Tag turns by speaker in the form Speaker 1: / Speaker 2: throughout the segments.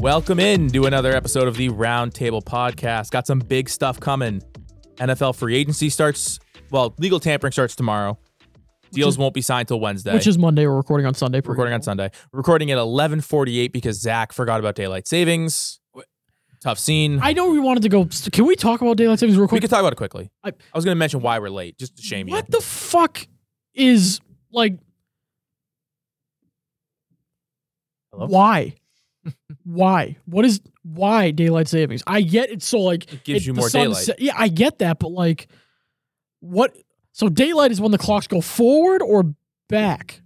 Speaker 1: Welcome in to another episode of the Roundtable Podcast. Got some big stuff coming. NFL free agency starts, well, legal tampering starts tomorrow. Deals won't be signed till Wednesday.
Speaker 2: Which is Monday. We're recording on Sunday. per
Speaker 1: recording on
Speaker 2: usual.
Speaker 1: Sunday. Recording at 11:48 because Zach forgot about daylight savings. Tough scene.
Speaker 2: I know we wanted to go. Can we talk about daylight savings real
Speaker 1: we
Speaker 2: quick?
Speaker 1: could talk about it quickly. I,
Speaker 2: I-
Speaker 1: was going to mention why we're late, just to shame you.
Speaker 2: what the fuck is like?
Speaker 1: Hello?
Speaker 2: Why? why? What is why daylight savings? I get it. So like,
Speaker 1: It gives you
Speaker 2: the
Speaker 1: more
Speaker 2: sun
Speaker 1: daylight.
Speaker 2: set- yeah, I get that, but like, what? So daylight is when the clocks go forward or back.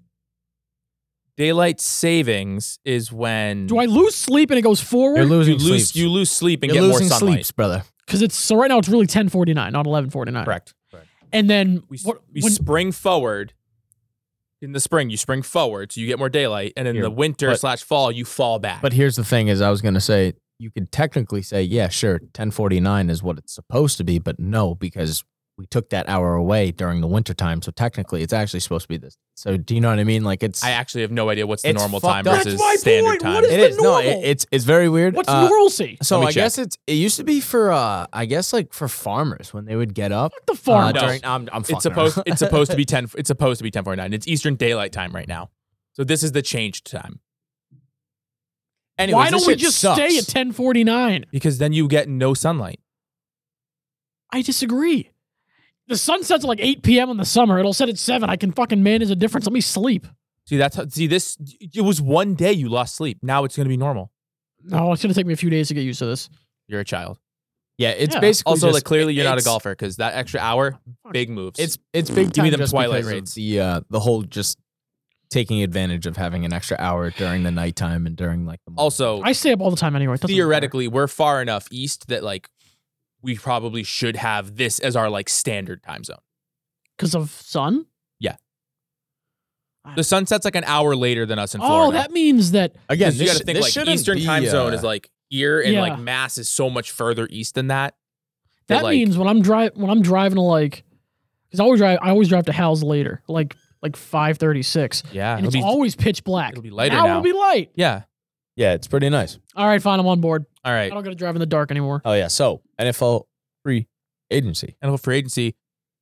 Speaker 1: Daylight savings is when
Speaker 2: Do I lose sleep and it goes
Speaker 3: You're
Speaker 2: forward?
Speaker 3: losing
Speaker 1: you lose
Speaker 3: sleeps.
Speaker 1: you lose sleep and
Speaker 3: You're
Speaker 1: get more
Speaker 3: losing
Speaker 1: sunlight.
Speaker 3: sleeps, brother.
Speaker 2: Because it's so right now it's really ten forty nine, not eleven forty nine.
Speaker 1: Correct.
Speaker 2: And then
Speaker 1: We, s-
Speaker 2: what,
Speaker 1: we
Speaker 2: when-
Speaker 1: spring forward. In the spring, you spring forward, so you get more daylight, and in
Speaker 3: Here,
Speaker 1: the winter
Speaker 3: but-
Speaker 1: slash fall, you fall back.
Speaker 3: But here's the thing: is I was gonna say you could technically say, yeah, sure, 1049 is what it's supposed to be, but no, because we took that hour away during the winter time, so technically it's actually supposed to be this. So do you know what I mean? Like it's
Speaker 1: I actually have no idea what's the
Speaker 3: It's
Speaker 1: normal time
Speaker 3: fucked up.
Speaker 1: versus
Speaker 2: That's my
Speaker 1: standard
Speaker 2: point.
Speaker 1: time.
Speaker 2: What is-
Speaker 3: it
Speaker 2: the
Speaker 3: is no, it,
Speaker 2: normal?
Speaker 3: it's it's very weird.
Speaker 2: what's
Speaker 3: Uh,
Speaker 2: normalcy?
Speaker 3: so
Speaker 1: Let me
Speaker 3: I
Speaker 1: check.
Speaker 3: guess it's it used to be for uh I guess like for farmers when they would get up
Speaker 2: Fuck the
Speaker 3: uh,
Speaker 2: farmers.
Speaker 1: No.
Speaker 3: during I'm I'm fucking
Speaker 1: it's supposed
Speaker 3: around.
Speaker 1: it's supposed to be ten it's supposed to be ten forty nine. It's Eastern Daylight Time right now, so this is the changed time
Speaker 3: Anyways,
Speaker 2: Why
Speaker 3: this
Speaker 2: don't we
Speaker 3: shit
Speaker 2: just
Speaker 3: sucks.
Speaker 2: stay at 1049?
Speaker 1: because then you get no sunlight.
Speaker 2: I disagree. The sun sets at like 8 p.m. in the summer. It'll set at 7. I can fucking manage the difference. Let me sleep.
Speaker 1: See that's how, see this. It was one day you lost sleep. Now it's going to be normal.
Speaker 2: No, it's going to take me a few days to get used to this.
Speaker 1: You're a child.
Speaker 3: Yeah, it's
Speaker 2: Yeah.
Speaker 3: basically
Speaker 1: Also,
Speaker 3: just-
Speaker 1: like clearly you're not a
Speaker 3: it's-
Speaker 1: golfer because that extra hour, big moves.
Speaker 3: It's it's big
Speaker 1: Give me
Speaker 3: time
Speaker 1: them
Speaker 3: just
Speaker 1: Twilight
Speaker 3: because of
Speaker 1: rates.
Speaker 3: the uh, the whole just taking advantage of having an extra hour during the nighttime and during like the morning.
Speaker 1: also
Speaker 2: I stay up all the time anyway. It doesn't matter.
Speaker 1: theoretically we're far enough east that like we probably should have this as our like standard time zone.
Speaker 2: Because of sun?
Speaker 1: The sun sets like an hour later than us in Florida.
Speaker 2: Oh, that means that.
Speaker 3: again
Speaker 1: Because you got
Speaker 3: this
Speaker 1: to
Speaker 3: sh-
Speaker 1: think
Speaker 3: this
Speaker 1: like
Speaker 3: shouldn't
Speaker 1: Eastern
Speaker 3: be,
Speaker 1: time zone
Speaker 3: uh,
Speaker 1: is like here, and
Speaker 2: Yeah.
Speaker 1: like Mass is so much further east than that.
Speaker 2: That
Speaker 1: like-
Speaker 2: means when I'm driving, when I'm driving to like, because I always drive, I always drive to Hal's later, like like 5:36,
Speaker 1: Yeah,
Speaker 2: and it's always pitch black.
Speaker 1: Ah, it'll be lighter
Speaker 2: now.
Speaker 1: now.
Speaker 2: It'll be light.
Speaker 1: yeah.
Speaker 3: yeah it's pretty nice
Speaker 2: All right, fine. I'm on board.
Speaker 1: All
Speaker 2: I
Speaker 1: right,
Speaker 2: don't got to drive in the dark anymore.
Speaker 3: oh yeah so NFL free agency
Speaker 1: NFL free agency.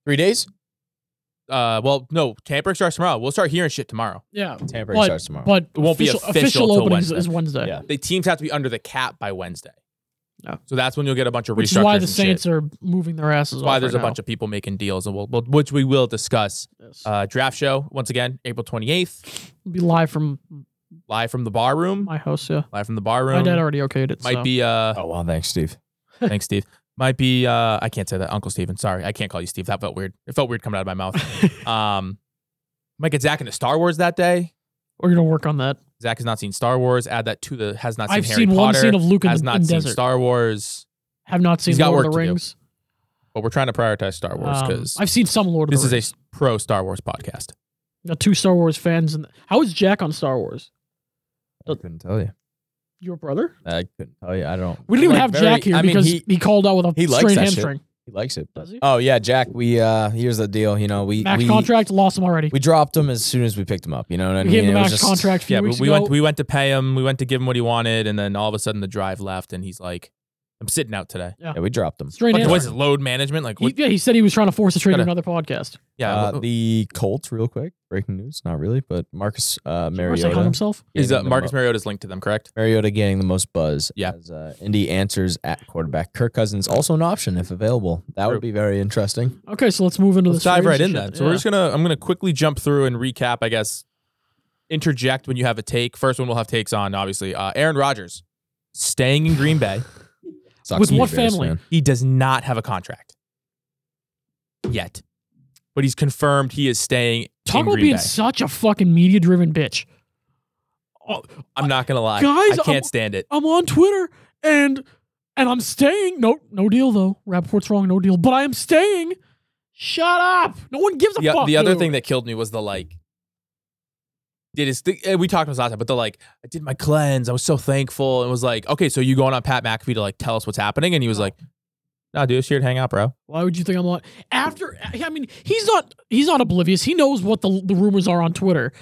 Speaker 3: three days
Speaker 1: Uh, well, no, tampering starts tomorrow. We'll start hearing shit tomorrow.
Speaker 2: Yeah,
Speaker 3: tampering
Speaker 2: But-
Speaker 3: starts tomorrow
Speaker 2: but
Speaker 1: It won't be
Speaker 2: official,
Speaker 1: official till
Speaker 2: opening is-
Speaker 1: Wednesday.
Speaker 2: is Wednesday.
Speaker 3: Yeah.
Speaker 1: The teams have to be under the cap by Wednesday.
Speaker 2: Oh.
Speaker 1: So that's when you'll get a bunch of
Speaker 2: which
Speaker 1: restructures.
Speaker 2: is why the
Speaker 1: and
Speaker 2: Saints
Speaker 1: shit.
Speaker 2: are moving their asses.
Speaker 1: That's why
Speaker 2: off
Speaker 1: there's
Speaker 2: right
Speaker 1: a bunch of people making deals, and we'll, we'll which we will discuss.
Speaker 2: now. Yes.
Speaker 1: Uh, draft show once again, April 28th,
Speaker 2: It'll be live from
Speaker 1: live from the bar room.
Speaker 2: my house. Yeah,
Speaker 1: Live from the bar
Speaker 2: my
Speaker 1: room.
Speaker 2: dad already okayed it.
Speaker 1: Might
Speaker 2: so.
Speaker 1: be uh,
Speaker 3: oh wow thanks Steve
Speaker 1: Thanks, Steve. Might be uh I can't say that. Uncle Steven. Sorry. I can't call you Steve. That felt weird. It felt weird coming out of my mouth. Um might get Zach into Star Wars that day.
Speaker 2: We're gonna work on that.
Speaker 1: Zach has not seen Star Wars. Add that to the has not seen
Speaker 2: I've
Speaker 1: Harry
Speaker 2: seen one
Speaker 1: Potter.
Speaker 2: scene of Luke in
Speaker 1: has
Speaker 2: the
Speaker 1: not
Speaker 2: in
Speaker 1: seen
Speaker 2: desert.
Speaker 1: Star Wars.
Speaker 2: Have not seen
Speaker 1: He's got
Speaker 2: Lord of the
Speaker 1: work to do.
Speaker 2: Rings.
Speaker 1: But we're trying to prioritize Star Wars
Speaker 2: Um,
Speaker 1: because
Speaker 2: I've seen some Lord of
Speaker 1: this
Speaker 2: the
Speaker 1: is
Speaker 2: Rings.
Speaker 1: a pro Star Wars podcast.
Speaker 2: Got two Star Wars fans. And how is Jack on Star Wars?
Speaker 3: I couldn't tell you
Speaker 2: Your brother?
Speaker 3: I couldn't tell you I don't
Speaker 2: We didn't even
Speaker 3: Like,
Speaker 2: have
Speaker 3: very-
Speaker 2: Jack here
Speaker 3: I mean,
Speaker 2: because he,
Speaker 3: he-
Speaker 2: called out with a
Speaker 3: he likes
Speaker 2: strained
Speaker 3: that shit.
Speaker 2: hamstring.
Speaker 3: he likes it but
Speaker 2: Does he?
Speaker 3: oh yeah Jack we uh here's the deal you know we
Speaker 2: Max
Speaker 3: we,
Speaker 2: contract lost him already.
Speaker 3: we dropped him as soon as we picked him up you know what I
Speaker 2: We
Speaker 3: mean
Speaker 2: gave him
Speaker 3: It
Speaker 2: the
Speaker 3: was
Speaker 2: max
Speaker 3: just-
Speaker 2: contract a few
Speaker 1: Yeah,
Speaker 2: weeks
Speaker 1: but we
Speaker 2: ago.
Speaker 1: went we went to pay him, we went to give him what he wanted, and then all of a sudden the drive left and he's like, I'm sitting out today.
Speaker 3: yeah we dropped him
Speaker 2: strained
Speaker 1: Fucking
Speaker 2: hamstring.
Speaker 1: what is it, load management? Like
Speaker 2: He,
Speaker 1: what,
Speaker 2: yeah, he said he was trying to force a trade to
Speaker 1: Gotta-
Speaker 2: another podcast.
Speaker 1: yeah,
Speaker 3: Uh,
Speaker 1: what-
Speaker 3: the Colts, real quick. Breaking news, not really, but Marcus uh,
Speaker 2: Did Marcel hung
Speaker 3: Mariota
Speaker 2: himself.
Speaker 1: is uh,
Speaker 3: getting the
Speaker 1: Marcus
Speaker 3: mo-
Speaker 1: Mariota's linked to them, correct?
Speaker 3: Mariota getting the most buzz.
Speaker 1: Yeah.
Speaker 3: as, uh, Indy answers at quarterback. Kirk Cousins also an option if available. That
Speaker 1: True.
Speaker 3: would be very interesting.
Speaker 2: Okay, so let's move into
Speaker 1: let's
Speaker 2: this.
Speaker 1: dive
Speaker 2: free
Speaker 1: right in
Speaker 2: agency
Speaker 1: then.
Speaker 2: shit.
Speaker 1: So we're
Speaker 2: Yeah.
Speaker 1: just gonna I'm gonna quickly jump through and recap. I guess interject when you have a take. First one we'll have takes on. Obviously, uh, Aaron Rodgers staying in Green Bay.
Speaker 3: Sucks
Speaker 2: With
Speaker 3: to be a
Speaker 2: what
Speaker 3: Bears
Speaker 2: family?
Speaker 3: fan.
Speaker 1: He does not have a contract yet, but he's confirmed he is staying.
Speaker 2: Talk
Speaker 1: in
Speaker 2: about
Speaker 1: Green
Speaker 2: being
Speaker 1: Bay.
Speaker 2: such a fucking media driven bitch. Oh,
Speaker 1: I'm not gonna lie,
Speaker 2: Guys,
Speaker 1: I can't
Speaker 2: I'm-
Speaker 1: stand it.
Speaker 2: I'm on Twitter and and I'm staying. No, no deal though. Rapport's wrong, no deal. But I am staying. Shut up. No one gives a
Speaker 1: The,
Speaker 2: fuck.
Speaker 1: the other
Speaker 2: dude.
Speaker 1: thing that killed me was the like. Did his th- eh, we talked about this last time, but the like I did my cleanse. I was so thankful and was like, okay, so you going on Pat McAfee to like tell us what's happening, and he was like, nah, dude, it's here to hang out, bro.
Speaker 2: Why would you think I'm on after? I mean, he's not he's not oblivious. He knows what the the rumors are on Twitter,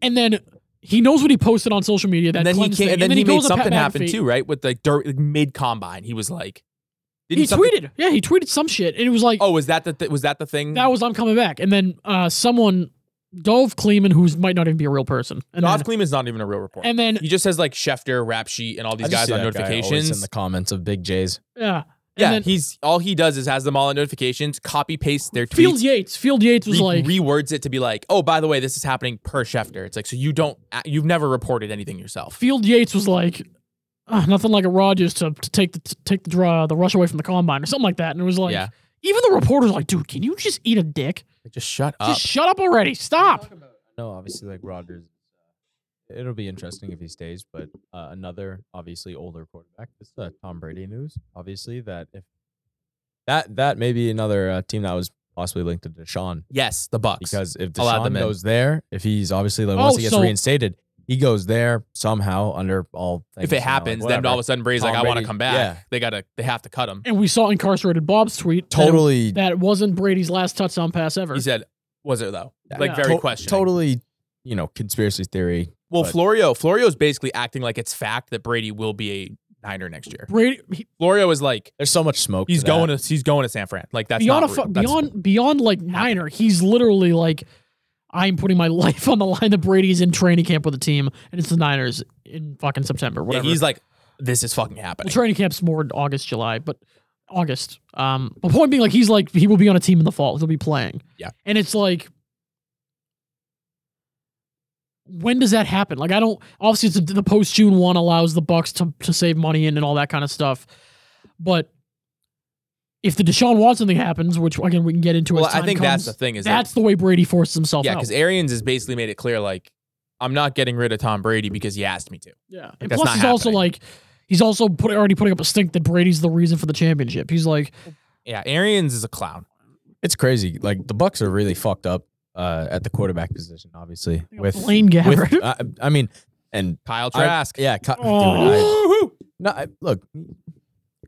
Speaker 2: and then he knows what he posted on social media. That
Speaker 1: and then he
Speaker 2: cleanse
Speaker 1: came,
Speaker 2: thing,
Speaker 1: and then he, made
Speaker 2: goes to Pat
Speaker 1: something happen
Speaker 2: McAfee.
Speaker 1: too, right? With like, dur- like mid combine, he was like, didn't
Speaker 2: He
Speaker 1: something-
Speaker 2: tweeted, yeah, he tweeted some shit, and it was like,
Speaker 1: Oh, was that the th- was that the thing?
Speaker 2: that was I'm coming back. And then uh, someone, Dove Kleeman, who's might not even be a real person, and
Speaker 1: Dolph
Speaker 2: then,
Speaker 1: Kleeman's not even a real reporter.
Speaker 2: and then
Speaker 1: he just says like Schefter, Rap Sheet, and all these
Speaker 3: I just
Speaker 1: guys
Speaker 3: see
Speaker 1: on
Speaker 3: that guy always
Speaker 1: notifications.
Speaker 3: in the comments of Big J's.
Speaker 2: yeah,
Speaker 1: yeah,
Speaker 2: and then
Speaker 1: he's all he does is has them all on notifications, copy paste their tweets,
Speaker 2: Field Yates, Field Yates was
Speaker 1: re-
Speaker 2: like,
Speaker 1: rewords it to be like, oh, by the way, this is happening per Schefter. It's like so you don't you've never reported anything yourself.
Speaker 2: Field Yates was like, "Ah, nothing like a Rogers to, to take the to take the draw the rush away from the combine or something like that. And it was like,
Speaker 1: Yeah.
Speaker 2: even the reporters were like, dude, can you just eat a dick?
Speaker 1: Like, just shut up.
Speaker 2: Just shut up already. Stop.
Speaker 3: No, obviously, like Rodgers. uh, It'll be interesting if he stays, but uh, another obviously older quarterback. This is uh, Tom Brady news. Obviously, that if that that may be another uh, team that was possibly linked to Deshaun
Speaker 1: yes, the Bucks.
Speaker 3: because if
Speaker 1: Allowed
Speaker 3: Deshaun
Speaker 1: them in.
Speaker 3: goes there, if he's obviously like once
Speaker 2: Oh,
Speaker 3: he gets
Speaker 2: so-
Speaker 3: reinstated, he goes there somehow under all. Things,
Speaker 1: if it happens, then all of a sudden Brady's like,
Speaker 3: Tom
Speaker 1: I want to
Speaker 3: Brady-
Speaker 1: come back.
Speaker 3: yeah.
Speaker 1: They gotta they have to cut him.
Speaker 2: And we saw incarcerated Bob's tweet. that it-
Speaker 3: totally
Speaker 2: That, it wasn't Brady's last touchdown pass ever.
Speaker 1: He said, was it though?
Speaker 3: Yeah.
Speaker 1: Like
Speaker 2: Yeah.
Speaker 1: very
Speaker 3: to-
Speaker 1: question.
Speaker 3: totally, you know, conspiracy theory.
Speaker 1: Well,
Speaker 3: But-
Speaker 1: Florio, Florio's basically acting like it's fact that Brady will be a Niner next year.
Speaker 2: Brady he-
Speaker 1: Florio is like
Speaker 3: There's so much smoke.
Speaker 1: he's
Speaker 3: to that.
Speaker 1: going to he's going to San Fran. Like that's
Speaker 2: beyond a
Speaker 1: not
Speaker 2: fu-
Speaker 1: real. That's-
Speaker 2: beyond beyond like Niner, he's literally like, I'm putting my life on the line. The Brady's in training camp with the team, and it's the Niners in fucking September.
Speaker 1: yeah,
Speaker 2: Whatever.
Speaker 1: he's like this is fucking happening.
Speaker 2: Well, training camp's more in August, July, but August. Um, but point being, like he's like he will be on a team in the fall. He'll be playing.
Speaker 1: Yeah.
Speaker 2: and it's like, when does that happen? Like I don't. Obviously, it's the, the post June one allows the Bucks to to save money and and all that kind of stuff, but. If the Deshaun Watson thing happens, which again we can get into,
Speaker 1: Well,
Speaker 2: as
Speaker 1: I
Speaker 2: time
Speaker 1: think that's
Speaker 2: comes,
Speaker 1: the thing is that-
Speaker 2: that's the way Brady forces himself
Speaker 1: yeah,
Speaker 2: out.
Speaker 1: because Arians has basically made it clear like I'm not getting rid of Tom Brady because he asked me to.
Speaker 2: Yeah, and
Speaker 1: that's
Speaker 2: plus
Speaker 1: not
Speaker 2: he's also
Speaker 1: happening.
Speaker 2: like, he's also put, already putting up a stink that Brady's the reason for the championship. He's like,
Speaker 1: Yeah, Arians is a clown.
Speaker 3: It's crazy. Like the Bucks are really fucked up uh, at the quarterback position, obviously. With,
Speaker 2: Blaine Gabbert.
Speaker 3: with I, I mean, and
Speaker 1: Kyle
Speaker 3: I-
Speaker 1: Trask.
Speaker 3: yeah, Ky- dude, I,
Speaker 2: Oh.
Speaker 3: no, I, look,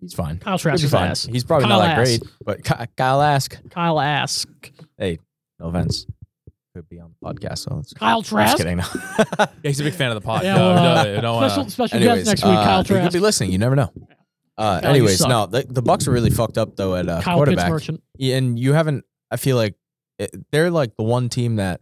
Speaker 3: he's fine.
Speaker 2: Kyle
Speaker 3: He'll
Speaker 2: Trask
Speaker 3: be
Speaker 2: is
Speaker 3: fine.
Speaker 2: ass.
Speaker 3: He's probably
Speaker 2: Kyle
Speaker 3: not that
Speaker 2: Ask.
Speaker 3: great, but Ky- Kyle Ask,
Speaker 2: Kyle Ask.
Speaker 3: no offense, could be on the podcast. So it's,
Speaker 2: Kyle
Speaker 3: just
Speaker 2: Trask.
Speaker 3: kidding. no.
Speaker 1: Yeah, he's a big fan of the pod.
Speaker 2: Yeah,
Speaker 1: no, no,
Speaker 2: well,
Speaker 1: no,
Speaker 2: Special,
Speaker 1: uh,
Speaker 2: special
Speaker 3: anyways,
Speaker 2: guest next week,
Speaker 3: uh,
Speaker 2: Kyle
Speaker 3: he could
Speaker 2: Trask.
Speaker 3: be listening. You never know. Uh,
Speaker 2: Kyle, you
Speaker 3: anyways,
Speaker 2: suck.
Speaker 3: no, the, the Bucks are really fucked up though at
Speaker 2: Kyle
Speaker 3: uh,
Speaker 2: Pitts
Speaker 3: quarterback.
Speaker 2: Merchant.
Speaker 3: Yeah, and you haven't i feel like it, they're like the one team that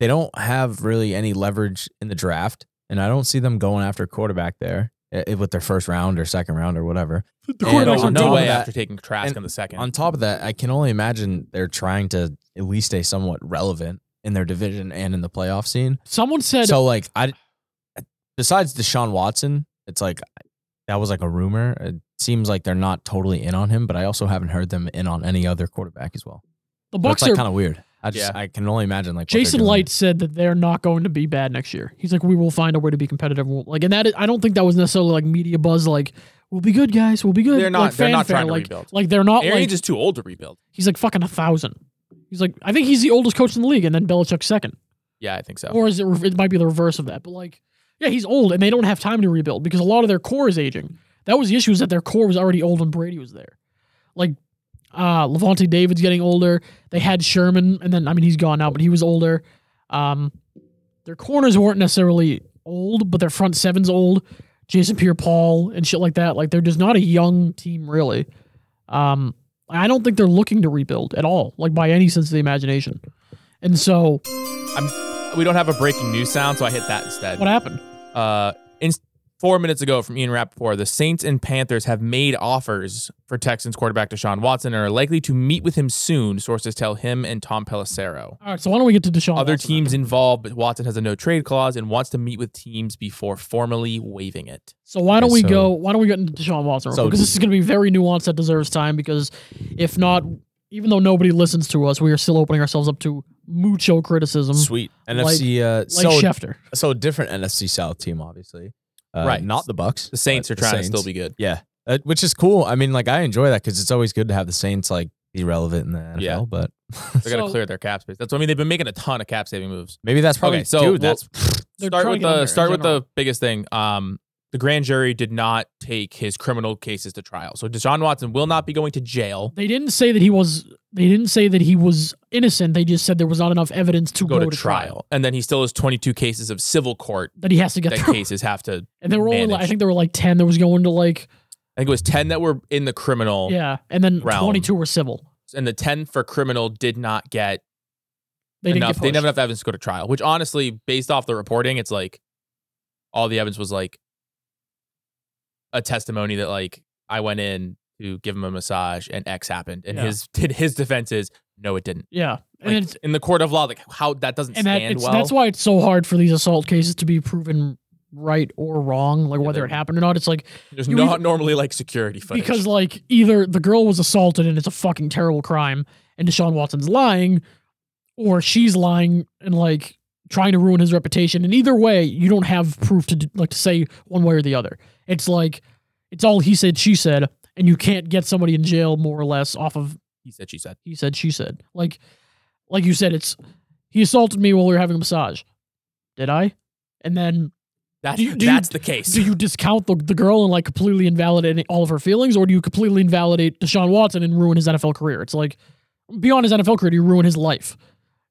Speaker 3: they don't have really any leverage in the draft and i don't see them going after quarterback there eh, eh, with their first round or second round or whatever
Speaker 2: The
Speaker 3: Yeah,
Speaker 2: quarterbacks
Speaker 1: no,
Speaker 2: are
Speaker 3: on top
Speaker 1: no
Speaker 3: of
Speaker 2: dumb.
Speaker 1: way
Speaker 3: that-
Speaker 1: after taking Trask
Speaker 3: and
Speaker 1: in the second.
Speaker 3: on top of that i can only imagine they're trying to at least stay somewhat relevant in their division and in the playoff scene
Speaker 2: Someone said
Speaker 3: so like i besides deshaun watson it's like that was like a rumor it seems like they're not totally in on him but i also haven't heard them in on any other quarterback as well
Speaker 2: the
Speaker 3: Bucks
Speaker 2: Bucks
Speaker 3: like
Speaker 2: are.
Speaker 3: kind of weird. I just
Speaker 1: Yeah.
Speaker 3: I can only imagine like what they're
Speaker 2: Jason
Speaker 3: doing.
Speaker 2: Light said that they're not going to be bad next year. He's like, we will find a way to be competitive. We'll- Like, and that is, I don't think that was necessarily like media buzz. Like, we'll be good, guys. We'll be good.
Speaker 1: They're not-
Speaker 2: Like,
Speaker 1: they're not
Speaker 2: fanfare,
Speaker 1: trying to
Speaker 2: like,
Speaker 1: rebuild.
Speaker 2: Like they're not.
Speaker 1: Arians
Speaker 2: Like,
Speaker 1: is too old to rebuild.
Speaker 2: he's like fucking a thousand. He's like, I think he's the oldest coach in the league, and then Belichick's second.
Speaker 1: Yeah, I think so.
Speaker 2: or is it? re- It might be the reverse of that. But like, yeah, he's old, and they don't have time to rebuild because a lot of their core is aging. That was the issue is that their core was already old when Brady was there. Like, uh, Levante David's getting older. They had Sherman, and then I mean he's gone now, but he was older. Um, their corners weren't necessarily old, but their front seven's old. Jason Pierre-Paul and shit like that. Like they're just not a young team really. Um, I don't think they're looking to rebuild at all, like by any sense of the imagination. And so,
Speaker 1: we don't have a breaking news sound, so I hit that instead.
Speaker 2: what happened?
Speaker 1: uh, in four minutes ago from Ian Rappaport, the Saints and Panthers have made offers for Texans quarterback Deshaun Watson and are likely to meet with him soon, sources tell him and Tom Pelissero.
Speaker 2: All right, so why don't we get to Deshaun?
Speaker 1: Other
Speaker 2: Watson
Speaker 1: teams
Speaker 2: then?
Speaker 1: involved, but Watson has a no trade clause and wants to meet with teams before formally waiving it.
Speaker 2: So why don't
Speaker 3: Okay,
Speaker 2: we
Speaker 3: so-
Speaker 2: go? Why don't we get into Deshaun Watson?
Speaker 3: So-
Speaker 2: Because this is going to be very nuanced that deserves time. Because if not, even though nobody listens to us, we are still opening ourselves up to mucho criticism,
Speaker 3: Sweet NFC. Uh,
Speaker 2: like
Speaker 3: so
Speaker 2: Schefter.
Speaker 3: so a different NFC South team, obviously. Uh,
Speaker 1: Right.
Speaker 3: Not the Bucks.
Speaker 1: The Saints
Speaker 3: but
Speaker 1: are
Speaker 3: the
Speaker 1: trying
Speaker 3: Saints.
Speaker 1: to still be good.
Speaker 3: Yeah, uh, which is cool. I mean, like I enjoy that because it's always good to have the Saints like be relevant in the NFL.
Speaker 1: Yeah.
Speaker 3: But
Speaker 1: They got to
Speaker 2: So-
Speaker 1: clear their cap space. That's what I mean. They've been making a ton of cap saving moves.
Speaker 3: maybe that's probably
Speaker 1: Okay, so
Speaker 3: dude.
Speaker 1: we'll-
Speaker 3: that's
Speaker 2: They're
Speaker 1: start
Speaker 2: trying
Speaker 1: with
Speaker 2: to get
Speaker 1: the
Speaker 2: under in
Speaker 1: start with
Speaker 2: general.
Speaker 1: the biggest thing. Um, the grand jury did not take his criminal cases to trial. So Deshaun Watson will not be going to jail
Speaker 2: They didn't say that he was. They didn't say that he was innocent. They just said there was not enough evidence to
Speaker 1: to
Speaker 2: go,
Speaker 1: go, to, trial. And then he still has 22 cases of civil court
Speaker 2: that he has to get
Speaker 1: that
Speaker 2: through.
Speaker 1: cases have to,
Speaker 2: And they were only. Like, I
Speaker 1: managed.
Speaker 2: think there were like ten. There was going to like
Speaker 1: I think it was 10 that were in the criminal
Speaker 2: yeah, and then
Speaker 1: Realm.
Speaker 2: twenty-two were civil.
Speaker 1: and the 10 for criminal did not get
Speaker 2: They didn't
Speaker 1: enough.
Speaker 2: get
Speaker 1: They didn't have
Speaker 2: pushed.
Speaker 1: enough evidence to go to trial, which honestly, based off the reporting, it's like all the evidence was like a testimony that like I went in to give him a massage and X happened. And
Speaker 2: Yeah.
Speaker 1: his did his defense is no, it didn't.
Speaker 2: Yeah,
Speaker 1: Like,
Speaker 2: and it's
Speaker 1: in the court of law, like how that doesn't
Speaker 2: and that,
Speaker 1: stand
Speaker 2: it's,
Speaker 1: well.
Speaker 2: that's why it's so hard for these assault cases to be proven right or wrong, like
Speaker 1: Yeah,
Speaker 2: whether
Speaker 1: they-
Speaker 2: it happened or not. It's like
Speaker 1: There's
Speaker 2: you
Speaker 1: not
Speaker 2: even-
Speaker 1: normally like security footage.
Speaker 2: because like either the girl was assaulted and it's a fucking terrible crime, and Deshaun Watson's lying, or she's lying and like trying to ruin his reputation. And either way, you don't have proof to d- like to say one way or the other. It's like it's all he said, she said, and you can't get somebody in jail more or less off of
Speaker 1: he said, she said.
Speaker 2: he said she said like like you said it's he assaulted me while we were having a massage did i and then
Speaker 1: That's,
Speaker 2: Do you- do you-
Speaker 1: that's the case.
Speaker 2: do you discount the, the girl and like completely invalidate all of her feelings or do you completely invalidate deshaun watson and ruin his nfl career it's like beyond his nfl career you ruin his life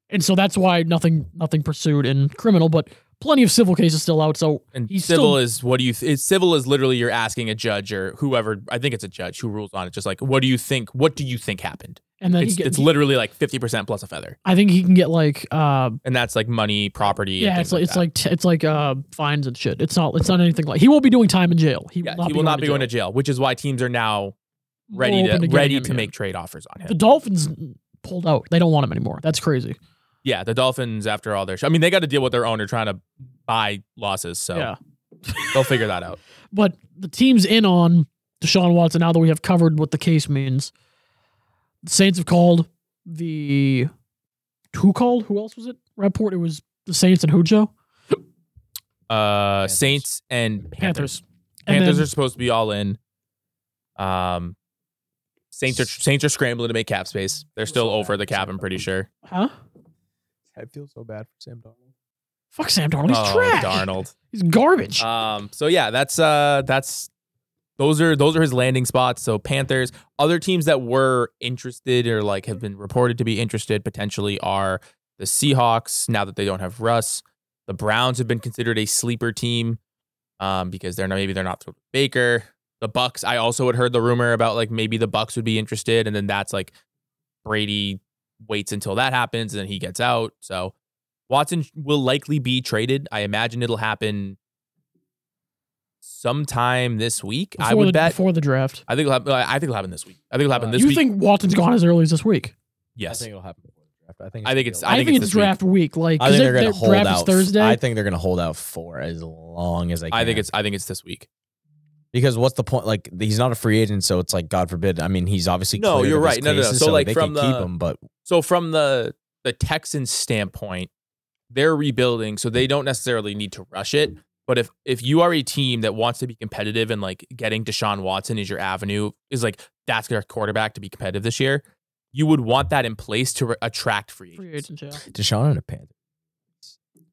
Speaker 2: and so that's why nothing nothing pursued in criminal but plenty of civil cases still out so
Speaker 1: and
Speaker 2: he's
Speaker 1: civil
Speaker 2: still-
Speaker 1: is what do you? Th- it's civil is literally you're asking a judge or whoever. I think it's a judge who rules on it. Just like what do you think? What do you think happened?
Speaker 2: and then
Speaker 1: It's,
Speaker 2: he
Speaker 1: it's
Speaker 2: gets,
Speaker 1: literally like fifty percent plus a feather.
Speaker 2: i think he can get like uh
Speaker 1: and that's like money, property.
Speaker 2: yeah,
Speaker 1: and
Speaker 2: it's
Speaker 1: things
Speaker 2: like
Speaker 1: like
Speaker 2: it's like t- it's like uh fines and shit. It's not it's not anything like he won't be doing time in jail. He
Speaker 1: that.
Speaker 2: will
Speaker 1: yeah, he
Speaker 2: not be
Speaker 1: will
Speaker 2: going
Speaker 1: not
Speaker 2: to
Speaker 1: be
Speaker 2: jail.
Speaker 1: going to jail, which is why teams are now
Speaker 2: more
Speaker 1: ready
Speaker 2: open
Speaker 1: to
Speaker 2: getting
Speaker 1: ready
Speaker 2: him
Speaker 1: to
Speaker 2: in.
Speaker 1: make trade offers on him.
Speaker 2: The Dolphins pulled out. They don't want him anymore. That's crazy.
Speaker 1: yeah, the Dolphins after all their, sh- I mean, they got to deal with their owner trying to buy losses, so
Speaker 2: Yeah.
Speaker 1: they'll figure that out.
Speaker 2: But the team's in on Deshaun Watson now that we have covered what the case means. The Saints have called the who called? Who else was it? Rapport. It was the Saints and who Joe?
Speaker 1: Uh,
Speaker 3: Panthers.
Speaker 1: Saints and Panthers.
Speaker 2: Panthers.
Speaker 1: Panthers,
Speaker 2: And then-
Speaker 1: are supposed to be all in. Um, Saints are Saints are scrambling to make cap space. They're still over the cap. I'm pretty sure.
Speaker 2: Huh?
Speaker 3: I feel so bad for Sam Donald.
Speaker 2: Fuck Sam Darnold. He's
Speaker 1: oh,
Speaker 2: trash.
Speaker 1: Darnold.
Speaker 2: He's garbage.
Speaker 1: Um, so yeah, that's uh that's those are those are his landing spots. So Panthers, other teams that were interested or like have been reported to be interested potentially are the Seahawks, now that they don't have Russ. The Browns have been considered a sleeper team um because they're not maybe they're not thrilled with Baker. The Bucks, I also had heard the rumor about like maybe the Bucks would be interested, and then that's like Brady waits until that happens and then he gets out. So Watson will likely be traded. I imagine it'll happen sometime this week. I
Speaker 2: Before
Speaker 1: would
Speaker 2: the,
Speaker 1: bet.
Speaker 2: before the draft.
Speaker 1: I think it'll happen, I think it'll happen this week. I think it'll happen this
Speaker 2: you
Speaker 1: week.
Speaker 2: think Watson's gone as early as this week?
Speaker 1: yes.
Speaker 3: I think it'll happen before the draft. I think.
Speaker 1: I think it's-
Speaker 3: gonna be
Speaker 2: I,
Speaker 3: a-
Speaker 2: think,
Speaker 1: it's
Speaker 2: it's,
Speaker 1: this week.
Speaker 2: draft week. Like
Speaker 3: I think they're
Speaker 2: going
Speaker 3: gonna
Speaker 2: to
Speaker 3: hold
Speaker 2: draft is
Speaker 3: out.
Speaker 2: Thursday.
Speaker 3: I think they're gonna hold out for as long as they can.
Speaker 1: I think it's I think it's this week.
Speaker 3: because what's the point? Like he's not a free agent, so it's like God forbid. I mean, he's obviously
Speaker 1: No,
Speaker 3: cleared
Speaker 1: you're
Speaker 3: of his
Speaker 1: right. No, no, no.
Speaker 3: cases,
Speaker 1: So, like,
Speaker 3: they
Speaker 1: from
Speaker 3: can keep
Speaker 1: the-
Speaker 3: him, but
Speaker 1: So from the the Texans standpoint, they're rebuilding, so they don't necessarily need to rush it. But if if you are a team that wants to be competitive and like getting Deshaun Watson is your avenue is like that's their quarterback to be competitive this year, you would want that in place to re- attract free agents,
Speaker 2: Free agent, yeah.
Speaker 3: Deshaun and a Panther.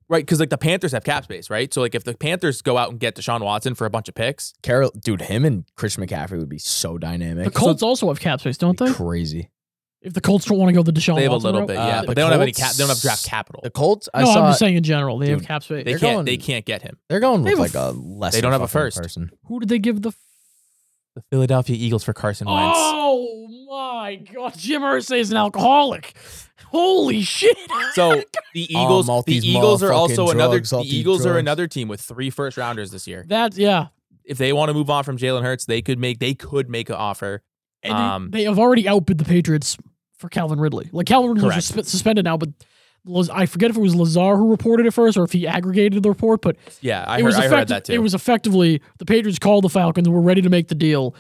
Speaker 1: right? Because like the Panthers have cap space, right? So like if the Panthers go out and get Deshaun Watson for a bunch of picks,
Speaker 3: Carol, dude, him and Christian McCaffrey would be so dynamic.
Speaker 2: The Colts also have cap space, don't
Speaker 3: It'd be
Speaker 2: they?
Speaker 3: crazy.
Speaker 2: If the Colts don't want to go the Deshaun,
Speaker 1: they have a
Speaker 2: Watson
Speaker 1: little
Speaker 2: route-
Speaker 1: bit,
Speaker 3: Uh,
Speaker 1: yeah,
Speaker 3: the
Speaker 1: but they don't have any cap,
Speaker 3: Colts-
Speaker 1: they don't have draft capital.
Speaker 3: The Colts, I
Speaker 2: no,
Speaker 3: saw
Speaker 2: I'm just saying in general they have
Speaker 3: Dude,
Speaker 2: cap space.
Speaker 1: They
Speaker 3: they're
Speaker 1: can't
Speaker 3: going-
Speaker 1: they can't get him.
Speaker 3: they're going with
Speaker 2: They
Speaker 3: like
Speaker 2: have
Speaker 3: a less.
Speaker 1: they
Speaker 3: than
Speaker 1: don't have a
Speaker 3: fucking
Speaker 1: first.
Speaker 3: person.
Speaker 2: Who did they give the? F-
Speaker 1: The Philadelphia Eagles for Carson Wentz.
Speaker 2: oh my God, Jim Irsay is an alcoholic. Holy shit!
Speaker 1: So the
Speaker 3: Oh,
Speaker 1: Eagles,
Speaker 3: all
Speaker 1: the
Speaker 3: these
Speaker 1: Eagles are
Speaker 3: motherfucking
Speaker 1: also another.
Speaker 3: drugs, all
Speaker 1: The
Speaker 3: these
Speaker 1: Eagles are
Speaker 3: drugs.
Speaker 1: another team with three first rounders this year.
Speaker 2: that yeah,
Speaker 1: If they want to move on from Jalen Hurts, they could make they could make an offer.
Speaker 2: and
Speaker 1: Um,
Speaker 2: they, they have already outbid the Patriots for Calvin Ridley. Like Calvin Ridley
Speaker 1: Correct.
Speaker 2: was sus- suspended now, but Laz- I forget if it was Lazar who reported it first or if he aggregated the report. But
Speaker 1: Yeah, I,
Speaker 2: it
Speaker 1: heard,
Speaker 2: was
Speaker 1: I
Speaker 2: effective,
Speaker 1: heard that too.
Speaker 2: It was effectively the Patriots called the Falcons, were ready to make the deal.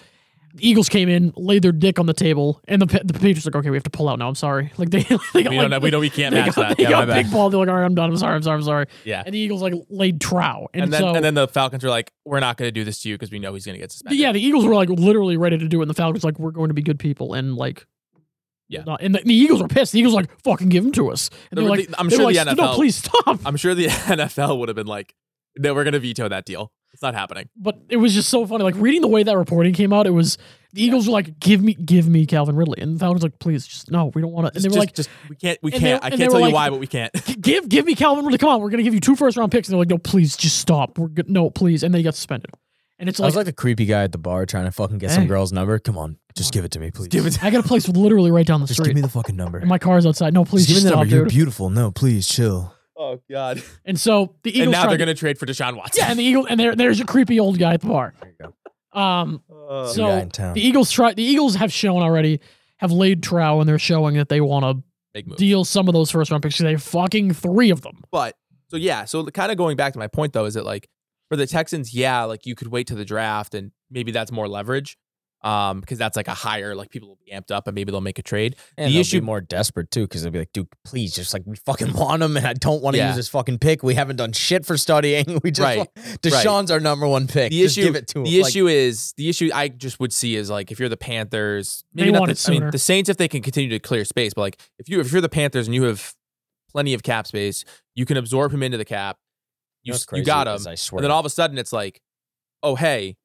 Speaker 2: The Eagles came in, laid their dick on the table, and the, Pa- the Patriots like, okay, we have to pull out now. I'm sorry. Like they, they got,
Speaker 1: we don't
Speaker 2: like,
Speaker 1: know, we don't we can't
Speaker 2: they
Speaker 1: match
Speaker 2: got,
Speaker 1: that.
Speaker 2: They
Speaker 1: Yeah, my
Speaker 2: got
Speaker 1: bad.
Speaker 2: big ball. They're like, all right, I'm done. I'm sorry. I'm sorry. I'm sorry.
Speaker 1: Yeah,
Speaker 2: And the Eagles like laid trow, and,
Speaker 1: and, then
Speaker 2: so
Speaker 1: and then the Falcons are like, we're not going to do this to you because we know he's going to get suspended.
Speaker 2: yeah, the Eagles were like literally ready to do it, and the Falcons like, we're going to be good people, and like.
Speaker 1: Yeah.
Speaker 2: not- and the, the Eagles were pissed. The Eagles were like fucking give them to us. And
Speaker 1: There
Speaker 2: they're
Speaker 1: were
Speaker 2: like,
Speaker 1: the- I'm
Speaker 2: they were
Speaker 1: sure the
Speaker 2: like, no,
Speaker 1: NFL
Speaker 2: please stop.
Speaker 1: I'm sure the NFL would have been like, no, we're going to veto that deal. It's not happening.
Speaker 2: but it was just so funny. Like reading the way that reporting came out, it was the Eagles were like, "Give me, give me Calvin Ridley," and the Falcons were like, "Please, just no, we don't want to."
Speaker 1: Just,
Speaker 2: And they were
Speaker 1: just, just
Speaker 2: like,
Speaker 1: we can't, we
Speaker 2: and they-
Speaker 1: can't. I
Speaker 2: and
Speaker 1: can't
Speaker 2: they were
Speaker 1: tell you
Speaker 2: like-
Speaker 1: why, but we can't.
Speaker 2: "Give, give me Calvin Ridley. Come on, we're gonna give you two first round picks." And they're like, "No, please, just stop. We're good. No, please." And they got suspended. And it's
Speaker 3: I
Speaker 2: like,
Speaker 3: was like the creepy guy at the bar trying to fucking get
Speaker 2: Hey.
Speaker 3: some girl's number. Come on, just give it to me, please.
Speaker 1: give it
Speaker 2: I got a place literally right down the
Speaker 3: just give
Speaker 2: street.
Speaker 3: me the fucking number.
Speaker 2: and my car's outside. No, please,
Speaker 3: just give
Speaker 2: just
Speaker 3: me the
Speaker 2: stop,
Speaker 3: number. You're
Speaker 2: dude.
Speaker 3: beautiful. No, please chill.
Speaker 1: Oh God!
Speaker 2: And so the Eagles
Speaker 1: and now
Speaker 2: tried
Speaker 1: they're
Speaker 2: to-
Speaker 1: gonna trade for Deshaun Watson.
Speaker 2: yeah, and the Eagle and there, there's a creepy old guy at the bar.
Speaker 3: There you
Speaker 2: Um,
Speaker 1: Uh,
Speaker 2: So-
Speaker 3: Some guy in town.
Speaker 2: the Eagles try. The Eagles have shown already have laid trowel, and they're showing that they want to
Speaker 1: big move.
Speaker 2: deal some of those first round picks. 'cause They have fucking three of them.
Speaker 1: But so yeah, so kind of going back to my point though, is that like for the Texans, yeah, like you could wait to the draft and maybe that's more leverage, um, because that's like a higher like people will be amped up and maybe they'll make a trade.
Speaker 3: And
Speaker 1: the
Speaker 3: they'll
Speaker 1: issue-
Speaker 3: be more desperate too, because they'll be like, dude, please, just like we fucking want him, and I don't want to
Speaker 1: Yeah.
Speaker 3: use this fucking pick. We haven't done shit for studying. We just
Speaker 1: Right,
Speaker 3: want- Deshaun's our number one pick.
Speaker 1: The
Speaker 3: just
Speaker 1: issue-
Speaker 3: give it to him.
Speaker 1: The
Speaker 3: Like,
Speaker 1: issue is the issue I just would see is like if you're the Panthers, maybe
Speaker 2: They
Speaker 1: not
Speaker 2: want
Speaker 1: the,
Speaker 2: it
Speaker 1: I mean
Speaker 2: sooner.
Speaker 1: the Saints if they can continue to clear space, but like if you if you're the Panthers and you have plenty of cap space, you can absorb him into the cap. You,
Speaker 3: know
Speaker 1: s-
Speaker 3: what's
Speaker 1: you
Speaker 3: crazy
Speaker 1: got him,
Speaker 3: is I swear.
Speaker 1: and then all of a sudden it's like, oh hey,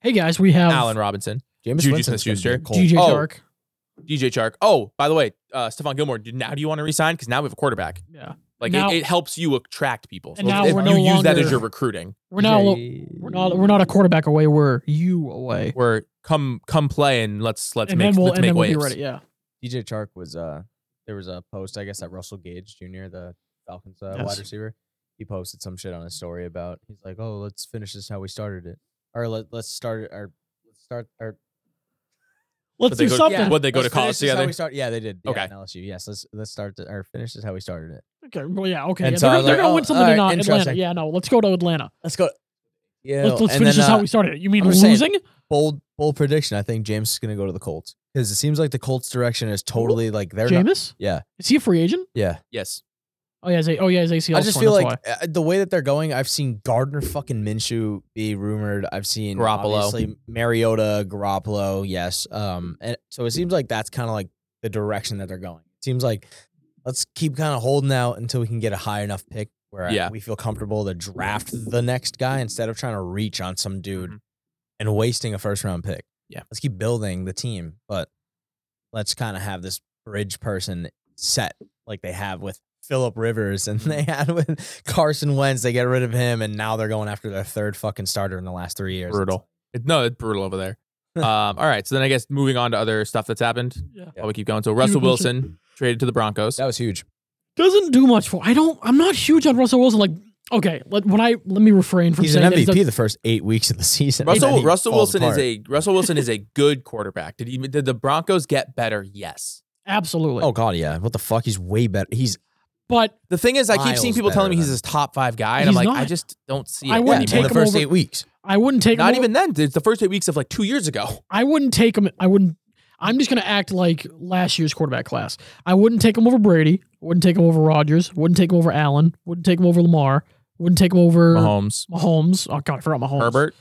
Speaker 2: Hey guys, we have
Speaker 1: Allen Robinson,
Speaker 3: James
Speaker 1: Juju
Speaker 3: Winston's gonna be
Speaker 1: Smith-Schuster.
Speaker 3: a Colt.
Speaker 2: DJ
Speaker 1: Oh.
Speaker 2: Shark.
Speaker 1: DJ Chark. Oh, by the way, uh, Stephon Gilmore. do- Now do you want to resign? Because now we have a quarterback.
Speaker 2: Yeah,
Speaker 1: Like
Speaker 2: Now-
Speaker 1: it, it helps you attract people.
Speaker 2: And now
Speaker 1: if
Speaker 2: we're
Speaker 1: you
Speaker 2: no
Speaker 1: use that as
Speaker 2: longer-
Speaker 1: your recruiting,
Speaker 2: we're now we're not we're not a quarterback away. We're you away,
Speaker 1: where come come play and let's let's
Speaker 2: and
Speaker 1: make
Speaker 2: then we'll
Speaker 1: let's
Speaker 2: and
Speaker 1: make
Speaker 2: then we'll
Speaker 1: waves.
Speaker 2: be ready. Yeah,
Speaker 3: DJ Chark was uh there was a post I guess that Russell Gage Jr. the Falcons uh, wide
Speaker 2: Yes.
Speaker 3: receiver he posted some shit on his story about he's like oh let's finish this how we started it or let let's start it or let's start our
Speaker 2: let's
Speaker 1: they
Speaker 2: do
Speaker 1: go-
Speaker 2: something.
Speaker 1: Yeah. What'd they go
Speaker 3: let's
Speaker 1: to college
Speaker 3: finish this how
Speaker 1: together?
Speaker 3: we start- yeah they did yeah,
Speaker 1: Okay.
Speaker 3: in LSU yes let's let's start the, or finish this how we started it
Speaker 2: Okay, well, yeah, okay.
Speaker 3: And
Speaker 2: yeah,
Speaker 3: so I
Speaker 2: they're
Speaker 3: was
Speaker 2: they're
Speaker 3: like,
Speaker 2: gonna
Speaker 3: oh,
Speaker 2: win something
Speaker 3: all
Speaker 2: in,
Speaker 3: right,
Speaker 2: uh, Atlanta.
Speaker 3: interesting.
Speaker 2: Yeah, no, let's go to Atlanta.
Speaker 3: let's go yeah
Speaker 2: Let's, let's
Speaker 3: and
Speaker 2: finish
Speaker 3: then,
Speaker 2: this how
Speaker 3: uh,
Speaker 2: we started. it. You mean
Speaker 3: I'm just saying-
Speaker 2: losing?
Speaker 3: bold bold prediction I think James is gonna go to the Colts because it seems like the Colts direction is totally like they're not
Speaker 2: Jameis?
Speaker 3: yeah
Speaker 2: Is he a free agent?
Speaker 3: yeah
Speaker 1: Yes,
Speaker 2: Oh yeah, his, A- oh yeah, his ACL.
Speaker 3: I just feel like uh, the way that they're going, I've seen Gardner fucking Minshew be rumored. I've seen
Speaker 1: Garoppolo. Mm-hmm.
Speaker 3: obviously Mariota, Garoppolo, yes. Um, and so it seems like that's kind of like the direction that they're going. It seems like let's keep kind of holding out until we can get a high enough pick where
Speaker 1: Yeah.
Speaker 3: we feel comfortable to draft the next guy instead of trying to reach on some dude
Speaker 1: Mhm.
Speaker 3: and wasting a first round pick.
Speaker 1: Yeah.
Speaker 3: let's keep building the team, but let's kind of have this bridge person set like they have with Philip Rivers and they had with Carson Wentz. They get rid of him, and now they're going after their third fucking starter in the last three years.
Speaker 1: brutal. It- no, it's brutal over there. um, all right, so then I guess moving on to other stuff that's happened.
Speaker 2: Yeah.
Speaker 1: While we keep going, so Russell
Speaker 2: Dude, Wilson-
Speaker 1: Wilson traded to the Broncos.
Speaker 3: That was huge.
Speaker 2: doesn't do much for. I don't. I'm not huge on Russell Wilson. Like, okay, let when I let me refrain from
Speaker 3: He's an
Speaker 2: saying that he's
Speaker 3: MVP
Speaker 2: a-
Speaker 3: the first eight weeks of the season. and
Speaker 1: Russell
Speaker 3: then he
Speaker 1: Russell
Speaker 3: falls
Speaker 1: Wilson is
Speaker 3: apart.
Speaker 1: a Russell Wilson is a good quarterback. Did he, did the Broncos get better? Yes.
Speaker 2: absolutely.
Speaker 3: Oh god, yeah. What the fuck? He's way better. He's
Speaker 2: but
Speaker 1: The thing is, I keep seeing
Speaker 3: Miles
Speaker 1: people telling me
Speaker 3: better
Speaker 1: he's
Speaker 3: than-
Speaker 1: this top five guy, and
Speaker 2: He's
Speaker 1: I'm like,
Speaker 2: not.
Speaker 1: I just don't see it.
Speaker 2: I
Speaker 3: yeah,
Speaker 2: wouldn't
Speaker 3: in
Speaker 2: take
Speaker 3: the
Speaker 2: him
Speaker 3: first
Speaker 2: over-
Speaker 3: eight weeks.
Speaker 2: I wouldn't take him
Speaker 1: Not
Speaker 2: over-
Speaker 1: even then. It's the first eight weeks of like two years ago.
Speaker 2: I wouldn't take him. I wouldn't. I'm just going to act like last year's quarterback class. I wouldn't take him over Brady. Wouldn't take him over Rodgers. Wouldn't take him over Allen. Wouldn't take him over Lamar. Wouldn't take him over Mahomes.
Speaker 1: Mahomes,
Speaker 2: Oh God, I forgot Mahomes.
Speaker 1: Herbert,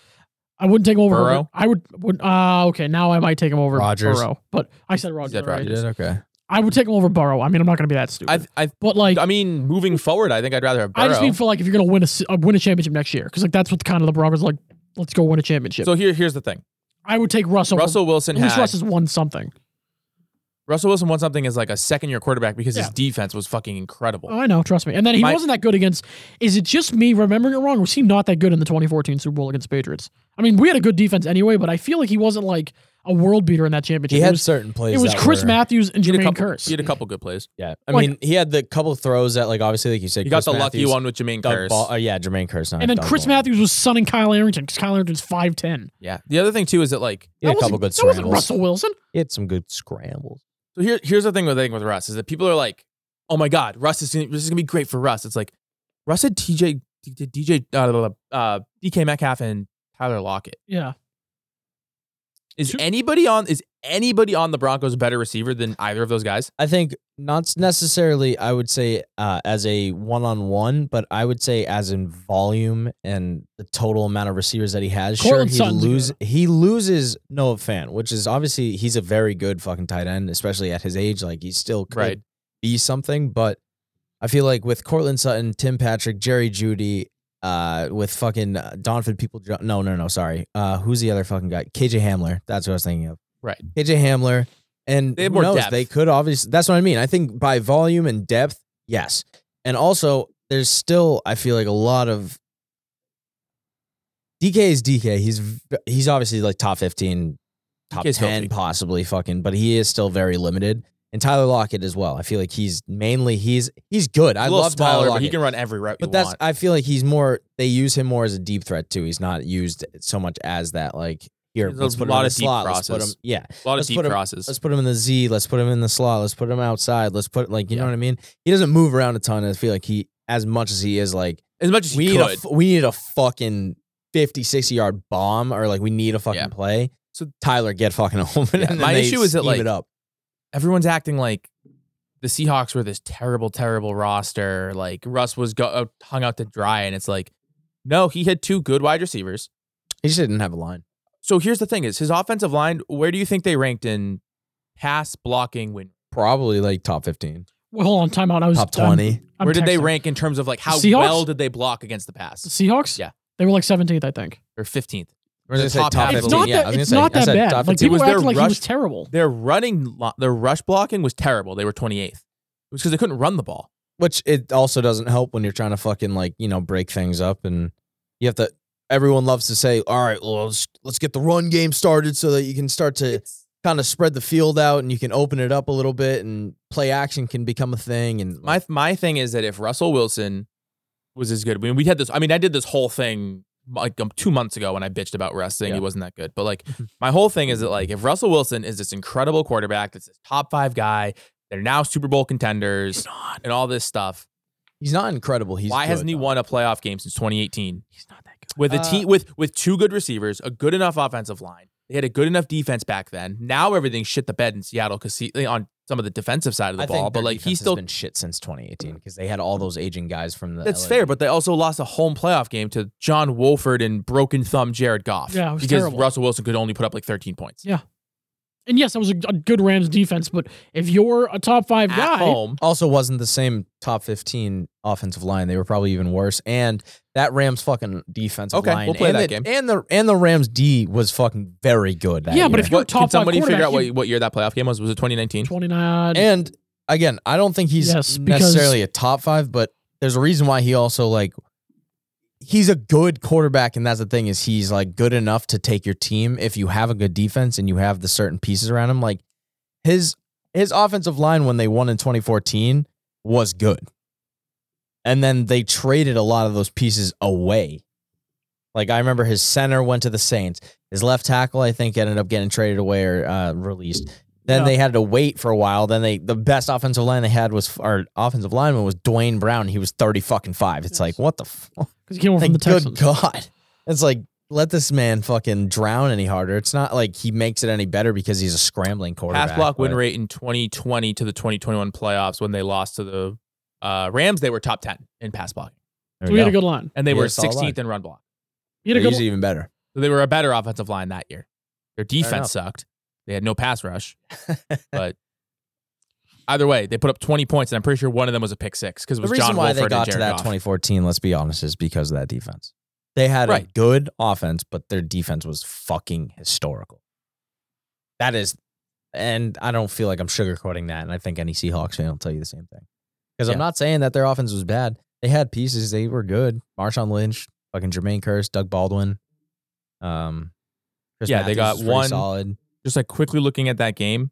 Speaker 2: I wouldn't take him over.
Speaker 1: Burrow.
Speaker 2: Herbert. I would. Would. Ah, okay. Now I might take him over
Speaker 3: Rodgers.
Speaker 2: Burrow. But I said Rodgers.
Speaker 1: said
Speaker 2: already.
Speaker 1: Rodgers.
Speaker 3: okay.
Speaker 2: I would take him over Burrow. I mean, I'm not going to be that stupid.
Speaker 1: I, I,
Speaker 2: but like,
Speaker 1: I mean, moving forward, I think I'd rather have Burrow.
Speaker 2: I just mean for like if you're going to win a s- uh, win a championship next year, because like that's what kind of the Broncos like. Let's go win a championship.
Speaker 1: so here, here's the thing:
Speaker 2: I would take Russell. over-
Speaker 1: Russell Wilson
Speaker 2: at least
Speaker 1: had
Speaker 2: Russell's won something.
Speaker 1: Russell Wilson won something as like a second year quarterback because his
Speaker 2: Yeah.
Speaker 1: defense was fucking incredible.
Speaker 2: Oh, I know, trust me. And then he
Speaker 1: My-
Speaker 2: wasn't that good against. Is it just me remembering it wrong? Was he not that good in the 2014 Super Bowl against Patriots? I mean, we had a good defense anyway, but I feel like he wasn't like a world beater in that championship.
Speaker 3: He
Speaker 2: it
Speaker 3: had
Speaker 2: was,
Speaker 3: certain plays.
Speaker 2: it was
Speaker 3: that
Speaker 2: Chris
Speaker 3: were-
Speaker 2: Matthews and
Speaker 1: he, had a
Speaker 2: Jermaine
Speaker 1: couple,
Speaker 2: Curse.
Speaker 1: he had a couple good plays.
Speaker 3: Yeah. I
Speaker 2: Like-
Speaker 3: mean, he had the couple throws that like obviously like you said,
Speaker 1: He got
Speaker 3: Chris
Speaker 1: the
Speaker 3: Matthews,
Speaker 1: lucky one with Jermaine
Speaker 3: dunk
Speaker 1: Curse.
Speaker 3: ball- oh yeah, Jermaine Curse. not
Speaker 2: and then
Speaker 3: dunk
Speaker 2: Chris
Speaker 3: ball.
Speaker 2: Matthews was sunning Kyle Arrington because Kyle Arrington's 5'10.
Speaker 1: Yeah. The other thing too is that like
Speaker 3: He had
Speaker 2: That
Speaker 3: a couple
Speaker 2: wasn't-
Speaker 3: good
Speaker 2: That wasn't
Speaker 3: scrambles.
Speaker 2: Russell Wilson.
Speaker 3: He had some good scrambles.
Speaker 1: so here here's the thing with I think with Russ is that people are like, oh my god, Russ is gonna, this is gonna be great for Russ. It's like Russ had TJ DJ uh, uh, DK Metcalf and Tyler Lockett.
Speaker 2: Yeah.
Speaker 1: Is
Speaker 2: Two-
Speaker 1: anybody on is anybody on the Broncos a better receiver than either of those guys?
Speaker 3: I think not s- necessarily. I would say uh, as a one-on-one, but I would say as in volume and the total amount of receivers that he has.
Speaker 2: Cortland
Speaker 3: sure, he
Speaker 2: Sutton's a
Speaker 3: loses.
Speaker 2: good
Speaker 3: He loses Noah Fan, which is obviously he's a very good fucking tight end, especially at his age. Like he still could
Speaker 1: Right.
Speaker 3: be something, but I feel like with Cortland Sutton, Tim Patrick, Jerry Judy, uh, with fucking uh, Donovan people. Jo- no, no, no. Sorry. Uh, who's the other fucking guy? KJ Hamler. That's what I was thinking of.
Speaker 1: Right.
Speaker 3: KJ Hamler. And
Speaker 1: They have
Speaker 3: who
Speaker 1: more
Speaker 3: knows?
Speaker 1: depth.
Speaker 3: They could obviously. That's what I mean. I think by volume and depth, yes. And also, there's still I feel like a lot of DK is DK. He's v- he's obviously like top fifteen, top
Speaker 1: DK 's
Speaker 3: ten
Speaker 1: healthy.
Speaker 3: possibly fucking, but he is still very limited. And Tyler Lockett as well. I feel like he's mainly he's he's good. I
Speaker 1: A little
Speaker 3: love Tyler
Speaker 1: smaller,
Speaker 3: Lockett.
Speaker 1: but he can run every route.
Speaker 3: But
Speaker 1: you
Speaker 3: that's
Speaker 1: want.
Speaker 3: I feel like he's more they use him more as a deep threat too. He's not used so much as that like here.
Speaker 1: There's
Speaker 3: let's
Speaker 1: a
Speaker 3: put him
Speaker 1: lot
Speaker 3: in the
Speaker 1: of deep
Speaker 3: slot. Let's put him
Speaker 1: crosses.
Speaker 3: yeah.
Speaker 1: a lot of
Speaker 3: let's
Speaker 1: deep
Speaker 3: put him-
Speaker 1: crosses.
Speaker 3: Let's put him in the Z. Let's put him in the slot. Let's put him outside. Let's put like you know
Speaker 1: Yeah.
Speaker 3: what I mean. He doesn't move around a ton. I feel like he as much as he is like
Speaker 1: as much as
Speaker 3: we
Speaker 1: he
Speaker 3: need a
Speaker 1: could.
Speaker 3: f- we need a fucking 50, 60 yard bomb or like we need a fucking
Speaker 1: Yeah.
Speaker 3: play. So
Speaker 1: So-
Speaker 3: Tyler get fucking home. And
Speaker 1: Yeah,
Speaker 3: then
Speaker 1: my
Speaker 3: they
Speaker 1: issue is that,
Speaker 3: scheme
Speaker 1: like,
Speaker 3: it up.
Speaker 1: everyone's acting like the Seahawks were this terrible, terrible roster. Like Russ was go- uh, hung out to dry, and it's like, no, he had two good wide receivers.
Speaker 3: he just didn't have a line.
Speaker 1: So here's the thing: is his offensive line? Where do you think they ranked in pass blocking? Win?
Speaker 3: Probably like top fifteen,
Speaker 2: Well, hold on, timeout. I was
Speaker 3: top
Speaker 2: I'm-
Speaker 3: 20
Speaker 2: I'm
Speaker 1: where did they
Speaker 2: texting.
Speaker 1: rank in terms of like how
Speaker 2: Seahawks?
Speaker 1: well did they block against the
Speaker 2: The
Speaker 1: pass?
Speaker 2: Seahawks?
Speaker 1: Yeah.
Speaker 2: they were like 17th, I think.
Speaker 1: Or fifteenth?
Speaker 3: We're gonna
Speaker 1: The
Speaker 3: say
Speaker 1: top
Speaker 3: top
Speaker 1: half of
Speaker 2: It's
Speaker 1: the
Speaker 3: 15.
Speaker 1: league.
Speaker 2: not
Speaker 3: yeah, I
Speaker 2: that
Speaker 3: was gonna
Speaker 2: it's
Speaker 3: say-
Speaker 2: not
Speaker 3: I
Speaker 2: that
Speaker 3: said
Speaker 2: bad.
Speaker 3: top
Speaker 2: Like
Speaker 3: 15.
Speaker 1: It
Speaker 2: people
Speaker 1: was
Speaker 2: acted
Speaker 1: their
Speaker 2: like he was
Speaker 1: rush-
Speaker 2: terrible.
Speaker 1: Their running, lo- their rush blocking was terrible. They were 28th. It was because they couldn't run the ball.
Speaker 3: which it also doesn't help when you're trying to fucking like you know break things up and you have to everyone loves to say all right well let's, let's get the run game started so that you can start to kind of spread the field out and you can open it up a little bit and play action can become a thing and
Speaker 1: My my thing is that if Russell Wilson was as good, I mean, we had this. I mean, I did this whole thing like um, two months ago when I bitched about Russ saying
Speaker 3: Yeah.
Speaker 1: he wasn't that good. But like, my whole thing is that like, if Russell Wilson is this incredible quarterback, that's this top five guy, they're now Super Bowl contenders
Speaker 2: not.
Speaker 1: and all this stuff.
Speaker 3: he's not incredible he's
Speaker 1: why hasn't
Speaker 3: good,
Speaker 1: he
Speaker 3: though.
Speaker 1: won a playoff game since 2018
Speaker 2: He's not that good.
Speaker 1: with a
Speaker 3: Uh,
Speaker 1: team with with two good receivers, a good enough offensive line? They had a good enough defense back then. Now everything's shit the bed in Seattle because he, on some of the defensive side of the
Speaker 3: I think
Speaker 1: ball, but
Speaker 3: their
Speaker 1: like
Speaker 3: defense
Speaker 1: he's
Speaker 3: has
Speaker 1: still
Speaker 3: been shit since 2018 because they had all those aging guys from the
Speaker 1: That's
Speaker 3: LA
Speaker 1: fair, but they also lost a home playoff game to John Wolford and broken thumb Jared Goff.
Speaker 2: Yeah, it was
Speaker 1: because
Speaker 2: terrible.
Speaker 1: Russell Wilson could only put up like 13 points
Speaker 2: And yes, that was a, a good Rams defense, but if you're a top five
Speaker 1: at
Speaker 2: guy,
Speaker 1: home.
Speaker 3: also wasn't the same top 15 offensive line. They were probably even worse. And that Rams fucking defensive
Speaker 1: Okay,
Speaker 3: line.
Speaker 1: we'll play
Speaker 3: and
Speaker 1: that
Speaker 3: the,
Speaker 1: game.
Speaker 3: And the and the Rams D was fucking very good. That
Speaker 2: Yeah, but
Speaker 3: year.
Speaker 2: if you're a
Speaker 1: What-
Speaker 2: top
Speaker 1: can
Speaker 2: five
Speaker 1: somebody figure
Speaker 2: quarterback,
Speaker 1: out what, what year that playoff game was? Was it 2019?
Speaker 2: 29.
Speaker 3: and again, I don't think he's
Speaker 2: Yes, because-
Speaker 3: necessarily a top five, but there's a reason why he also like he's a good quarterback, and that's the thing is he's like good enough to take your team if you have a good defense and you have the certain pieces around him. Like his his offensive line when they won in 2014 was good, and then they traded a lot of those pieces away. Like I remember his center went to the Saints. His left tackle, I think, ended up getting traded away or uh, released. Then
Speaker 2: Yeah.
Speaker 3: they had to wait for a while. Then they the best offensive line they had was our offensive lineman was Dwayne Brown. He was thirty fucking five. It's
Speaker 2: Yes.
Speaker 3: like what the fuck?
Speaker 2: because he came over from
Speaker 3: Like,
Speaker 2: the
Speaker 3: good
Speaker 2: Texans.
Speaker 3: god! It's like let this man fucking drown any harder. It's not like he makes it any better because he's a scrambling quarterback.
Speaker 1: Pass block win
Speaker 3: but-
Speaker 1: rate in 2020 to the 2021 playoffs when they lost to the uh, Rams, they were top 10 in pass blocking,
Speaker 3: There
Speaker 2: So
Speaker 3: we
Speaker 2: we had a
Speaker 3: go.
Speaker 2: good line.
Speaker 1: and they
Speaker 3: Yeah,
Speaker 1: were
Speaker 3: it's all line.
Speaker 1: 16th in run block.
Speaker 2: He had a
Speaker 3: He's
Speaker 2: good. line.
Speaker 3: even better.
Speaker 1: So they were a better offensive line that year. Their defense
Speaker 3: enough.
Speaker 1: sucked. They had no pass rush, but either way, they put up 20 points, and I'm pretty sure one of them was a pick six because it
Speaker 3: The
Speaker 1: was
Speaker 3: reason
Speaker 1: John
Speaker 3: why
Speaker 1: Wolford
Speaker 3: they got
Speaker 1: and
Speaker 3: to
Speaker 1: Jared
Speaker 3: that
Speaker 1: Goff.
Speaker 3: 2014, let's be honest, is because of that defense. They had a
Speaker 1: Right.
Speaker 3: good offense, but their defense was fucking historical. That is, and I don't feel like I'm sugarcoating that. And I think any Seahawks fan will tell you the same thing. Because
Speaker 1: Yeah.
Speaker 3: I'm not saying that their offense was bad. They had pieces. They were good. Marshawn Lynch, fucking Jermaine Curse, Doug Baldwin. Um, Chris
Speaker 1: Yeah, they
Speaker 3: Matthews
Speaker 1: got
Speaker 3: was pretty
Speaker 1: one-
Speaker 3: solid.
Speaker 1: just like quickly looking at that game,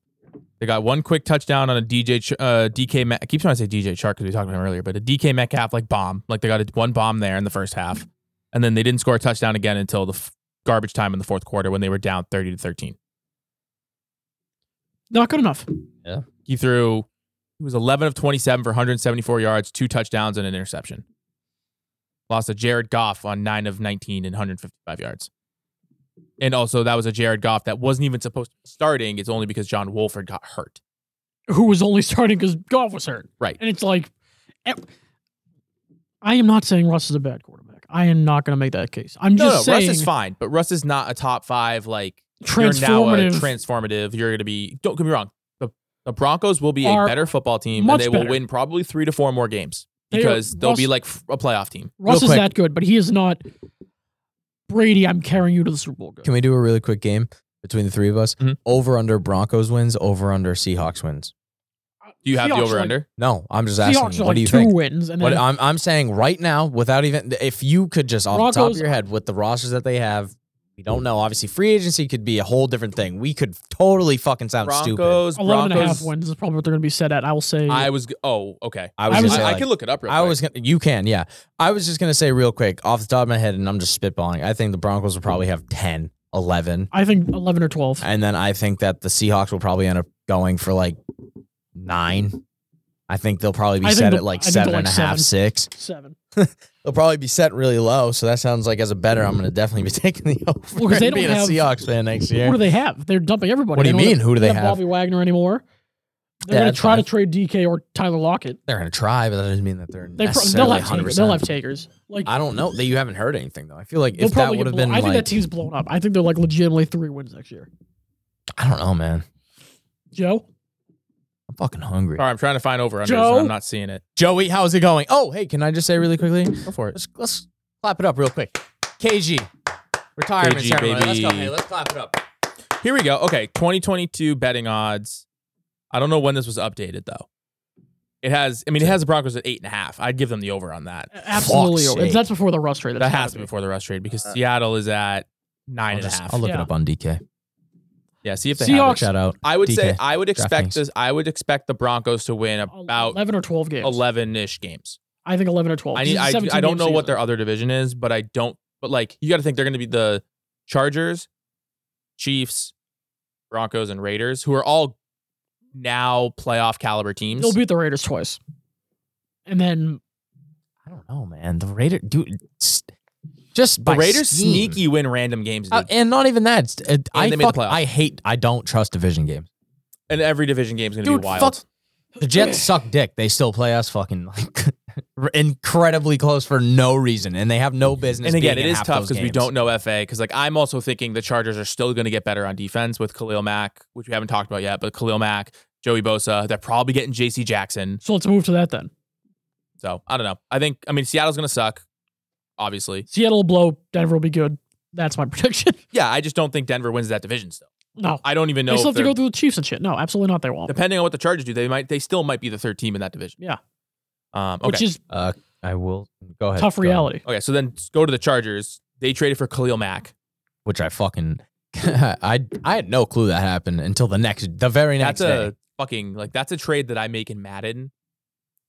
Speaker 1: they got one quick touchdown on a DJ Ch- uh, DK. Met- I keep trying to say DJ Shark because we talked about him earlier, but a DK Metcalf like bomb. Like they got a, one bomb there in the first half, and then they didn't score a touchdown again until the f- garbage time in the fourth quarter when they were down thirty to thirteen.
Speaker 2: Not good enough.
Speaker 1: He threw. He was eleven of twenty seven for one hundred seventy four yards, two touchdowns, and an interception. Lost to Jared Goff on nine of nineteen and one hundred fifty five yards. And also, that was a Jared Goff that wasn't even supposed to be starting. It's only because John Wolford got hurt.
Speaker 2: Who was only starting because golf was hurt.
Speaker 1: Right.
Speaker 2: And it's like, eh, I am not saying Russ is a bad quarterback. I am not going to make that case. I'm
Speaker 1: No, no,
Speaker 2: just saying
Speaker 1: Russ is fine, but Russ is not a top five. Like you're now a
Speaker 2: transformative.
Speaker 1: transformative. You're going to be. Don't get me wrong. The, the Broncos will be a
Speaker 2: Are
Speaker 1: better football team,
Speaker 2: much
Speaker 1: and they will
Speaker 2: better.
Speaker 1: win probably three to four more games.
Speaker 2: They are-
Speaker 1: because they'll be
Speaker 2: Russ-
Speaker 1: like f- a playoff team.
Speaker 2: Russ
Speaker 3: Real
Speaker 2: is
Speaker 3: quick.
Speaker 2: that good, but he is not Brady. I'm carrying you to the Super Bowl. Good.
Speaker 3: Can we do a really quick game between the three of us?
Speaker 1: Mhm.
Speaker 3: Over under Broncos wins, over under Seahawks wins.
Speaker 1: Do you have
Speaker 2: Seahawks
Speaker 1: the
Speaker 2: are,
Speaker 1: over
Speaker 2: like-
Speaker 1: under?
Speaker 3: No, I'm just asking.
Speaker 2: Seahawks
Speaker 3: you,
Speaker 2: are like
Speaker 3: what do you
Speaker 2: two
Speaker 3: think?
Speaker 2: wins, and
Speaker 3: What,
Speaker 2: then
Speaker 3: I'm, I'm saying right now, without even if you could just off the top of
Speaker 2: Broncos-
Speaker 3: your head with the rosters that they have, we don't know. Obviously, free agency could be a whole different thing. We could totally fucking sound stupid.
Speaker 1: Broncos,
Speaker 2: 11 and a half
Speaker 1: Broncos.
Speaker 2: wins is probably what they're going to be set at. I will say.
Speaker 1: I was. g- Oh, okay.
Speaker 3: I was
Speaker 1: I,
Speaker 2: I
Speaker 3: gonna
Speaker 2: was-
Speaker 3: say,
Speaker 1: I
Speaker 3: like,
Speaker 1: can look it up. Real
Speaker 3: I
Speaker 1: quick.
Speaker 3: was gonna, you can, yeah. I was just gonna say real quick, off the top of my head, and I'm just spitballing. I think the Broncos will probably have 10, 11.
Speaker 2: I think 11 or 12.
Speaker 3: and then I think that the Seahawks will probably end up going for like nine. I think they'll probably be
Speaker 2: I think
Speaker 3: set
Speaker 2: the-
Speaker 3: at like
Speaker 2: I think
Speaker 3: seven
Speaker 2: they're
Speaker 3: and a
Speaker 2: like
Speaker 3: half,
Speaker 2: seven.
Speaker 3: six.
Speaker 2: Seven.
Speaker 3: They'll probably be set really low. So that sounds like as a better, I'm going to definitely be taking the over.
Speaker 2: Well, 'cause Mm. they
Speaker 3: and
Speaker 2: don't
Speaker 3: being
Speaker 2: have-
Speaker 3: a Seahawks fan next year.
Speaker 2: What do they have? They're dumping everybody.
Speaker 3: What do you
Speaker 2: They don't
Speaker 3: mean? Who do they
Speaker 2: have
Speaker 3: have?
Speaker 2: Bobby Wagner anymore? They're
Speaker 3: Yeah,
Speaker 2: going
Speaker 3: that's
Speaker 2: to try to
Speaker 3: fine.
Speaker 2: trade DK or Tyler Lockett.
Speaker 3: They're going to try, but that doesn't mean that they're
Speaker 2: They pro- they'll
Speaker 3: necessarily
Speaker 2: have takers. They'll
Speaker 3: 100%.
Speaker 2: have takers. Like
Speaker 3: I don't know that you haven't heard anything though. I feel like
Speaker 2: they'll
Speaker 3: if that
Speaker 2: probably
Speaker 3: would
Speaker 2: get
Speaker 3: have
Speaker 2: blown.
Speaker 3: been
Speaker 2: I
Speaker 3: like,
Speaker 2: think that team's blown up. I think they're like legitimately three wins next year.
Speaker 3: I don't know, man.
Speaker 2: Joe,
Speaker 3: I'm fucking hungry.
Speaker 1: Sorry, I'm trying to find over under.
Speaker 2: Joe?
Speaker 1: I'm not seeing it.
Speaker 3: Joey, how's it going? Oh, hey, can I just say really quickly?
Speaker 1: Go for it.
Speaker 3: Let's let's clap it up real quick. KG. Retirement
Speaker 1: KG,
Speaker 3: ceremony. Let's go.
Speaker 1: baby.
Speaker 3: Hey, let's clap it up.
Speaker 1: Here we go. Okay, 2022 betting odds. I don't know when this was updated though. It has. I mean, it has the Broncos at eight and a half. I'd give them the over on that.
Speaker 2: absolutely.
Speaker 3: Fuck's
Speaker 2: over.
Speaker 3: sake.
Speaker 2: That's before the Rust trade. That's
Speaker 1: That
Speaker 2: gotta
Speaker 1: has to be before the rush trade because Seattle is at nine and a half.
Speaker 3: look
Speaker 2: Yeah.
Speaker 3: it up on DK.
Speaker 1: Yeah, see if they have
Speaker 2: Seahawks
Speaker 1: it.
Speaker 3: Shout out.
Speaker 1: I would say
Speaker 3: DK,
Speaker 1: I would expect
Speaker 3: DraftKings.
Speaker 1: this. I would expect the Broncos to win about
Speaker 2: 11 or 12 games.
Speaker 1: eleven ish games.
Speaker 2: I think 11 or
Speaker 3: Oh,
Speaker 2: 12.
Speaker 1: I
Speaker 2: This
Speaker 1: need.
Speaker 2: is a
Speaker 1: I,
Speaker 2: 17
Speaker 1: I don't
Speaker 2: game
Speaker 1: know what
Speaker 2: season.
Speaker 1: their other division is, but I don't. But like, you got to think they're going to be the Chargers, Chiefs, Broncos, and Raiders, who are all now playoff caliber teams.
Speaker 2: They'll beat the Raiders twice. And then
Speaker 3: I don't know, man. The Raiders, dude, s- just
Speaker 1: the
Speaker 3: by
Speaker 1: Raiders
Speaker 3: scheme.
Speaker 1: sneaky win random games,
Speaker 3: Uh,
Speaker 1: dude.
Speaker 3: and not even that. It's- it- I
Speaker 1: they made the
Speaker 3: fuck-
Speaker 1: playoffs.
Speaker 3: I hate. I don't trust division games.
Speaker 1: and every division game is going to
Speaker 3: Dude,
Speaker 1: be wild.
Speaker 3: fuck. The Jets suck dick. They still play us fucking like incredibly close for no reason, and they have no business.
Speaker 1: And again, it
Speaker 3: being in
Speaker 1: is
Speaker 3: half
Speaker 1: tough
Speaker 3: those
Speaker 1: because we
Speaker 3: games.
Speaker 1: don't know FA. Because like I'm also thinking the Chargers are still going to get better on defense with Khalil Mack, which we haven't talked about yet. But Khalil Mack, Joey Bosa, they're probably getting J.C. Jackson.
Speaker 2: so let's move to that then.
Speaker 1: So I don't know. I think I mean Seattle's going to suck, obviously.
Speaker 2: Seattle will blow. Denver will be good. That's my prediction.
Speaker 1: Yeah, I just don't think Denver wins that division. Still,
Speaker 2: no,
Speaker 1: I don't even know.
Speaker 2: they still
Speaker 1: if
Speaker 2: have to
Speaker 1: they're-
Speaker 2: go through the Chiefs and shit. No, absolutely not. They won't.
Speaker 1: depending on what the Chargers do, they might they still might be the third team in that division.
Speaker 2: Yeah.
Speaker 1: Um, okay.
Speaker 2: Which is
Speaker 3: Uh, I will go ahead.
Speaker 2: tough
Speaker 3: go ahead.
Speaker 2: reality.
Speaker 1: okay. So then go to the Chargers. They traded for Khalil Mack.
Speaker 3: Which I fucking. I I had no clue that happened until the next, the very next
Speaker 1: That's
Speaker 3: day.
Speaker 1: a fucking like that's a trade that I make in Madden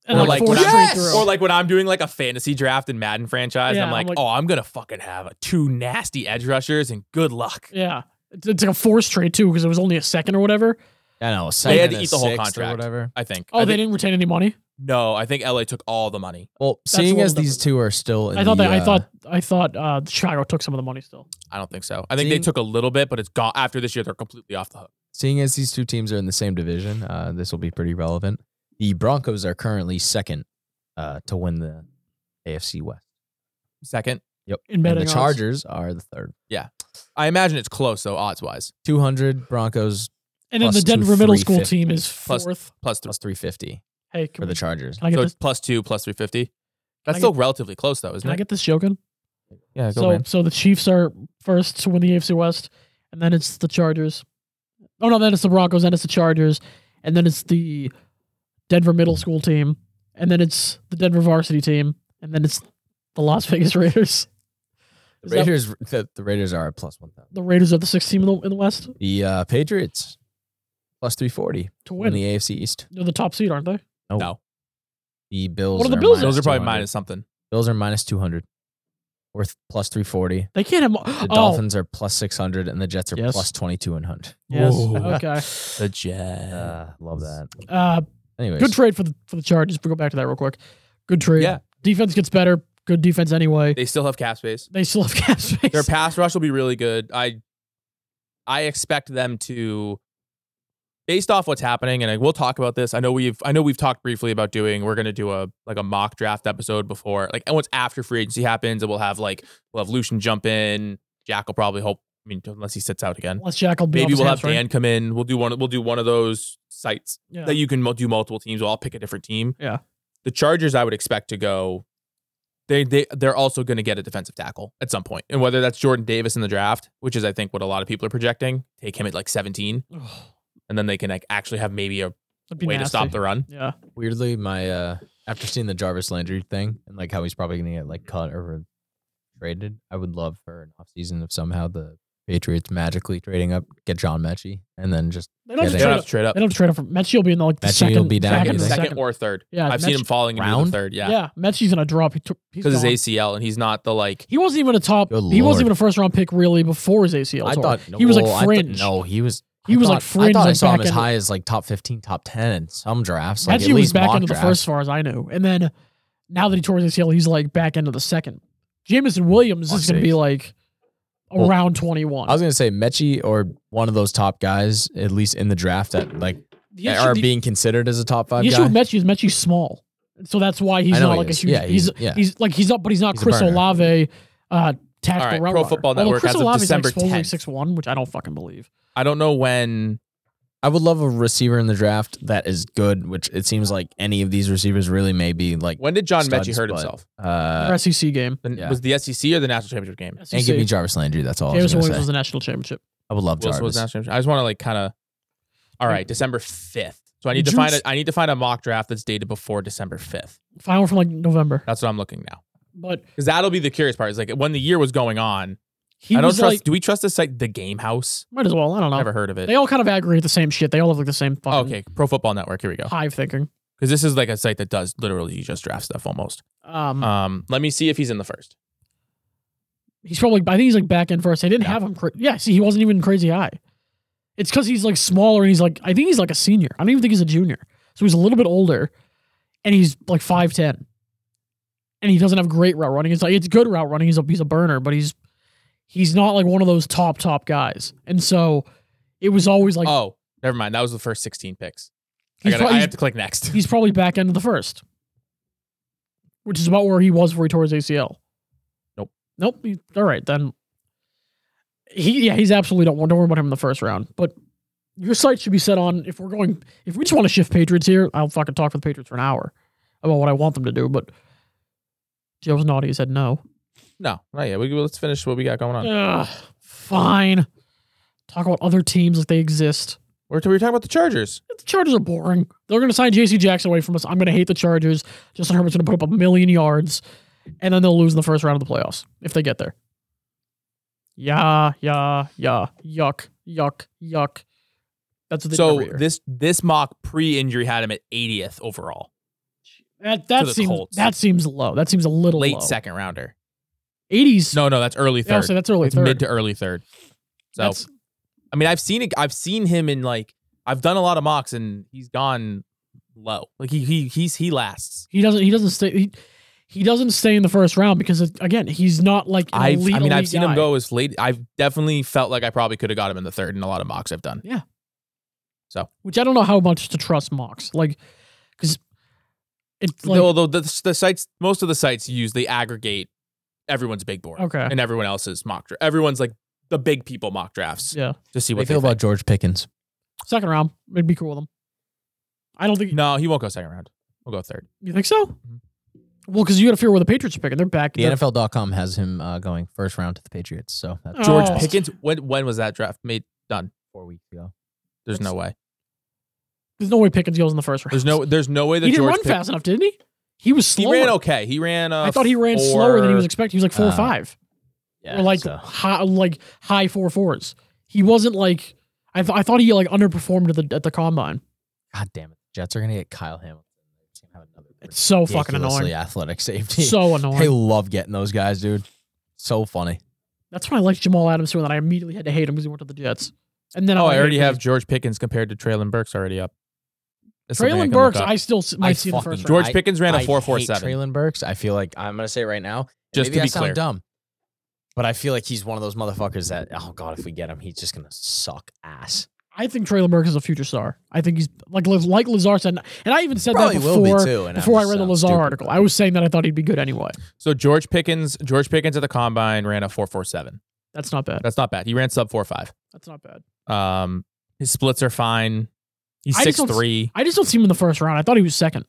Speaker 2: And
Speaker 1: or
Speaker 2: like,
Speaker 1: like
Speaker 2: four
Speaker 1: when
Speaker 2: straight
Speaker 3: Yes!
Speaker 2: through.
Speaker 1: Or like when I'm doing like a fantasy draft in Madden franchise,
Speaker 2: Yeah,
Speaker 1: I'm,
Speaker 2: I'm
Speaker 1: like,
Speaker 2: like-
Speaker 1: oh, I'm gonna fucking have two nasty edge rushers and good luck.
Speaker 2: yeah. It's, it's like a four straight too because it was only a second or whatever.
Speaker 3: I know.
Speaker 1: They had
Speaker 3: second
Speaker 1: to
Speaker 3: and
Speaker 1: eat the whole
Speaker 3: sixth
Speaker 1: contract.
Speaker 3: or whatever.
Speaker 1: I think.
Speaker 2: Oh,
Speaker 1: I
Speaker 2: they
Speaker 1: think-
Speaker 2: didn't retain any money.
Speaker 1: No, I think LA took all the money.
Speaker 3: Well,
Speaker 2: a
Speaker 3: seeing
Speaker 2: little
Speaker 3: as these
Speaker 2: different.
Speaker 3: two are still, in
Speaker 2: I thought
Speaker 3: the,
Speaker 2: that. I
Speaker 3: uh,
Speaker 2: thought. I thought uh, Chicago took some of the money still.
Speaker 1: I don't think so. I think they
Speaker 3: Seeing-
Speaker 1: took a little bit, but it's gone after this year. They're completely off the hook.
Speaker 3: Seeing as these two teams are in the same division, uh, this will be pretty relevant. The Broncos are currently second uh, to win the AFC West.
Speaker 1: Second,
Speaker 3: Yep.
Speaker 2: In betting
Speaker 3: and
Speaker 2: odds.
Speaker 3: the Chargers are the third.
Speaker 1: I imagine it's close though, odds wise,
Speaker 3: 200 Broncos
Speaker 2: And then
Speaker 3: Plus
Speaker 2: the
Speaker 3: two,
Speaker 2: Denver middle
Speaker 3: three,
Speaker 2: school
Speaker 3: fifty.
Speaker 2: team is
Speaker 1: Plus-
Speaker 2: fourth.
Speaker 1: plus three.
Speaker 3: plus 350
Speaker 2: hey, can, we,
Speaker 3: for the Chargers.
Speaker 2: can I get
Speaker 1: So
Speaker 2: this?
Speaker 1: it's plus two, plus three fifty.
Speaker 2: I
Speaker 1: That's
Speaker 2: get-
Speaker 1: still relatively close though, isn't
Speaker 2: Can I
Speaker 1: it?
Speaker 2: get this joking?
Speaker 3: Yeah,
Speaker 2: so, so the Chiefs are first to win the AFC West, and then it's the Chargers. Oh no, then it's the Broncos, then it's the Chargers, and then it's the Denver middle school team, and then it's the Denver varsity team, and then it's the Las Vegas Raiders.
Speaker 3: The
Speaker 2: Is that-
Speaker 3: Raiders, the, the Raiders are at plus 1,000.
Speaker 2: the Raiders are the sixth team in the, in the West
Speaker 3: The uh, Patriots plus 340
Speaker 2: to win.
Speaker 3: win the AFC East.
Speaker 2: They're the top seed, aren't they?
Speaker 1: No,
Speaker 3: The Bills.
Speaker 2: What are the Bills?
Speaker 1: those are probably
Speaker 3: 200.
Speaker 1: minus something.
Speaker 3: Bills are minus 200. We're th- plus 340.
Speaker 2: They can't have. mo-
Speaker 3: The
Speaker 2: oh,
Speaker 3: Dolphins are plus 600 and the Jets are
Speaker 2: Yes.
Speaker 3: plus 22 and 100.
Speaker 2: Yes.
Speaker 1: Whoa.
Speaker 2: Okay.
Speaker 1: The Jets.
Speaker 3: Uh, love that.
Speaker 2: Uh,
Speaker 3: Anyways,
Speaker 2: good trade for the for the Chargers. If we go back to that real quick, good trade.
Speaker 1: Yeah.
Speaker 2: Defense gets better. Good defense anyway.
Speaker 1: they still have cap space.
Speaker 2: They still have cap space.
Speaker 1: Their pass rush will be really good. I I expect them to based off what's happening and we'll talk about this. I know we've I know we've talked briefly about doing we're going to do a like a mock draft episode before like and once after free agency happens and we'll have like we'll have Lucian jump in. Jack will probably hope I mean unless he sits out again.
Speaker 2: Unless Jack will be
Speaker 1: Maybe
Speaker 2: off his
Speaker 1: we'll have
Speaker 2: hamstring.
Speaker 1: Dan come in. We'll do one we'll do one of those sites
Speaker 2: Yeah.
Speaker 1: that you can mo- do multiple teams. We'll all pick a different team.
Speaker 2: Yeah.
Speaker 1: The- the Chargers, I would expect to go. They they they're also going to get a defensive tackle at some point, and whether that's Jordan Davis in the draft, which is I think what a lot of people are projecting, take him at like 17,
Speaker 2: Ugh,
Speaker 1: and then they can like actually have maybe a
Speaker 2: that'd be
Speaker 1: way to
Speaker 2: nasty.
Speaker 1: stop the run.
Speaker 2: Yeah.
Speaker 3: Weirdly, my uh after seeing the Jarvis Landry thing and like how he's probably gonna get like cut or traded, I would love for an offseason if somehow the Patriots magically trading up, get John Mechie, and then just
Speaker 2: They don't
Speaker 3: Yeah,
Speaker 2: have to
Speaker 1: They
Speaker 2: trade
Speaker 3: they-
Speaker 1: don't
Speaker 2: up.
Speaker 1: have to trade up.
Speaker 2: They don't have to trade up for Mechie will be in the, like the
Speaker 3: Mechie will
Speaker 2: second.
Speaker 3: be down,
Speaker 2: second,
Speaker 3: you
Speaker 1: Second,
Speaker 3: think?
Speaker 2: second.
Speaker 1: or third.
Speaker 2: Yeah,
Speaker 1: I've seen
Speaker 2: Mechie-
Speaker 1: him falling into
Speaker 3: Round?
Speaker 1: the third.
Speaker 2: Yeah.
Speaker 1: Yeah,
Speaker 2: Mechie's gonna drop. He took
Speaker 1: because
Speaker 2: he's gone.
Speaker 1: his ACL and he's not the like.
Speaker 2: He wasn't even a top. He
Speaker 3: Good lord.
Speaker 2: wasn't even a first round pick really before his ACL.
Speaker 3: I
Speaker 2: tore.
Speaker 3: thought
Speaker 2: he was
Speaker 3: well, I
Speaker 2: like
Speaker 3: thought-
Speaker 2: fringe.
Speaker 3: no, he was
Speaker 2: He was,
Speaker 3: I
Speaker 2: like,
Speaker 3: thought- I
Speaker 2: fringe,
Speaker 3: thought I
Speaker 2: like,
Speaker 3: saw him
Speaker 2: back
Speaker 3: as
Speaker 2: end.
Speaker 3: high as like top fifteen, top ten in some drafts. Like
Speaker 2: Mechie
Speaker 3: at
Speaker 2: was
Speaker 3: least
Speaker 2: back
Speaker 3: mock
Speaker 2: into the
Speaker 3: drafts.
Speaker 2: first, as far as I knew, and then now that he tore his ACL, he's like back into the second. Jamison Williams
Speaker 3: Fuck's
Speaker 2: is gonna be
Speaker 3: sake.
Speaker 2: like
Speaker 3: Well,
Speaker 2: around twenty one.
Speaker 3: I was gonna say Mechie or one of those top guys, at least in the draft that like
Speaker 2: The issue-
Speaker 3: are
Speaker 2: the-
Speaker 3: being considered as a top five
Speaker 2: the issue
Speaker 3: guy.
Speaker 2: with Mechie is Mechie's small, so that's why he's
Speaker 3: I know
Speaker 2: not
Speaker 3: he
Speaker 2: like a
Speaker 3: is.
Speaker 2: huge.
Speaker 3: Yeah,
Speaker 2: he's
Speaker 3: he's- yeah.
Speaker 2: he's like he's not, but he's not
Speaker 3: He's a
Speaker 2: Chris
Speaker 3: burner.
Speaker 2: Olave. Uh, tactical
Speaker 1: All right,
Speaker 2: route
Speaker 1: Pro
Speaker 2: runner.
Speaker 1: Football
Speaker 2: Although
Speaker 1: Network
Speaker 2: Chris
Speaker 1: as of
Speaker 2: Olave's
Speaker 1: December
Speaker 2: like supposedly
Speaker 1: 10th.
Speaker 2: six one, which I don't fucking believe.
Speaker 1: I don't know when.
Speaker 3: I would love a receiver in the draft that is good, which it seems like any of these receivers really may be like
Speaker 1: When did John
Speaker 3: Studs,
Speaker 1: Mechie hurt
Speaker 3: but-
Speaker 1: himself?
Speaker 3: uh
Speaker 2: Their SEC E game.
Speaker 1: The-
Speaker 3: yeah.
Speaker 1: Was the SEC or the national championship game?
Speaker 2: SEC.
Speaker 3: and give me Jarvis Landry, that's all
Speaker 2: James
Speaker 3: I was
Speaker 2: Williams
Speaker 3: gonna
Speaker 2: was
Speaker 3: say.
Speaker 2: the national championship.
Speaker 3: I would love
Speaker 1: Wilson was
Speaker 3: Jarvis.
Speaker 1: national. champion. I just want to like kind of. All
Speaker 2: Mm.
Speaker 1: right, December fifth. So I need to
Speaker 2: Juice-
Speaker 1: find a, I need to find a mock draft that's dated before December fifth.
Speaker 2: Final from like November,
Speaker 1: That's what I'm looking now
Speaker 2: but
Speaker 1: because that'll be the curious part. Is like when the year was going on.
Speaker 2: he
Speaker 1: I don't
Speaker 2: was
Speaker 1: trust.
Speaker 2: like
Speaker 1: do we trust the site, the Game House?
Speaker 2: might as well. I don't know.
Speaker 1: Never heard of it.
Speaker 2: They all kind of aggregate the same shit. They all have like the same
Speaker 1: Oh,
Speaker 2: fucking
Speaker 1: okay, Pro Football Network. Here we go.
Speaker 2: hive thinking.
Speaker 1: Because this is like a site that does literally you just draft stuff almost.
Speaker 2: Um,
Speaker 1: Um, let me see if he's in the first.
Speaker 2: he's probably. I think he's like back end first. They didn't
Speaker 1: Yeah.
Speaker 2: have him. Cra- yeah, see, he wasn't even crazy high. It's because he's like smaller and he's like. I think he's like a senior. I don't even think he's a junior. So he's a little bit older, and he's like five ten, and he doesn't have great route running. It's like it's good route running. He's a he's a burner, but he's he's not like one of those top top guys. And so it was always like
Speaker 1: oh, never mind. That was the first 16 picks. I,
Speaker 2: he's
Speaker 1: gotta,
Speaker 2: pro-
Speaker 1: I
Speaker 2: he's-
Speaker 1: have to click next.
Speaker 2: he's probably back end of the first, which is about where he was before he tore his ACL.
Speaker 1: Nope.
Speaker 2: Nope. he- all right then. He yeah he's absolutely don't don't worry about him in the first round. But your site should be set on if we're going if we just want to shift Patriots here. I'll fucking talk for the Patriots for an hour about what I want them to do. But Joe's naughty. He said no.
Speaker 1: No, not yet. We, let's finish what we got going on.
Speaker 2: Ugh, fine. Talk about other teams like they exist.
Speaker 1: We're, we were talking about the Chargers.
Speaker 2: the Chargers are boring. They're going to sign J.C. Jackson away from us. I'm going to hate the Chargers. Justin Herbert's going to put up a million yards, and then they'll lose in the first round of the playoffs if they get there. Yeah, yeah, yeah. Yuck, yuck, yuck. That's what they do
Speaker 1: So
Speaker 2: every year.
Speaker 1: this this mock pre-injury had him at 80th overall,
Speaker 2: that that
Speaker 1: to the
Speaker 2: seems
Speaker 1: Colts.
Speaker 2: that seems low. That seems a little
Speaker 1: late
Speaker 2: low.
Speaker 1: second rounder.
Speaker 2: 80s.
Speaker 1: No, no, that's early
Speaker 2: yeah,
Speaker 1: third.
Speaker 2: so that's early
Speaker 1: it's
Speaker 2: third.
Speaker 1: mid to early third. So
Speaker 2: That's-
Speaker 1: I mean, I've seen it. I've seen him in like I've done a lot of mocks, and he's gone low. Like he he he's he lasts.
Speaker 2: he doesn't. He doesn't stay. He, he doesn't stay in the first round because it, again, he's not like an
Speaker 1: I've,
Speaker 2: elite,
Speaker 1: I mean, I've
Speaker 2: elite
Speaker 1: seen him
Speaker 2: guy.
Speaker 1: go as late. I've definitely felt like I probably could have got him in the third in a lot of mocks I've done.
Speaker 2: which I don't know how much to trust Mox. Like, because it's like
Speaker 1: Although the, the sites, most of the sites use, they aggregate everyone's big board
Speaker 2: okay,
Speaker 1: and everyone else's mock draft. Everyone's like the big people mock drafts
Speaker 2: yeah,
Speaker 1: to see
Speaker 3: What do you
Speaker 1: what
Speaker 3: feel
Speaker 1: they
Speaker 3: about George Pickens?
Speaker 2: second round, it'd be cool with him. I don't think
Speaker 1: think. No, Mm-hmm. he won't go second round. We'll go third.
Speaker 2: you think so. Well, because you got to figure where the Patriots are picking. They're back.
Speaker 3: The
Speaker 2: they're-
Speaker 3: NFL.com has him uh, going first round to the Patriots, so that's
Speaker 1: George
Speaker 2: Oh.
Speaker 1: Pickens. When when was that draft made done?
Speaker 3: four weeks ago.
Speaker 1: There's no way.
Speaker 2: There's no way Pickens goes in the first round.
Speaker 1: There's no there's no way that
Speaker 2: He didn't
Speaker 1: George
Speaker 2: run
Speaker 1: Pick-
Speaker 2: fast enough, didn't he? He was
Speaker 1: He
Speaker 2: slower.
Speaker 1: ran okay. He ran. Uh,
Speaker 2: I thought he ran slower than he was
Speaker 1: four-
Speaker 2: expecting. He was like four or
Speaker 3: Uh,
Speaker 2: five,
Speaker 3: Yeah,
Speaker 2: or like
Speaker 3: so.
Speaker 2: high, like high four fours. He wasn't like I, th- I thought he like underperformed at the at the combine.
Speaker 3: God damn it, Jets are gonna get Kyle Hamilton. It's gonna have another
Speaker 2: It's so fucking
Speaker 3: ridiculously
Speaker 2: annoying.
Speaker 3: Athletic safety.
Speaker 2: So annoying.
Speaker 3: I love getting those guys, dude. So funny.
Speaker 2: That's when I liked Jamal Adams so that I immediately had to hate him because he went to the Jets. And then
Speaker 1: Oh,
Speaker 2: like,
Speaker 1: I already
Speaker 2: hate him
Speaker 1: have George Pickens compared to Traylon Burks already up. That's something I
Speaker 2: Traylon
Speaker 1: can look
Speaker 2: Burks.
Speaker 1: up.
Speaker 2: I still s- might
Speaker 3: I
Speaker 2: see in the first
Speaker 3: fucking-
Speaker 2: round.
Speaker 1: George
Speaker 3: I-
Speaker 1: Pickens ran a
Speaker 3: I
Speaker 1: four four
Speaker 3: hate
Speaker 1: seven.
Speaker 3: Traylon Burks. I feel like I'm gonna say right now. and
Speaker 1: Just
Speaker 3: maybe
Speaker 1: to
Speaker 3: I
Speaker 1: be
Speaker 3: sound
Speaker 1: clear,
Speaker 3: dumb. But I feel like he's one of those motherfuckers that oh god, if we get him, he's just gonna suck ass.
Speaker 2: I think Traylon Burks is a future star. I think he's like like Lazar said, and I even said that before.
Speaker 3: too. And I'm
Speaker 2: before I
Speaker 3: just
Speaker 2: read the
Speaker 3: sound
Speaker 2: Lazar
Speaker 3: stupid.
Speaker 2: article, I was saying that I thought he'd be good anyway.
Speaker 1: So George Pickens, George Pickens at the combine ran a four four seven.
Speaker 2: That's not bad.
Speaker 1: That's not bad. He ran sub four five.
Speaker 2: That's not bad.
Speaker 1: Um, his splits are fine. He's
Speaker 2: I just
Speaker 1: six
Speaker 2: don't-
Speaker 1: three.
Speaker 2: I just don't see him in the first round. I thought he was second.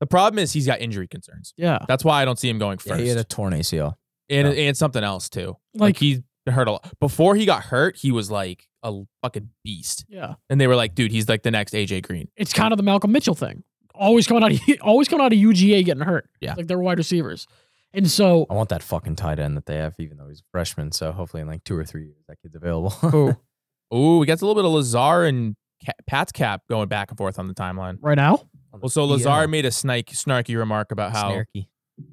Speaker 1: The problem is he's got injury concerns.
Speaker 2: Yeah.
Speaker 1: That's why I don't see him going
Speaker 3: Yeah,
Speaker 1: first.
Speaker 3: he had a torn ACL.
Speaker 1: and
Speaker 3: yeah.
Speaker 1: and something else too. Like,
Speaker 2: Like,
Speaker 1: he hurt a lot. Before he got hurt, he was like a fucking beast.
Speaker 2: yeah.
Speaker 1: And they were like, dude, he's like the next AJ Green.
Speaker 2: It's kind of the Malcolm Mitchell thing. Always coming out of always coming out of UGA getting hurt.
Speaker 1: Yeah.
Speaker 2: Like they're wide receivers. And so
Speaker 3: I want that fucking tight end that they have, even though he's a freshman. So hopefully in like two or three years, that kid's available.
Speaker 1: Ooh, we got a little bit of Lazar and Ca- Pat's cap going back and forth on the timeline.
Speaker 2: right now,
Speaker 1: Well, so Lazar made a snike, snarky remark about how
Speaker 3: Snarky.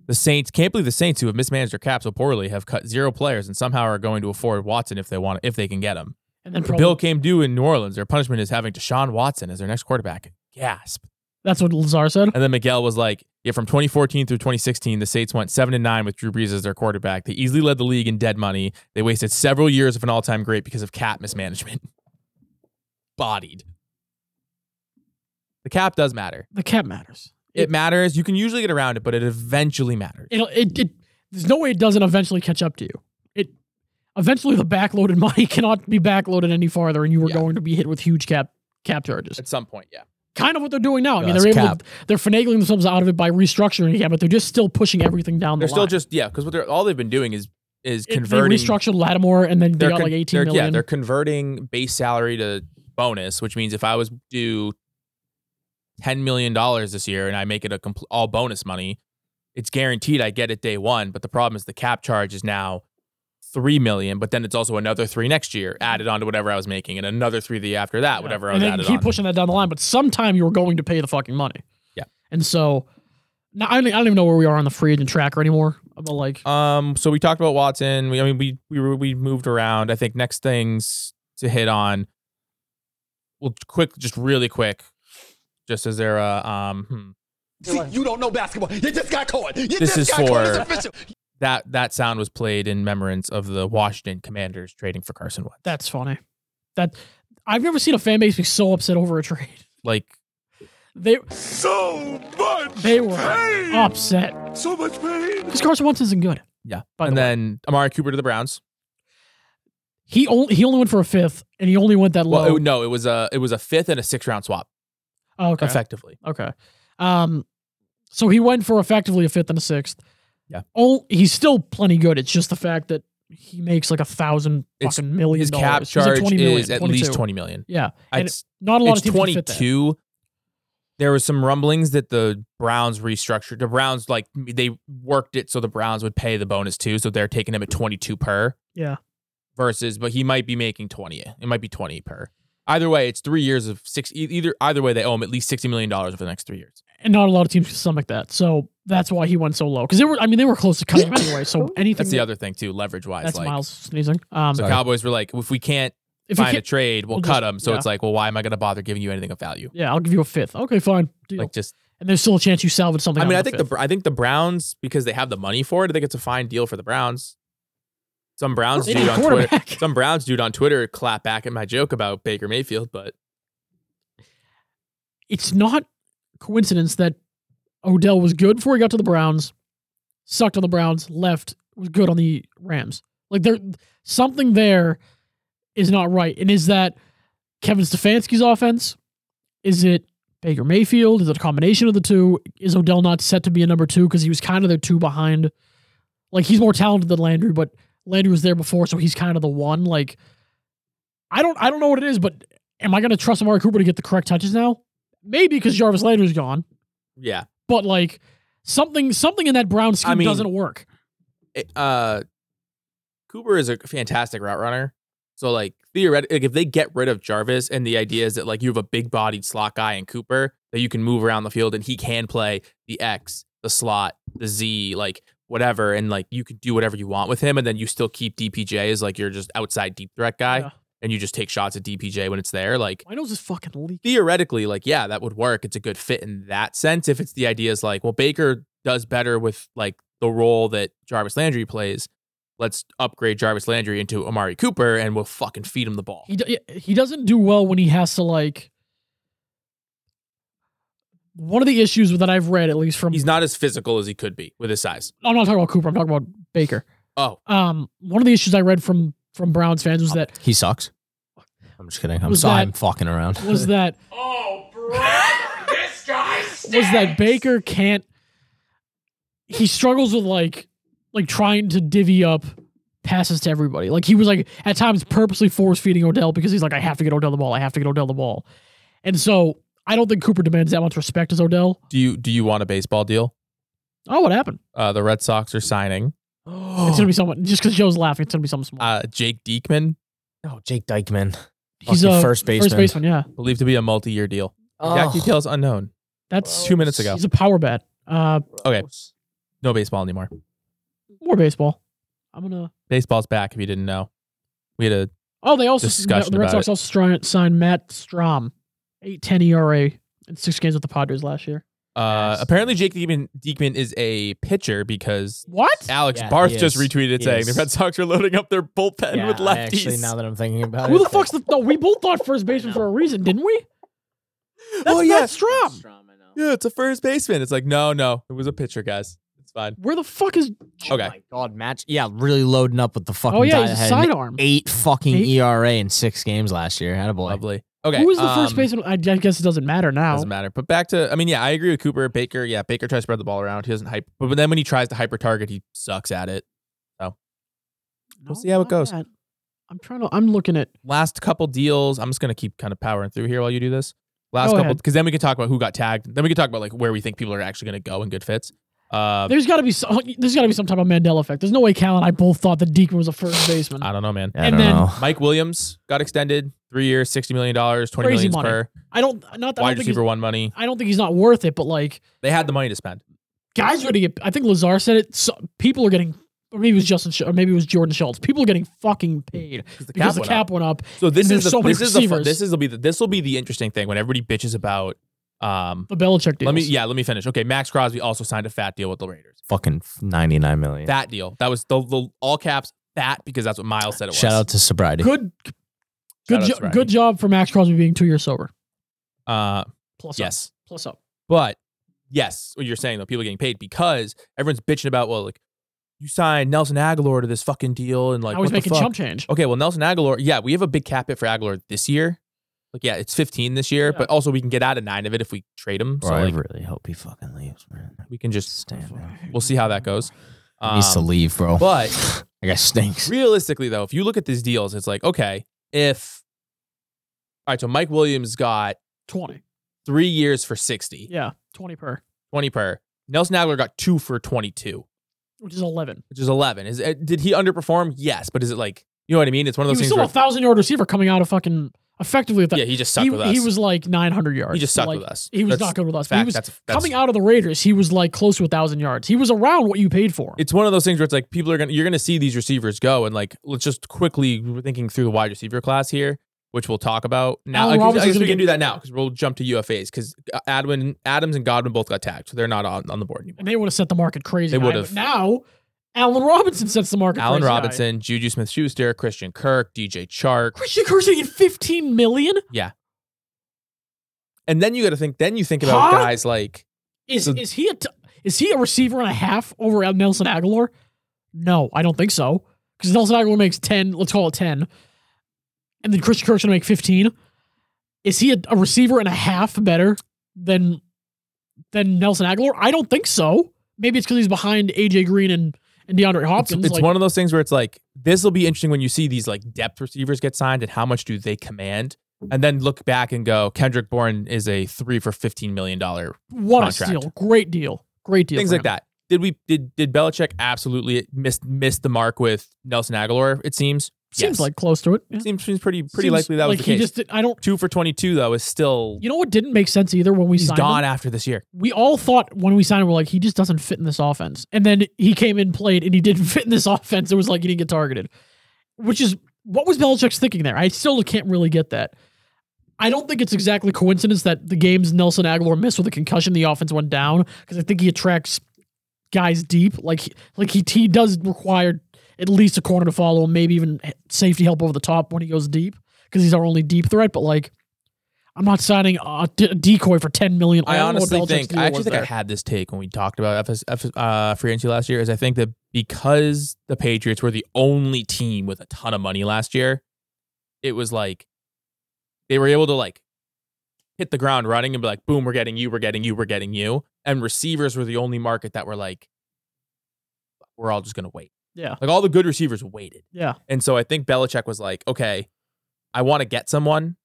Speaker 1: the Saints can't believe the Saints, who have mismanaged their cap so poorly, have cut zero players and somehow are going to afford Watson if they want, if they can get him.
Speaker 2: and then
Speaker 1: The
Speaker 2: probably
Speaker 1: bill came due in New Orleans. Their punishment is having Deshaun Watson as their next quarterback. Gasp.
Speaker 2: that's what Lazar said.
Speaker 1: And then Miguel was like, yeah, from 2014 through 2016, the Saints went 7 and 9 with Drew Brees as their quarterback. They easily led the league in dead money. They wasted several years of an all time great because of cap mismanagement. Bodied. The cap does matter.
Speaker 2: The cap matters.
Speaker 1: It
Speaker 2: It-
Speaker 1: matters. You can usually get around it, but it eventually matters.
Speaker 2: It'll, it it there's no way it doesn't eventually catch up to you. It eventually the backloaded money cannot be backloaded any farther, and you were
Speaker 1: Yeah.
Speaker 2: going to be hit with huge cap cap charges.
Speaker 1: At some point, yeah.
Speaker 2: kind of what they're doing now. I mean,
Speaker 3: That's
Speaker 2: they're able
Speaker 3: cap.
Speaker 2: to, they're finagling themselves out of it by restructuring again, but they're just still pushing everything down
Speaker 1: They're
Speaker 2: the
Speaker 1: still
Speaker 2: line.
Speaker 1: just, yeah, because what they're all they've been doing is is
Speaker 2: It-
Speaker 1: converting.
Speaker 2: They restructured Lattimore, and then they got
Speaker 1: con-
Speaker 2: like eighteen
Speaker 1: they're-
Speaker 2: million.
Speaker 1: Yeah, they're converting base salary to bonus, which means if I was due ten million dollars this year and I make it a compl- all bonus money, it's guaranteed I get it day one. But the problem is the cap charge is now three million, but then it's also another three next year added on to whatever I was making, and another three the year after that,
Speaker 2: Yeah.
Speaker 1: whatever I
Speaker 2: and
Speaker 1: was
Speaker 2: they can
Speaker 1: added
Speaker 2: keep
Speaker 1: on.
Speaker 2: pushing that down the line, but sometime you're going to pay the fucking money.
Speaker 1: Yeah.
Speaker 2: and so now I don't, I don't even know where we are on the free agent tracker anymore. But like,
Speaker 1: um, so we talked about Watson. We, I mean, we we were, we moved around. I think next things to hit on. Well, quick, just really quick, just as they're uh, um. hmm.
Speaker 4: See, you don't know basketball. You just got caught. You
Speaker 1: This
Speaker 4: just
Speaker 1: is
Speaker 4: got caught. It's
Speaker 1: for-
Speaker 4: official.
Speaker 1: that that sound was played in remembrance of the Washington Commanders trading for Carson Wentz.
Speaker 2: that's funny. That I've never seen a fan base be so upset over a trade.
Speaker 1: Like
Speaker 2: They
Speaker 4: So much.
Speaker 2: they were
Speaker 4: pain.
Speaker 2: upset
Speaker 4: So much pain.
Speaker 2: because Carson Wentz isn't good.
Speaker 1: yeah.
Speaker 2: By
Speaker 1: and
Speaker 2: the way.
Speaker 1: then Amari Cooper to the Browns.
Speaker 2: He only he only went for a fifth, and he only went that low.
Speaker 1: Well, it, no, it was a it was a fifth and a sixth round swap
Speaker 2: oh, okay.
Speaker 1: effectively.
Speaker 2: Okay. Um, so he went for effectively a fifth and a sixth.
Speaker 1: Yeah.
Speaker 2: Oh, he's still plenty good. It's just the fact that he makes like a thousand
Speaker 1: It's-
Speaker 2: fucking million.
Speaker 1: His cap
Speaker 2: dollars. He's at
Speaker 1: charge
Speaker 2: 20 million,
Speaker 1: is at least
Speaker 2: 22.
Speaker 1: twenty million.
Speaker 2: Yeah, and
Speaker 1: It's,
Speaker 2: not a lot
Speaker 1: it's
Speaker 2: of teams
Speaker 1: twenty
Speaker 2: can fit that.
Speaker 1: two. There was some rumblings that the Browns restructured. The Browns like they worked it so the Browns would pay the bonus too, so they're taking him at twenty two per.
Speaker 2: Yeah.
Speaker 1: versus, but he might be making twenty. It might be twenty per. Either way, it's three years of six. e- Either either way, they owe him at least sixty million dollars over the next three years.
Speaker 2: and not a lot of teams can stomach that. So that's why he went so low because they were. I mean, they were close to cutting him anyway. So anything
Speaker 1: That's the
Speaker 2: that-
Speaker 1: other thing too, leverage wise.
Speaker 2: That's
Speaker 1: like
Speaker 2: Miles sneezing. Um,
Speaker 1: the
Speaker 3: Sorry.
Speaker 1: Cowboys were like, if we can't
Speaker 2: if you
Speaker 1: find a
Speaker 2: can't,
Speaker 1: trade, we'll,
Speaker 2: we'll
Speaker 1: cut
Speaker 2: just-
Speaker 1: him. So
Speaker 2: yeah.
Speaker 1: it's like, well, why am I going to bother giving you anything of value?
Speaker 2: yeah, I'll give you a fifth. Okay, fine. Deal.
Speaker 1: Like just,
Speaker 2: and there's still a chance you salvage something.
Speaker 1: I
Speaker 2: out
Speaker 1: mean,
Speaker 2: of
Speaker 1: I think the Br- I think the Browns because they have the money for it. I think it's a fine deal for the Browns. Some Browns
Speaker 2: fifth. They
Speaker 1: dude
Speaker 2: need a
Speaker 1: on Twitter.
Speaker 2: quarterback.
Speaker 1: Some Browns dude on Twitter clap back at my joke about Baker Mayfield, but
Speaker 2: it's not coincidence that Odell was good before he got to the Browns, sucked on the Browns, left, was good on the Rams. Like there something there is not right. And is that Kevin Stefanski's offense? Is it Baker Mayfield? Is it a combination of the two? Is Odell not set to be a number two because he was kind of the two behind? Like he's more talented than Landry, but Landry was there before, so he's kind of the one. Like I don't I don't know what it is, but am I gonna trust Amari Cooper to get the correct touches now? Maybe because Jarvis Landry's gone,
Speaker 1: yeah,
Speaker 2: but like something something in that Brown scheme
Speaker 1: I mean-
Speaker 2: doesn't work.
Speaker 1: It- uh, Cooper is a fantastic route runner. So like theoretically, like, if they get rid of Jarvis and the idea is that like you have a big bodied slot guy in Cooper that you can move around the field and he can play the X, the slot, the Z, like whatever, and like you could do whatever you want with him, and then you still keep DPJ as like you're just outside deep threat guy,
Speaker 2: Yeah.
Speaker 1: and you just take shots at DPJ when it's there, like.
Speaker 2: My nose is fucking leaking.
Speaker 1: theoretically, like, yeah, that would work. It's a good fit in that sense. If it's the idea is like, well, Baker does better with like the role that Jarvis Landry plays. Let's upgrade Jarvis Landry into Amari Cooper and we'll fucking feed him the ball.
Speaker 2: He do- he doesn't do well when he has to like. One of the issues that I've read, at least from
Speaker 1: He's not as physical as he could be with his size.
Speaker 2: I'm not talking about Cooper, I'm talking about Baker.
Speaker 1: Oh,
Speaker 2: Um, one of the issues I read from from Browns fans was that
Speaker 3: He sucks. I'm just kidding. I'm
Speaker 2: Was
Speaker 3: sorry.
Speaker 2: that-
Speaker 3: I'm fucking around.
Speaker 2: was that
Speaker 4: Oh, bro. this guy's
Speaker 2: was that Baker can't he struggles with like like trying to divvy up passes to everybody. Like he was like at times purposely force feeding Odell because he's like I have to get Odell the ball. I have to get Odell the ball. And so I don't think Cooper demands that much respect as Odell.
Speaker 1: Do you do you want a baseball deal?
Speaker 2: Oh, what happened?
Speaker 1: Uh, the Red Sox are signing
Speaker 3: Oh,
Speaker 2: It's gonna be someone just because Joe's laughing. It's gonna be something small.
Speaker 1: uh, Jake Diekman,
Speaker 3: No, Jake Dykeman.
Speaker 2: He's
Speaker 3: fucking
Speaker 2: a
Speaker 3: first
Speaker 2: First
Speaker 3: baseman.
Speaker 2: baseman, yeah.
Speaker 1: believed to be a multi-year deal. Jack
Speaker 3: Oh.
Speaker 1: details unknown.
Speaker 2: That's
Speaker 1: Two minutes ago.
Speaker 2: He's a power bat. Uh,
Speaker 1: Okay, no baseball anymore.
Speaker 2: more baseball. I'm gonna.
Speaker 1: Baseball's back. If you didn't know, we had a
Speaker 2: Oh, they also
Speaker 1: Discussion
Speaker 2: the Red
Speaker 1: about
Speaker 2: Sox
Speaker 1: it.
Speaker 2: also stri- signed Matt Strom, eight ten ERA in six games with the Padres last year.
Speaker 1: Uh,
Speaker 3: Nice.
Speaker 1: apparently Jake Diekman, Diekman is a pitcher because
Speaker 2: What?
Speaker 1: Alex
Speaker 3: Yeah,
Speaker 1: Barth
Speaker 3: he
Speaker 1: just
Speaker 3: is.
Speaker 1: retweeted
Speaker 3: He
Speaker 1: saying the
Speaker 3: is.
Speaker 1: Red Sox are loading up their bullpen
Speaker 3: Yeah,
Speaker 1: with
Speaker 3: I
Speaker 1: lefties.
Speaker 3: Actually, now that I'm thinking about it,
Speaker 2: Who the
Speaker 3: it's
Speaker 2: fuck's the? No, we both thought first baseman for a reason, didn't we? That's
Speaker 1: Oh,
Speaker 2: Matt
Speaker 1: yeah.
Speaker 2: Strom.
Speaker 1: yeah, it's a first baseman. It's like no, no, it was a pitcher, guys. It's fine.
Speaker 2: Where the fuck is?
Speaker 3: Oh
Speaker 1: Okay.
Speaker 3: my god, match. Yeah, really loading up with the fucking.
Speaker 2: Oh
Speaker 3: guy
Speaker 2: yeah,
Speaker 3: that
Speaker 2: he's a
Speaker 3: had an
Speaker 2: sidearm.
Speaker 3: Eight fucking
Speaker 2: Eight-
Speaker 3: ERA in six games last year. Attaboy.
Speaker 1: Lovely. Okay,
Speaker 2: Who is the first
Speaker 1: um,
Speaker 2: baseman? I I guess it doesn't matter now.
Speaker 1: Doesn't matter. But back to, I mean, yeah, I agree with Cooper Baker. Yeah, Baker tries to spread the ball around. He doesn't hype, but, but then when he tries to hyper target, he sucks at it. We'll see how it
Speaker 2: not
Speaker 1: goes.
Speaker 2: that. I'm trying to. I'm looking at.
Speaker 1: Last couple deals, I'm just gonna keep kind of powering through here while you do this. Last
Speaker 2: Go
Speaker 1: couple,
Speaker 2: ahead.
Speaker 1: because then we can talk about who got tagged. Then we can talk about like where we think people are actually gonna go in good fits. Uh,
Speaker 2: There's got to be some. There's got to be some type of Mandela effect. There's no way Cal and I both thought that Deacon was a first baseman.
Speaker 1: I don't know, man.
Speaker 3: I
Speaker 2: And
Speaker 3: don't
Speaker 2: then-
Speaker 3: know.
Speaker 1: Mike Williams got extended three years, sixty million dollars, twenty
Speaker 2: Crazy
Speaker 1: million
Speaker 2: money.
Speaker 1: per
Speaker 2: I don't. Not that I
Speaker 1: wide
Speaker 2: don't think he's,
Speaker 1: receiver one money.
Speaker 2: I don't think he's not worth it, but like
Speaker 1: They had the money to spend.
Speaker 2: guys are gonna get. I think Lazar said it. So, people are getting. Or maybe it was Justin, Sch- or maybe it was Jordan Schultz. People are getting fucking paid
Speaker 1: the cap
Speaker 2: because the
Speaker 1: went
Speaker 2: cap went up.
Speaker 1: So this
Speaker 2: And
Speaker 1: is
Speaker 2: there's
Speaker 1: the,
Speaker 2: so many
Speaker 1: this is the fun,
Speaker 2: receivers.
Speaker 1: this is will be the this will be the interesting thing when everybody bitches about um.
Speaker 2: The Belichick deal.
Speaker 1: Let me yeah, let me finish. Okay, Max Crosby also signed a fat deal with the Raiders.
Speaker 3: Fucking ninety nine million.
Speaker 1: Fat deal. That was the, the all caps fat because that's what Miles said it was.
Speaker 3: Shout out to sobriety.
Speaker 2: Good. Good.
Speaker 1: out
Speaker 2: Jo-
Speaker 1: to Rodney.
Speaker 2: good job for Max Crosby being two years sober.
Speaker 1: Uh,
Speaker 2: Plus up.
Speaker 1: yes,
Speaker 2: Plus up.
Speaker 1: but yes, what you're saying though, people are getting paid because everyone's bitching about well, like you signed Nelson Aguilar to this fucking deal and like
Speaker 2: I was
Speaker 1: what the
Speaker 2: making
Speaker 1: fuck?
Speaker 2: chump change.
Speaker 1: Okay, well, Nelson Aguilar, yeah, we have a big cap hit for Aguilar this year. Like, yeah, it's 15 this year,
Speaker 2: Yeah.
Speaker 1: but also we can get out of nine of it if we trade him. So,
Speaker 3: Bro,
Speaker 1: like,
Speaker 3: I really hope he fucking leaves, man.
Speaker 1: we can just,
Speaker 3: Stand there.
Speaker 1: we'll see how that goes.
Speaker 3: He needs to
Speaker 1: Um,
Speaker 3: leave, bro.
Speaker 1: but-
Speaker 3: I guess stinks.
Speaker 1: realistically, though, if you look at these deals, it's like, okay, if, all right, so Mike Williams got
Speaker 2: Twenty.
Speaker 1: three years for 60,
Speaker 2: Yeah. Twenty per.
Speaker 1: 20 per. Nelson Aguilar got two for 22,
Speaker 2: Which is eleven.
Speaker 1: which is 11. Is it, Did he underperform? Yes, but is it like, you know what I mean? It's one of
Speaker 2: He
Speaker 1: those
Speaker 2: was
Speaker 1: things
Speaker 2: still
Speaker 1: where,
Speaker 2: a thousand yard receiver coming out of fucking effectively with that.
Speaker 1: yeah, he just sucked
Speaker 2: he,
Speaker 1: with us.
Speaker 2: he was like 900 yards.
Speaker 1: He just sucked
Speaker 2: Like,
Speaker 1: with us.
Speaker 2: He was
Speaker 1: That's
Speaker 2: not good with us. but
Speaker 1: fact.
Speaker 2: he was
Speaker 1: that's, that's
Speaker 2: coming out of the Raiders. He was like close to a thousand yards. He was around what you paid for. him.
Speaker 1: it's one of those things where it's like people are gonna you're gonna see these receivers go and like let's just quickly we're thinking through the wide receiver class here, which we'll talk about now.
Speaker 2: Allen
Speaker 1: I guess, I guess
Speaker 2: Robinson's
Speaker 1: we
Speaker 2: gonna
Speaker 1: can
Speaker 2: get-
Speaker 1: do that now because we'll jump to UFAs because uh, Adwin Adams and Godwin both got tagged, so they're not on, on the board anymore.
Speaker 2: and they would have set the market crazy.
Speaker 1: They
Speaker 2: high,
Speaker 1: would've.
Speaker 2: but Now, Allen Robinson sets the market.
Speaker 1: Allen
Speaker 2: crazy high.
Speaker 1: Robinson, Juju Smith Schuster, Christian Kirk, DJ Chark.
Speaker 2: Christian Kirksey in 15 million
Speaker 1: And then you gotta think then you think about
Speaker 2: Huh?
Speaker 1: guys like
Speaker 2: is
Speaker 1: So-
Speaker 2: is he a t- is he a receiver and a half over at Nelson Aguilar? No, I don't think so. Because Nelson Aguilar makes 10. Let's call it 10, and then Christian Kirksey will make 15. Is he a, a receiver and a half better than than Nelson Aguilar? I don't think so. Maybe it's because he's behind AJ Green and and DeAndre
Speaker 1: it's,
Speaker 2: Hopkins.
Speaker 1: it's
Speaker 2: like,
Speaker 1: one of those things where it's like this will be interesting when you see these like depth receivers get signed and how much do they command? And then look back and go, Kendrick Bourne is a three for fifteen million dollar
Speaker 2: what a
Speaker 1: contract.
Speaker 2: steal! Great deal. Great deal.
Speaker 1: things
Speaker 2: for
Speaker 1: like
Speaker 2: him.
Speaker 1: that. Did we did did Belichick absolutely miss miss the mark with Nelson Aguilar? It seems
Speaker 2: Seems
Speaker 1: Yes.
Speaker 2: like close to it. Yeah.
Speaker 1: seems seems pretty pretty
Speaker 2: Seems
Speaker 1: likely that
Speaker 2: like
Speaker 1: was the
Speaker 2: he
Speaker 1: case.
Speaker 2: just. did- I don't.
Speaker 1: Two for twenty two though is still
Speaker 2: You know what didn't make sense either when we
Speaker 1: he's
Speaker 2: signed him?
Speaker 1: gone after this year.
Speaker 2: we all thought when we signed him, we're like, he just doesn't fit in this offense. And then he came in, played, and he didn't fit in this offense. It was like he didn't get targeted, which is what was Belichick's thinking there? I still can't really get that. I don't think it's exactly coincidence that the games Nelson Aguilar missed with a concussion, the offense went down because I think he attracts guys deep. Like like he, he does require at least a corner to follow him, maybe even safety help over the top when he goes deep because he's our only deep threat. But like, I'm not signing a, d- a decoy for 10 million.
Speaker 1: I
Speaker 2: don't know what
Speaker 1: honestly
Speaker 2: Belichick's
Speaker 1: think
Speaker 2: deal
Speaker 1: I
Speaker 2: was
Speaker 1: actually think I
Speaker 2: there.
Speaker 1: had this take when we talked about FS, F, uh, free agency last year. Is I think that because the Patriots were the only team with a ton of money last year, it was like they were able to like hit the ground running and be like, boom, we're getting you, we're getting you, we're getting you. And receivers were the only market that were like, we're all just going to wait.
Speaker 2: Yeah.
Speaker 1: Like all the good receivers waited.
Speaker 2: Yeah.
Speaker 1: And so I think Belichick was like, okay, I want to get someone.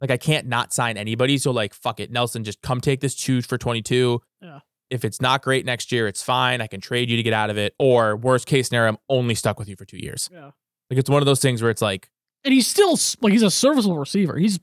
Speaker 1: Like I can't not sign anybody. So like, fuck it, Nelson, just come take this choose for 22.
Speaker 2: Yeah.
Speaker 1: If it's not great next year, it's fine. I can trade you to get out of it. Or worst case scenario, I'm only stuck with you for two years.
Speaker 2: Yeah.
Speaker 1: Like it's one of those things where it's like,
Speaker 2: And he's still s- like he's a serviceable receiver. He's in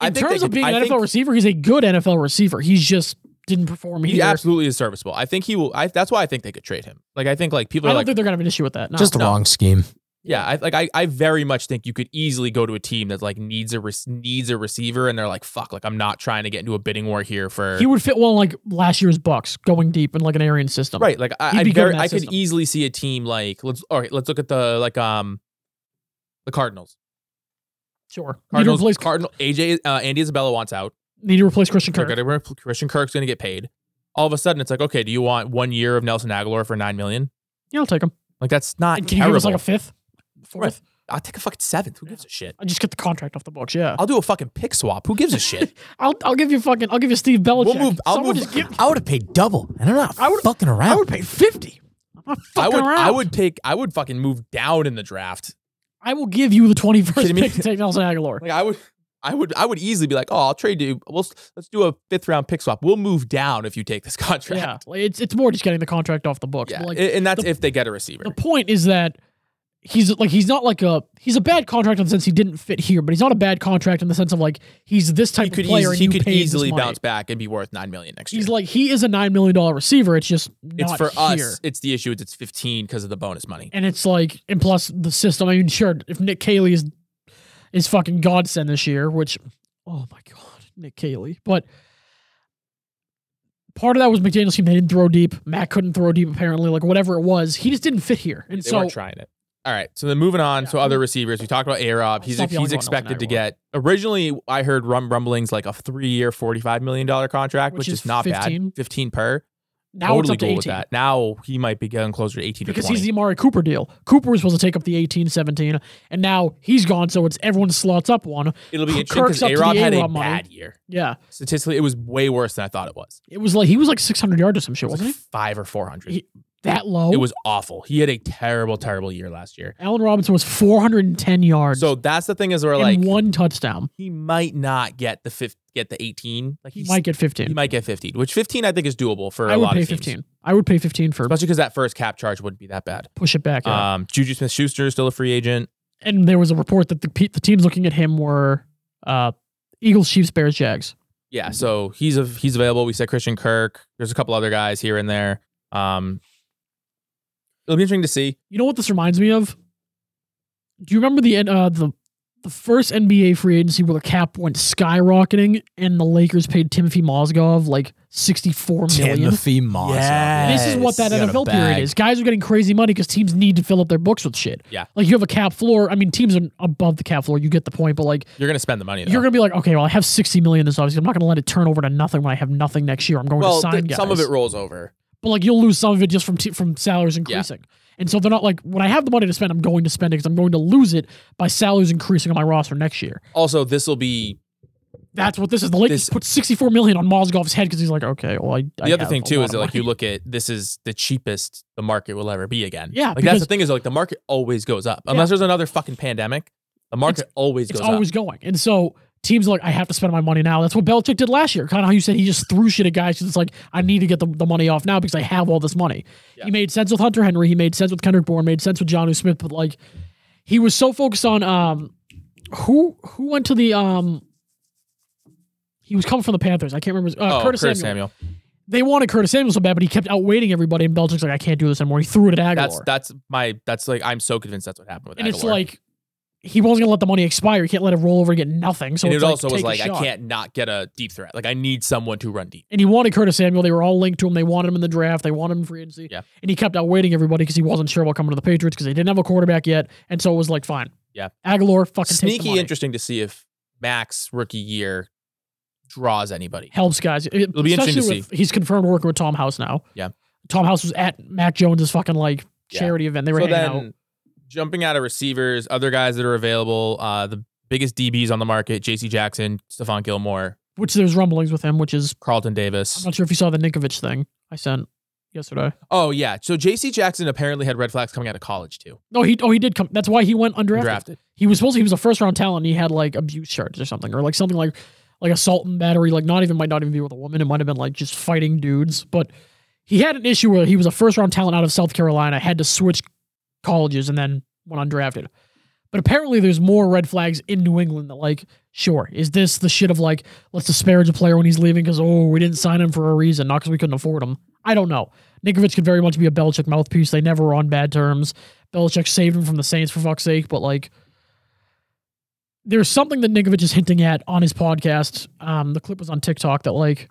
Speaker 1: I think they
Speaker 2: terms of
Speaker 1: could-
Speaker 2: being
Speaker 1: I
Speaker 2: an
Speaker 1: think-
Speaker 2: NFL receiver, he's a good NFL receiver. He's just didn't perform either.
Speaker 1: he absolutely is serviceable. I think he will. I, that's why I think they could trade him. Like I think like
Speaker 2: I
Speaker 1: people are
Speaker 2: don't
Speaker 1: like,
Speaker 2: think they're gonna have an issue with that. No.
Speaker 3: Just the
Speaker 1: No.
Speaker 3: wrong scheme.
Speaker 1: yeah, I, like I, I very much think you could easily go to a team that like needs a re- needs a receiver, and they're like, fuck, like I'm not trying to get into a bidding war here for
Speaker 2: he would fit well in like last year's Bucks going deep in like an Arian system.
Speaker 1: Right. Like I,
Speaker 2: He'd
Speaker 1: I,
Speaker 2: be good
Speaker 1: very,
Speaker 2: in that
Speaker 1: I could
Speaker 2: system.
Speaker 1: easily see a team like let's all right, let's look at the like um the Cardinals.
Speaker 2: Sure. Need to
Speaker 1: Cardinals
Speaker 2: replace
Speaker 1: Cardinal AJ uh, Andy Isabella wants out.
Speaker 2: need to replace Christian
Speaker 1: They're
Speaker 2: Kirk.
Speaker 1: gonna- Christian Kirk's gonna get paid. All of a sudden it's like, okay, do you want one year of Nelson Aguilar for nine million?
Speaker 2: Yeah, I'll take him.
Speaker 1: Like that's not
Speaker 2: And can you give
Speaker 1: Ah, terrible.
Speaker 2: us like a fifth? Fourth?
Speaker 1: Right. I'll take a fucking seventh. Who gives a shit?
Speaker 2: I just get the contract off the books. Yeah,
Speaker 1: I'll do a fucking pick swap. Who gives a shit?
Speaker 2: I'll I'll give you fucking I'll give you Steve Belichick.
Speaker 1: We'll move- I'll
Speaker 2: Someone
Speaker 1: move-
Speaker 2: just give.
Speaker 3: I would have paid double, and I'm not
Speaker 2: I would-
Speaker 3: fucking around.
Speaker 2: I would pay fifty. I'm not
Speaker 1: I
Speaker 2: fucking
Speaker 1: would
Speaker 2: around.
Speaker 1: I would take I would fucking move down in the draft.
Speaker 2: I will give you the twenty first
Speaker 1: Kidding me?
Speaker 2: pick to take Nelson Aguilar.
Speaker 1: Like I would I would I would easily be like, oh, I'll trade you. We'll let's do a fifth round pick swap. We'll move down if you take this contract.
Speaker 2: Yeah, like, it's it's more just getting the contract off the books.
Speaker 1: Yeah,
Speaker 2: But, like,
Speaker 1: a- and that's
Speaker 2: the-
Speaker 1: if they get a receiver.
Speaker 2: the point is that he's like he's not like a he's a bad contract in the sense he didn't fit here, but he's not a bad contract in the sense of like he's this type
Speaker 1: he could
Speaker 2: of player.
Speaker 1: eas-
Speaker 2: and
Speaker 1: he
Speaker 2: you
Speaker 1: could
Speaker 2: paid this
Speaker 1: easily
Speaker 2: money.
Speaker 1: bounce back and be worth nine million next year.
Speaker 2: He's like he is a nine million dollar receiver. It's just not
Speaker 1: it's for
Speaker 2: here.
Speaker 1: us. It's the issue. is It's fifteen because of the bonus money.
Speaker 2: and it's like and plus the system. I mean, sure, if Nick Cayley is is fucking godsend this year, which oh my god, Nick Cayley. But part of that was McDaniel's team. They didn't throw deep. Matt couldn't throw deep apparently. Like whatever it was, he just didn't fit here. And
Speaker 1: They
Speaker 2: so
Speaker 1: weren't trying it. All right. So then moving on.
Speaker 2: Yeah.
Speaker 1: So other receivers. We talked about A Rob.
Speaker 2: I'll
Speaker 1: He's
Speaker 2: stop yelling
Speaker 1: he's
Speaker 2: about Nelson
Speaker 1: expected to
Speaker 2: Aguilar.
Speaker 1: get originally. I heard rum rumblings like a three year forty five million dollar contract,
Speaker 2: Which
Speaker 1: which,
Speaker 2: is
Speaker 1: is, not
Speaker 2: 15.
Speaker 1: bad. Fifteen per.
Speaker 2: now it's
Speaker 1: totally
Speaker 2: up to
Speaker 1: cool
Speaker 2: 18
Speaker 1: with that. Now he might be getting closer to eighteen
Speaker 2: because
Speaker 1: or twenty.
Speaker 2: he's the Amari Cooper deal. Cooper was supposed to take up the 18, 17, and now he's gone. So it's everyone slots up one.
Speaker 1: It'll be interesting
Speaker 2: Kirk's
Speaker 1: because
Speaker 2: up to
Speaker 1: A
Speaker 2: the
Speaker 1: Rob had a
Speaker 2: A-Rob money.
Speaker 1: bad year.
Speaker 2: Yeah,
Speaker 1: Statistically, it was way worse than I thought it was.
Speaker 2: it was like he was like 600 yards or some shit,
Speaker 1: It was
Speaker 2: wasn't
Speaker 1: like
Speaker 2: he?
Speaker 1: five or four hundred.
Speaker 2: He- That low.
Speaker 1: It was awful. He had a terrible, terrible year last year.
Speaker 2: Allen Robinson was 410 yards.
Speaker 1: So that's the thing is we're
Speaker 2: and
Speaker 1: like
Speaker 2: one touchdown.
Speaker 1: he might not get the fifth, get the eighteen. Like
Speaker 2: He
Speaker 1: he's-
Speaker 2: might get 15.
Speaker 1: he might get fifteen, which fifteen I think is doable for a
Speaker 2: I would
Speaker 1: lot
Speaker 2: pay
Speaker 1: of teams,
Speaker 2: 15. I would pay 15 for
Speaker 1: especially because that first cap charge wouldn't be that bad.
Speaker 2: push it back. yeah.
Speaker 1: Um, Juju Smith Schuster is still a free agent.
Speaker 2: and there was a report that the pe- the teams looking at him were uh, Eagles, Chiefs, Bears, Jags.
Speaker 1: Yeah,
Speaker 2: Mm-hmm.
Speaker 1: so he's a, he's available. We said Christian Kirk. There's a couple other guys here and there. Um, it'll be interesting to see.
Speaker 2: You know what this reminds me of? Do you remember the N- uh, the the first NBA free agency where the cap went skyrocketing and the Lakers paid Timothy Mozgov like 64 million?
Speaker 3: Timothy Moss.
Speaker 1: Yes.
Speaker 2: This is what that
Speaker 3: He got a
Speaker 2: NFL period
Speaker 3: bag.
Speaker 2: is. Guys are getting crazy money because teams need to fill up their books with shit.
Speaker 1: Yeah.
Speaker 2: Like you have a cap floor. I mean, teams are above the cap floor. You get the point, but like
Speaker 1: You're gonna spend the money. Though.
Speaker 2: you're gonna be like, okay, well, I have sixty million this offseason. I'm not gonna let it turn over to nothing when I have nothing next year. I'm going to
Speaker 1: well,
Speaker 2: sign
Speaker 1: th-
Speaker 2: guys.
Speaker 1: some of it rolls over.
Speaker 2: but like you'll lose some of it just from t- from salaries increasing. And so they're not like when I have the money to spend, I'm going to spend it because I'm going to lose it by salaries increasing on my roster next year.
Speaker 1: Also, this will be
Speaker 2: That's what this is. The Lakers
Speaker 1: This-
Speaker 2: put sixty four million on Mozgov's head because he's like, okay, well, I.
Speaker 1: the other thing too is that, like you look at this is the cheapest the market will ever be again.
Speaker 2: Yeah,
Speaker 1: like
Speaker 2: because-
Speaker 1: that's the thing is like the market always goes up unless there's another fucking pandemic. The market always
Speaker 2: it's
Speaker 1: goes
Speaker 2: always
Speaker 1: up.
Speaker 2: going. And so teams are like, I have to spend my money now. That's what Belichick did last year. Kind of how you said he just threw shit at guys because it's like, I need to get the, the money off now because I have all this money.
Speaker 1: Yeah.
Speaker 2: He made sense with Hunter Henry. He made sense with Kendrick Bourne. Made sense with John Smith. But like, he was so focused on um, who who went to the um. He was coming from the Panthers. I can't remember. his- Uh,
Speaker 1: oh,
Speaker 2: Curtis, Samuel. They wanted Curtis Samuel so bad, but he kept outweiting everybody. And Belichick's like, I can't do this anymore. He threw it at Aguilar.
Speaker 1: That's that's my that's like I'm so convinced that's what happened with
Speaker 2: and it's
Speaker 1: Aguilar.
Speaker 2: like he wasn't gonna let the money expire. He can't let it roll over and get nothing. So
Speaker 1: and
Speaker 2: it's
Speaker 1: it also was
Speaker 2: take a
Speaker 1: like I
Speaker 2: shot.
Speaker 1: can't not get a deep threat. Like I need someone to run deep.
Speaker 2: And he wanted Curtis Samuel. They were all linked to him. They wanted him in the draft. They wanted him in free agency.
Speaker 1: Yeah.
Speaker 2: And he kept outwaiting everybody because he wasn't sure about coming to the Patriots because they didn't have a quarterback yet. And so it was like, fine.
Speaker 1: Yeah.
Speaker 2: Aguilar fucking takes the
Speaker 1: Sneaky
Speaker 2: money.
Speaker 1: interesting to see if Max rookie year draws anybody.
Speaker 2: Helps guys. It-
Speaker 1: It'll be interesting
Speaker 2: especially
Speaker 1: to
Speaker 2: with- He's confirmed working with Tom House now.
Speaker 1: Yeah.
Speaker 2: Tom House was at Mac Jones's fucking like
Speaker 1: Yeah.
Speaker 2: charity event. They were
Speaker 1: so
Speaker 2: hanging
Speaker 1: then
Speaker 2: out.
Speaker 1: jumping out of receivers, other guys that are available, uh the biggest DBs on the market, JC Jackson, Stephon Gilmore,
Speaker 2: which there's rumblings with him, which is
Speaker 1: Carlton
Speaker 2: I'm
Speaker 1: Davis.
Speaker 2: not sure if you saw the Ninkovich thing I sent yesterday.
Speaker 1: Oh yeah. So J.C. Jackson apparently had red flags coming out of college too.
Speaker 2: No, he oh he did come. That's why he went undrafted.
Speaker 1: Drafted.
Speaker 2: He was supposed to, he was a first round talent. And he had like abuse charges or something, or like something like like assault and battery. Like not even might not even be with a woman. It might have been like just fighting dudes. But he had an issue where he was a first round talent out of South Carolina, had to switch colleges, and then went undrafted. But apparently, there's more red flags in New England that like, sure, is this the shit of like let's disparage a player when he's leaving because oh we didn't sign him for a reason, not because we couldn't afford him. I don't know. Nikovich could very much be a Belichick mouthpiece. They never were on bad terms. Belichick saved him from the Saints for fuck's sake, but like there's something that Nikovich is hinting at on his podcast. Um, the clip was on TikTok that like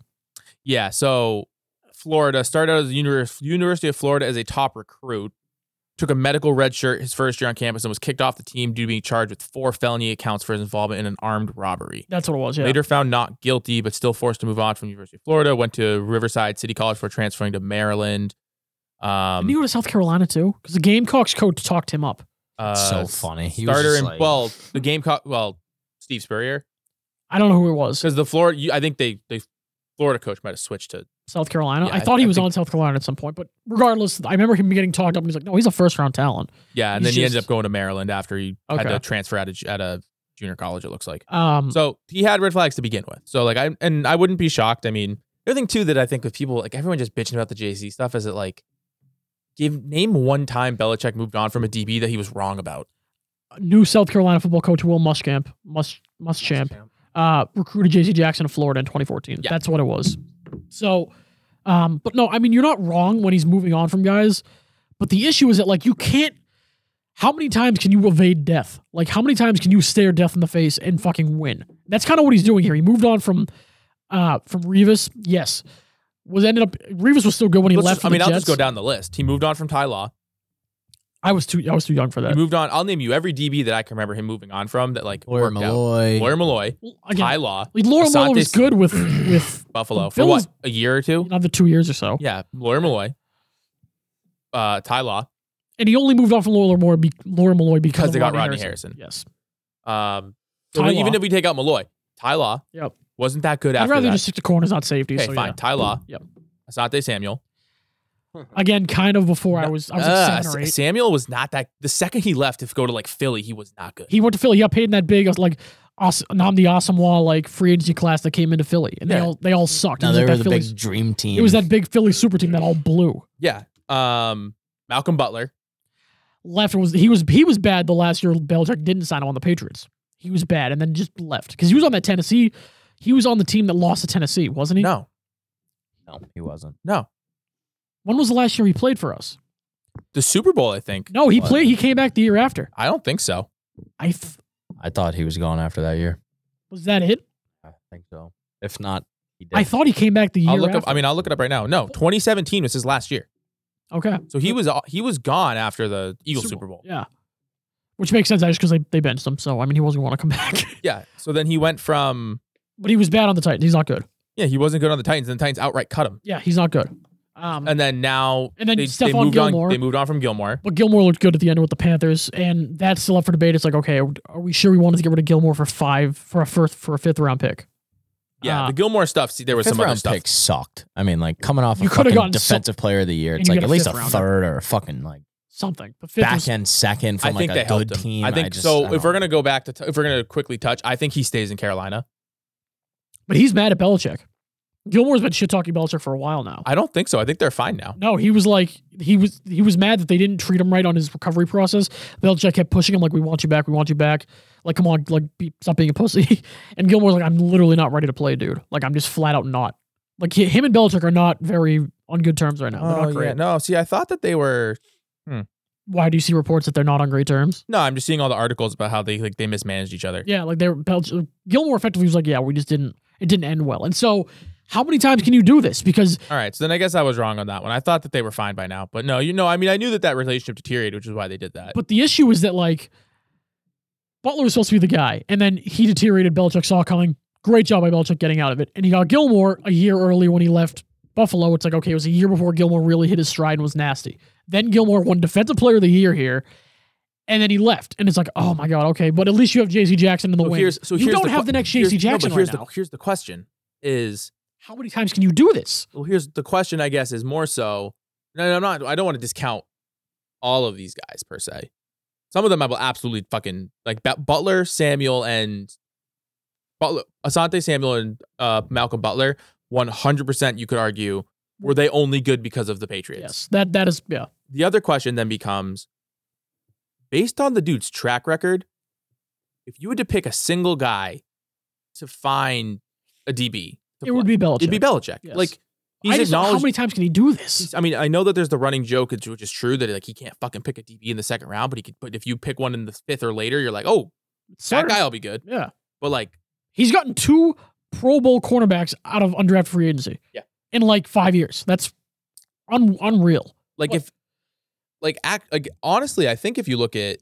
Speaker 1: Yeah. So Florida started out as the Univers- University of Florida as a top recruit, took a medical red shirt his first year on campus, and was kicked off the team due to being charged with four felony accounts for his involvement in an armed robbery.
Speaker 2: that's what it was. Yeah,
Speaker 1: Later found not guilty, but still forced to move on from University of Florida. Went to Riverside City College for transferring to Maryland. Um,
Speaker 2: did he go to South Carolina too? Because the Gamecocks coach talked him up.
Speaker 1: uh,
Speaker 3: so funny. He was
Speaker 1: starter
Speaker 3: just
Speaker 1: and
Speaker 3: like-
Speaker 1: well, the Gamecock, well, Steve Spurrier,
Speaker 2: I don't know who it was.
Speaker 1: because the Florida, you- I think they they Florida coach might have switched to
Speaker 2: South Carolina.
Speaker 1: Yeah,
Speaker 2: I
Speaker 1: I-
Speaker 2: thought he
Speaker 1: I
Speaker 2: was
Speaker 1: think-
Speaker 2: on South Carolina at some point, but regardless, I remember him getting talked up. and He's like, no, he's a first round talent.
Speaker 1: yeah, and
Speaker 2: He's
Speaker 1: then he ended
Speaker 2: just-
Speaker 1: up going to Maryland after he had
Speaker 2: Okay.
Speaker 1: to transfer out of, at a junior college. It looks like
Speaker 2: Um,
Speaker 1: so he had red flags to begin with. So like I and I wouldn't be shocked. I mean, the other thing too that I think with people like everyone just bitching about the JC stuff is it like give name one time Belichick moved on from a DB that he was wrong about.
Speaker 2: new South Carolina football coach Will Muschamp, Musch Muschamp, uh, recruited J.C. Jackson of Florida in 2014.
Speaker 1: Yeah.
Speaker 2: That's what it was. So, um, but no, I mean you're not wrong when he's moving on from guys, but the issue is that like you can't. How many times can you evade death? Like how many times can you stare death in the face and fucking win? That's kind of what he's doing here. He moved on from, uh, from Revis. Yes, was ended up Revis was still good when he
Speaker 1: Let's
Speaker 2: left.
Speaker 1: just-
Speaker 2: for
Speaker 1: I mean,
Speaker 2: the
Speaker 1: I'll
Speaker 2: Jets.
Speaker 1: just go down the list. He moved on from Ty Law.
Speaker 2: I was too I was too young for
Speaker 1: He
Speaker 2: that.
Speaker 1: moved on. I'll name you every DB that I can remember him moving on from that like
Speaker 3: Lawyer
Speaker 1: worked out.
Speaker 3: Malloy.
Speaker 1: Lawyer Malloy,
Speaker 2: Well,
Speaker 1: Ty
Speaker 2: Again,
Speaker 1: Law,
Speaker 2: Laura Muller was
Speaker 1: Asante-
Speaker 2: good with with
Speaker 1: Buffalo
Speaker 2: The
Speaker 1: for what
Speaker 2: Bills-
Speaker 1: a year or two.
Speaker 2: another two years or so.
Speaker 1: Yeah, Lawyer Malloy, uh, Ty Law.
Speaker 2: and he only moved on from Laura Malloy, be, Laura Malloy
Speaker 1: Because
Speaker 2: because, of
Speaker 1: they got
Speaker 2: Rodney
Speaker 1: Rodney Harrison.
Speaker 2: Yes,
Speaker 1: Um, so
Speaker 2: Ty
Speaker 1: even
Speaker 2: Law.
Speaker 1: if we take out Malloy, Ty Law
Speaker 2: Yep.
Speaker 1: wasn't that good
Speaker 2: I'd
Speaker 1: after
Speaker 2: rather
Speaker 1: that.
Speaker 2: just stick to corners, not safeties.
Speaker 1: okay,
Speaker 2: so
Speaker 1: fine.
Speaker 2: yeah.
Speaker 1: Ty Law.
Speaker 2: Yep.
Speaker 1: Asante Samuel.
Speaker 2: Again, kind of before I was, I was like
Speaker 1: Ah,
Speaker 2: seven or
Speaker 1: S-
Speaker 2: eight.
Speaker 1: Samuel was not that. The second he left to go to like Philly, he was not good.
Speaker 2: He went to Philly. He got paid in that big, I was like awesome, Namdi Asamoah like free agency class that came into Philly, and they
Speaker 1: Yeah.
Speaker 2: all they all sucked. It
Speaker 3: No,
Speaker 2: was
Speaker 3: they
Speaker 2: like
Speaker 3: were
Speaker 2: that
Speaker 3: the
Speaker 2: Philly-
Speaker 3: big dream team.
Speaker 2: It was that big Philly super team that all blew.
Speaker 1: yeah. Um, Malcolm Butler.
Speaker 2: Left was he was he was bad the last year. Belichick didn't sign him on the Patriots. He was bad, and then just left because he was on that Tennessee. He was on the team that lost to Tennessee, wasn't he?
Speaker 1: No,
Speaker 3: No, he wasn't.
Speaker 1: no.
Speaker 2: When was the last year he played for us?
Speaker 1: The Super Bowl, I think.
Speaker 2: No, he
Speaker 3: What?
Speaker 2: played. He came back the year after.
Speaker 1: I don't think so.
Speaker 2: I th-
Speaker 3: I thought he was gone after that year.
Speaker 2: was that it.
Speaker 3: I think so. If not, he did.
Speaker 2: I thought he came back the year
Speaker 1: I'll look up.
Speaker 2: after.
Speaker 1: I mean, I'll look it up right now. No, 2017 was his last year.
Speaker 2: okay.
Speaker 1: So he was uh, he was gone after the Eagles Super Bowl.
Speaker 2: Yeah. Which makes sense, I just because they, they benched him. So, I mean, he wasn't going to come back.
Speaker 1: Yeah. So then he went from
Speaker 2: but he was bad on the Titans. He's not good.
Speaker 1: yeah he wasn't good on the Titans, and the Titans outright cut him.
Speaker 2: Yeah, he's not good. Um,
Speaker 1: And then now
Speaker 2: And then
Speaker 1: they, they
Speaker 2: Stephon
Speaker 1: moved
Speaker 2: Gilmore.
Speaker 1: on. They moved on from Gilmore.
Speaker 2: but Gilmore looked good at the end with the Panthers, and that's still up for debate. It's like, okay, are we sure we wanted to get rid of Gilmore for five for a first for a fifth round pick?
Speaker 1: Yeah,
Speaker 2: Uh,
Speaker 1: the Gilmore stuff. See, there was
Speaker 3: fifth
Speaker 1: some other
Speaker 3: round
Speaker 1: stuff.
Speaker 3: pick sucked. I mean, like coming off
Speaker 2: You
Speaker 3: a
Speaker 2: coulda
Speaker 3: fucking
Speaker 2: gotten so-
Speaker 3: defensive player of the year,
Speaker 2: And
Speaker 3: it's
Speaker 2: you
Speaker 3: like
Speaker 2: get
Speaker 3: at
Speaker 2: a
Speaker 3: least a
Speaker 2: fifth rounder.
Speaker 3: third or a fucking like
Speaker 2: Something. But fifth
Speaker 3: back
Speaker 2: was,
Speaker 3: end second
Speaker 1: I
Speaker 3: from
Speaker 1: think
Speaker 3: like
Speaker 1: they
Speaker 3: a
Speaker 1: helped
Speaker 3: good
Speaker 1: him.
Speaker 3: team.
Speaker 1: I think
Speaker 3: just- I
Speaker 1: so.
Speaker 3: don't
Speaker 1: If we're
Speaker 3: know.
Speaker 1: gonna go back to, t- if we're gonna quickly touch, I think he stays in Carolina.
Speaker 2: but he's mad at Belichick. Gilmore's been shit talking Belichick for a while now.
Speaker 1: I don't think so. I think they're fine now.
Speaker 2: No, he was like he was he was mad that they didn't treat him right on his recovery process. Belichick kept pushing him like, "We want you back, we want you back." Like, come on, like, be, stop being a pussy. And Gilmore's like, "I'm literally not ready to play, dude. Like, I'm just flat out not." Like, he, him and Belichick are not very on good terms right now. They're not great.
Speaker 1: Oh, No, see, I thought that they were.
Speaker 2: Why do you see reports that they're not on great terms?
Speaker 1: No, I'm just seeing all the articles about how they like they mismanaged each other.
Speaker 2: Yeah, like they're Belich- Gilmore effectively was like, "Yeah, we just didn't. It didn't end well." And so, how many times can you do this? Because
Speaker 1: All right, so then I guess I was wrong on that one. I thought that they were fine by now, but no, you know, I mean, I knew that that relationship deteriorated, which is why they did that.
Speaker 2: But the issue is that like Butler was supposed to be the guy, and then he deteriorated. Belichick saw it coming. Great job by Belichick getting out of it, and he got Gilmore a year early when he left Buffalo. It's like okay, it was a year before Gilmore really hit his stride and was nasty. Then Gilmore won Defensive Player of the Year here, and then he left, and it's like, oh my god, okay. But at least you have J.C. Jackson in the
Speaker 1: So
Speaker 2: wing.
Speaker 1: here's so
Speaker 2: you
Speaker 1: here's
Speaker 2: don't
Speaker 1: the
Speaker 2: have
Speaker 1: que-
Speaker 2: the next
Speaker 1: here's-
Speaker 2: J.C.
Speaker 1: no, but
Speaker 2: Jackson
Speaker 1: here's
Speaker 2: right
Speaker 1: the
Speaker 2: now.
Speaker 1: here's the question is
Speaker 2: How many times can you do this?
Speaker 1: well here's the question I guess is more so no no, I'm not I don't want to discount all of these guys per se. Some of them I will absolutely fucking like Ba- Butler, Samuel, and Butler, Asante Samuel and uh, Malcolm Butler. 100% you could argue were they only good because of the Patriots.
Speaker 2: Yes, that that is yeah.
Speaker 1: the other question then becomes based on the dude's track record, if you had to pick a single guy to find a DB, to
Speaker 2: It would
Speaker 1: play,
Speaker 2: be Belichick.
Speaker 1: it'd be Belichick.
Speaker 2: Yes.
Speaker 1: Like
Speaker 2: I
Speaker 1: he's
Speaker 2: just don't know how
Speaker 1: acknowledged.
Speaker 2: many times can he do this?
Speaker 1: he's- I mean, I know that there's the running joke, it's- which is true, that like he can't fucking pick a DB in the second round, but he could. But if you pick one in the fifth or later, you're like, oh,
Speaker 2: Sorry.
Speaker 1: that guy will be good.
Speaker 2: Yeah,
Speaker 1: But like,
Speaker 2: he's gotten two Pro Bowl cornerbacks out of undrafted free agency.
Speaker 1: Yeah.
Speaker 2: in like five years. That's un- unreal.
Speaker 1: like
Speaker 2: What-
Speaker 1: if, like, act, like honestly, I think if you look at,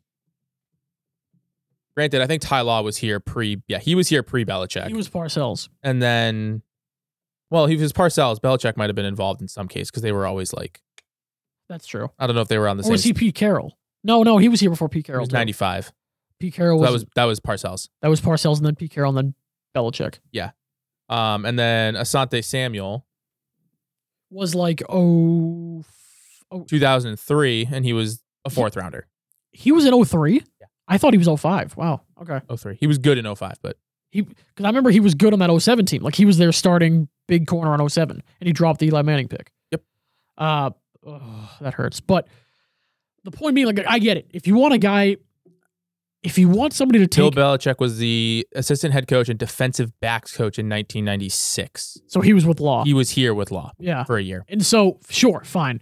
Speaker 1: granted, I think Ty Law was here pre, yeah, he was here pre Belichick.
Speaker 2: He was Parcells.
Speaker 1: and then, well, he was Parcells. Belichick might have been involved in some case because they were always like,
Speaker 2: That's true.
Speaker 1: I don't know if they were on the
Speaker 2: Or was
Speaker 1: same.
Speaker 2: he Pete Carroll? No, no, he was here before Pete
Speaker 1: It
Speaker 2: Carroll.
Speaker 1: was
Speaker 2: too.
Speaker 1: ninety five.
Speaker 2: Pete Carroll
Speaker 1: So
Speaker 2: was
Speaker 1: that was that was Parcells.
Speaker 2: that was Parcells and then Pete Carroll and then Belichick
Speaker 1: Um, and then Asante Samuel,
Speaker 2: was like oh, f- oh
Speaker 1: two thousand and three, and he was a fourth rounder.
Speaker 2: he was in 03?
Speaker 1: Yeah.
Speaker 2: I thought he was 05. Wow. Okay.
Speaker 1: Oh three. He was good in 05, but
Speaker 2: Because I remember he was good on that 07 team. Like he was their starting big corner on 07, and he dropped the Eli Manning pick.
Speaker 1: Yep.
Speaker 2: Uh, ugh, that hurts. But the point being, like, I get it. If you want a guy, if you want somebody to
Speaker 1: Bill
Speaker 2: take,
Speaker 1: Belichick was the assistant head coach and defensive backs coach in nineteen ninety six.
Speaker 2: so he was with Law.
Speaker 1: He was here with Law
Speaker 2: yeah.
Speaker 1: for a year.
Speaker 2: And so, sure, fine.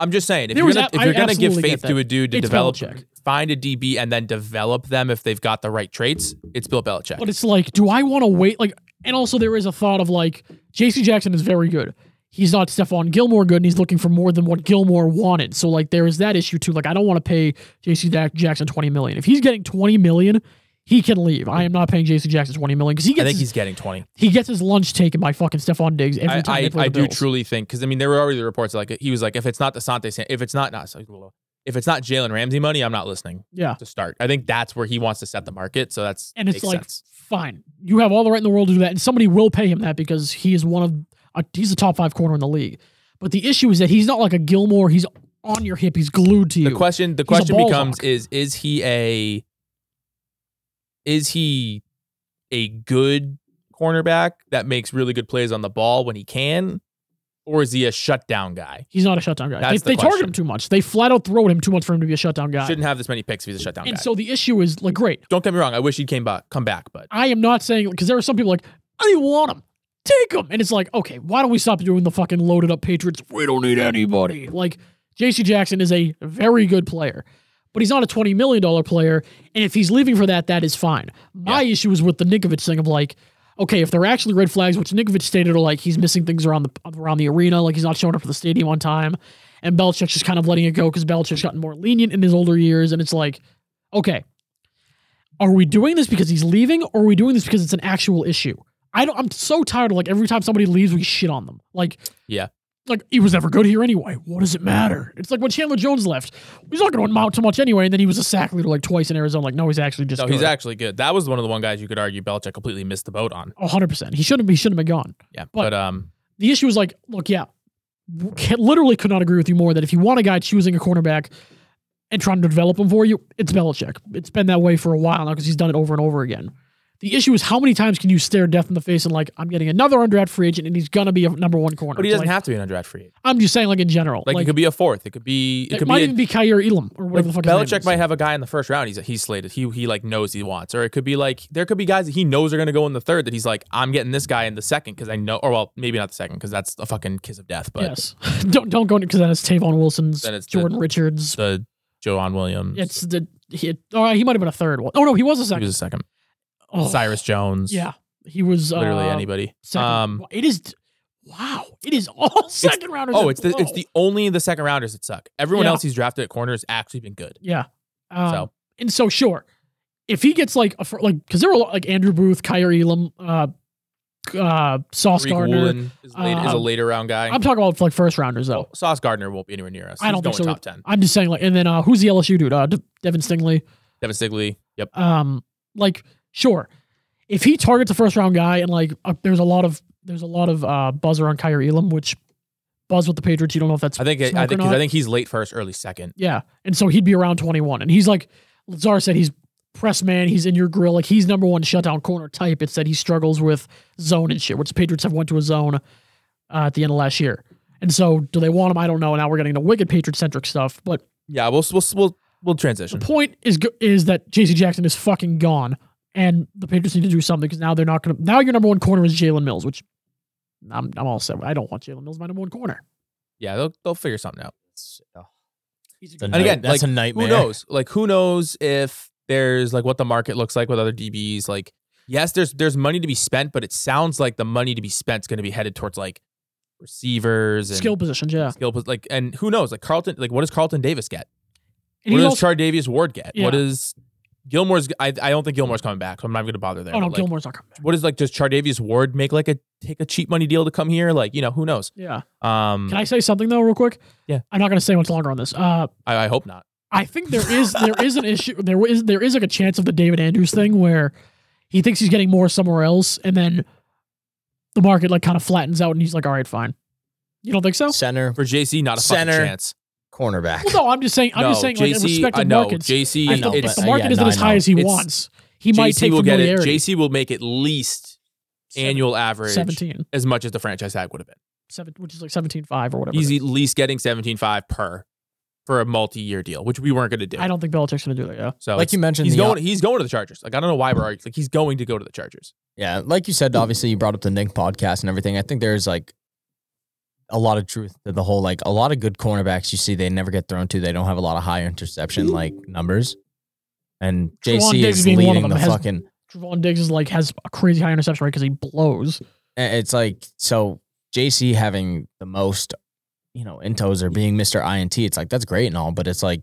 Speaker 1: I'm just saying, if
Speaker 2: There
Speaker 1: you're
Speaker 2: was
Speaker 1: gonna,
Speaker 2: a-
Speaker 1: if you're
Speaker 2: I
Speaker 1: gonna give
Speaker 2: absolutely
Speaker 1: faith
Speaker 2: get
Speaker 1: to
Speaker 2: that.
Speaker 1: a dude to
Speaker 2: It's
Speaker 1: develop,
Speaker 2: Belichick.
Speaker 1: find a DB and then develop them if they've got the right traits, it's Bill Belichick.
Speaker 2: But it's like, do I want to wait? Like, and also there is a thought of like, J.C. Jackson is very good. He's not Stephon Gilmore good, and he's looking for more than what Gilmore wanted. So like, there is that issue too. Like, I don't want to pay J.C. Da- Jackson twenty million. If he's getting twenty million, he can leave. I am not paying J.C. Jackson twenty million because he
Speaker 1: I
Speaker 2: gets
Speaker 1: think
Speaker 2: his,
Speaker 1: he's getting twenty.
Speaker 2: he gets his lunch taken by fucking Stephon Diggs every
Speaker 1: I,
Speaker 2: time.
Speaker 1: I,
Speaker 2: they play
Speaker 1: I
Speaker 2: the
Speaker 1: do
Speaker 2: Bills.
Speaker 1: truly think because I mean there were already the reports like he was like if it's not Desante Sam if it's not not if it's not Jalen Ramsey money I'm not listening
Speaker 2: Yeah,
Speaker 1: to start I think that's where he wants to set the market so that's
Speaker 2: and it's
Speaker 1: makes
Speaker 2: like,
Speaker 1: sense.
Speaker 2: fine, you have all the right in the world to do that, and somebody will pay him that because he is one of a, he's a top five corner in the league. But the issue is that he's not like a Gilmore. He's on your hip. He's glued to you.
Speaker 1: the question the
Speaker 2: He's a
Speaker 1: question
Speaker 2: ball
Speaker 1: becomes
Speaker 2: hawk.
Speaker 1: is is he a is he a good cornerback that makes really good plays on the ball when he can or is he a shutdown guy
Speaker 2: He's not a shutdown guy.
Speaker 1: That's
Speaker 2: they
Speaker 1: the
Speaker 2: they target
Speaker 1: question.
Speaker 2: him too much. They flat out throw at him too much for him to be a shutdown guy.
Speaker 1: shouldn't have this many picks if he's a shutdown
Speaker 2: and
Speaker 1: guy
Speaker 2: so the issue is like, great.
Speaker 1: don't get me wrong I wish he came back come back but
Speaker 2: I am not saying because there are some people like I don't want him. Take him, and it's like, okay, why don't we stop doing the fucking loaded up Patriots? We don't need anybody. Like J.C. Jackson is a very good player, but he's not a twenty million dollar player. And if he's leaving for that, that is fine. My issue is with the Nikovich thing of like. Okay, if they're actually red flags, which Nikovich stated, are like he's missing things around the around the arena, like he's not showing up for the stadium on time, and Belichick's just kind of letting it go because Belichick's gotten more lenient in his older years, and it's like, okay, are we doing this because he's leaving or are we doing this because it's an actual issue i don't i'm so tired of like every time somebody leaves we shit on them like
Speaker 1: Yeah.
Speaker 2: like he was never good here anyway what does it matter it's like when chandler jones left he's not going to amount to much anyway and then he was a sack leader like twice in arizona like no he's actually just
Speaker 1: no he's
Speaker 2: good.
Speaker 1: actually good that was one of the one guys you could argue Belichick completely missed the boat on
Speaker 2: 100% he shouldn't he shouldn't have been gone
Speaker 1: Yeah,
Speaker 2: But-
Speaker 1: but, um,
Speaker 2: the issue is like, look, yeah, can, literally could not agree with you more that if you want a guy choosing a cornerback and trying to develop him for you, it's Belichick. It's been that way for a while now because he's done it over and over again. The issue is how many times can you stare death in the face and like, I'm getting another undrafted free agent and he's gonna be a number one corner.
Speaker 1: but he
Speaker 2: It's
Speaker 1: doesn't
Speaker 2: like-
Speaker 1: have to be an undrafted free agent.
Speaker 2: I'm just saying, like in general,
Speaker 1: Like,
Speaker 2: like,
Speaker 1: it could be a fourth. It could be. It,
Speaker 2: it
Speaker 1: could
Speaker 2: might
Speaker 1: be. A,
Speaker 2: even be Kyir Elam or
Speaker 1: like,
Speaker 2: whatever the fuck. his name
Speaker 1: Belichick
Speaker 2: is.
Speaker 1: might have a guy in the first round. He's he's slated. He he like knows he wants, or it could be like there could be guys that he knows are going to go in the third. That he's like, I'm getting this guy in the second because I know, or well, maybe not the second because that's a fucking kiss of death. But
Speaker 2: yes, don't don't go into because then it's Tavon Wilson's,
Speaker 1: Then it's the-
Speaker 2: Jordan Richards.
Speaker 1: the Joanne Williams.
Speaker 2: it's the he. Oh, he might have been a third one. Oh no, he was a
Speaker 1: he
Speaker 2: second.
Speaker 1: was a second.
Speaker 2: Oh,
Speaker 1: Cyrus Jones.
Speaker 2: Yeah, he was
Speaker 1: literally
Speaker 2: uh,
Speaker 1: anybody.
Speaker 2: Second,
Speaker 1: Um,
Speaker 2: wow, it is. Wow, it is all second rounders.
Speaker 1: oh,
Speaker 2: and
Speaker 1: it's the it's
Speaker 2: below.
Speaker 1: the only the second rounders that suck. Everyone
Speaker 2: Yeah.
Speaker 1: else he's drafted at corner has actually been good.
Speaker 2: yeah. Um,
Speaker 1: so
Speaker 2: and so sure, if he gets like a fir- like because there were a lot, like Andrew Booth, Kyrie Elam, uh, uh, Sauce
Speaker 1: Greek
Speaker 2: Gardner.
Speaker 1: Woolen Oh. is, late, is a
Speaker 2: uh,
Speaker 1: later round guy.
Speaker 2: I'm talking about like first rounders though.
Speaker 1: Well, Sauce Gardner won't be anywhere near us.
Speaker 2: I don't
Speaker 1: He's
Speaker 2: think
Speaker 1: going
Speaker 2: so.
Speaker 1: top ten.
Speaker 2: I'm just saying like, and then uh, who's the LSU dude? Uh, De- Devin Stingley.
Speaker 1: Devin Stigley. Yep.
Speaker 2: um like sure if he targets a first round guy and like uh, there's a lot of there's a lot of uh buzz around Kyrie Elam which buzz with the Patriots you don't know if that's
Speaker 1: I think
Speaker 2: smoke
Speaker 1: I
Speaker 2: or
Speaker 1: think 'cause
Speaker 2: not.
Speaker 1: I think he's late first, early second.
Speaker 2: yeah and so he'd be around 21 and he's like Lazar said he's press man he's in your grill like he's number one shutdown corner type it's that he struggles with zone and shit which the Patriots have went to a zone uh, at the end of last year and so do they want him I don't know now we're getting into wicked Patriot centric stuff but
Speaker 1: Yeah, we'll we'll we'll, we'll transition.
Speaker 2: The point is go- is that J.C. Jackson is fucking gone, and the Patriots need to do something because now they're not going to. Now your number one corner is Jalen Mills, which I'm, I'm all set. with. I don't want Jalen Mills my number one corner.
Speaker 1: Yeah, they'll they'll figure something out.
Speaker 2: He's a
Speaker 3: It's a
Speaker 2: good-
Speaker 1: And again,
Speaker 3: that's
Speaker 1: like,
Speaker 3: a nightmare.
Speaker 1: Who knows? Like who knows if there's like what the market looks like with other DBs. Like yes, there's there's money to be spent, but it sounds like the money to be spent is going to be headed towards like receivers and
Speaker 2: skill positions, yeah.
Speaker 1: skill pos- like and who knows? Like Carlton, like what does Carlton Davis get?
Speaker 2: And
Speaker 1: what
Speaker 2: he's
Speaker 1: does
Speaker 2: also,
Speaker 1: Chardavius Ward get?
Speaker 2: Yeah.
Speaker 1: What is Gilmore's? I I don't think Gilmore's coming back, so I'm not going to bother there.
Speaker 2: oh no,
Speaker 1: But, like,
Speaker 2: Gilmore's not coming. back.
Speaker 1: What is like? Does Chardavius Ward make like a take a cheap money deal to come here? Like you know who knows?
Speaker 2: Yeah.
Speaker 1: Um,
Speaker 2: Can I say something though, real quick?
Speaker 1: Yeah.
Speaker 2: I'm not going to say much longer on this. Uh,
Speaker 1: I, I hope not.
Speaker 2: I think there is there is an issue. There is there is like a chance of the David Andrews thing where he thinks he's getting more somewhere else, and then the market like kind of flattens out, and he's like, all right, fine. You don't think so?
Speaker 3: Center,
Speaker 1: For JC, not a
Speaker 3: Center.
Speaker 1: fucking chance.
Speaker 3: cornerback.
Speaker 2: Well, no, I'm just saying. I'm just saying, like, in
Speaker 1: JC,
Speaker 2: respect
Speaker 1: I
Speaker 2: to
Speaker 1: know.
Speaker 2: markets,
Speaker 1: JC,
Speaker 3: I know,
Speaker 2: if
Speaker 1: it's,
Speaker 2: the
Speaker 3: but-
Speaker 2: market
Speaker 3: yeah,
Speaker 2: isn't
Speaker 3: no,
Speaker 2: as
Speaker 3: I
Speaker 2: high
Speaker 3: know.
Speaker 2: as he
Speaker 1: It's-
Speaker 2: wants, he
Speaker 1: JC
Speaker 2: might take
Speaker 1: will get it.
Speaker 2: familiarity.
Speaker 1: JC will make at least
Speaker 2: Seven-
Speaker 1: annual average
Speaker 2: 17,
Speaker 1: as much as the franchise tag would have been.
Speaker 2: seven, which is like 17.5 or whatever. it
Speaker 1: He's
Speaker 2: is.
Speaker 1: at least getting 17.5 per for a multi-year deal, which we weren't going to do.
Speaker 2: I don't think Belichick's going to do that. Yeah.
Speaker 1: so
Speaker 3: like you
Speaker 1: it's-
Speaker 3: mentioned,
Speaker 1: he's
Speaker 3: the-
Speaker 1: going. He's going to the Chargers. Like I don't know why we're arguing. like he's going to go to the Chargers.
Speaker 3: Yeah, like you said, obviously you brought up the Nick podcast and everything. I think there's like a lot of truth to the whole like a lot of good cornerbacks you see they never get thrown to. They don't have a lot of high interception like numbers. And
Speaker 2: Trevon
Speaker 3: JC
Speaker 2: Diggs
Speaker 3: is
Speaker 2: being one of
Speaker 3: leading
Speaker 2: them
Speaker 3: the
Speaker 2: has-
Speaker 3: fucking.
Speaker 2: Javon Diggs is like has a crazy high interception rate because he blows.
Speaker 3: and It's like so JC having the most, you know, intos or being Mister INT. It's like that's great and all, but it's like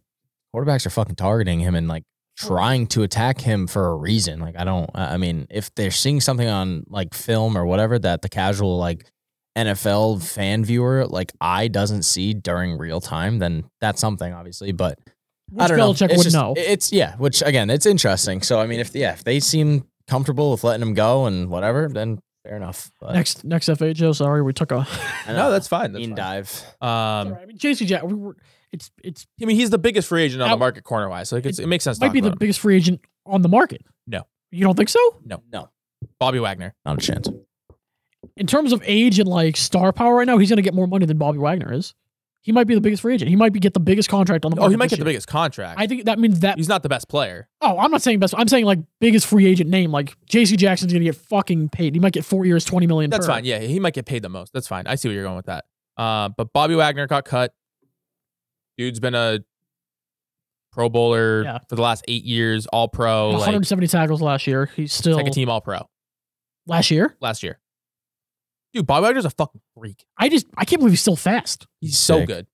Speaker 3: quarterbacks are fucking targeting him and like
Speaker 2: Oh.
Speaker 3: trying to attack him for a reason. Like I don't I I mean, if they're seeing something on like film or whatever that the casual like NFL fan viewer like I doesn't see during real time, then that's something obviously, but
Speaker 2: Which
Speaker 3: I don't
Speaker 2: Belichick
Speaker 3: know. It's
Speaker 2: would
Speaker 3: just-
Speaker 2: know.
Speaker 3: It's yeah, which again, it's interesting. So I mean, if yeah, if they seem comfortable with letting him go and whatever, then fair enough. But
Speaker 2: next, next FHO. Sorry, we took a.
Speaker 3: I
Speaker 1: No,
Speaker 3: know,
Speaker 1: that's fine. That's
Speaker 3: mean
Speaker 1: fine.
Speaker 3: dive.
Speaker 1: Um,
Speaker 2: Sorry, I mean, JC Jack, we were. It's it's
Speaker 1: I mean, he's the biggest free agent on the
Speaker 2: Out-
Speaker 1: market corner wise. So like it's, it makes sense. to
Speaker 2: might
Speaker 1: talk
Speaker 2: be the
Speaker 1: about him.
Speaker 2: biggest free agent on the market.
Speaker 1: No.
Speaker 2: you don't think so?
Speaker 3: No,
Speaker 1: Bobby Wagner.
Speaker 3: not a chance.
Speaker 2: in terms of age and like star power right now, he's going to get more money than Bobby Wagner is. He might be the biggest free agent. He might be get the biggest contract on the
Speaker 1: Oh,
Speaker 2: market.
Speaker 1: he might
Speaker 2: this
Speaker 1: get the
Speaker 2: year.
Speaker 1: biggest contract.
Speaker 2: I think that means that.
Speaker 1: he's not the best player.
Speaker 2: Oh, I'm not saying best. I'm saying like biggest free agent name. Like J.C. Jackson's going to get fucking paid. He might get four years, twenty million.
Speaker 1: That's
Speaker 2: per.
Speaker 1: fine. Yeah, he might get paid the most. That's fine. I see where you're going with that. Uh, but Bobby Wagner got cut. Dude's been a Pro Bowler
Speaker 2: Yeah.
Speaker 1: for the last eight years, All Pro, like
Speaker 2: 170 tackles last year. He's still
Speaker 1: second team All Pro
Speaker 2: last year.
Speaker 1: last year. Dude, Bobby Wagner's a fucking freak.
Speaker 2: I just I can't believe he's still fast.
Speaker 1: He's
Speaker 3: He's
Speaker 1: so
Speaker 3: sick.
Speaker 1: good.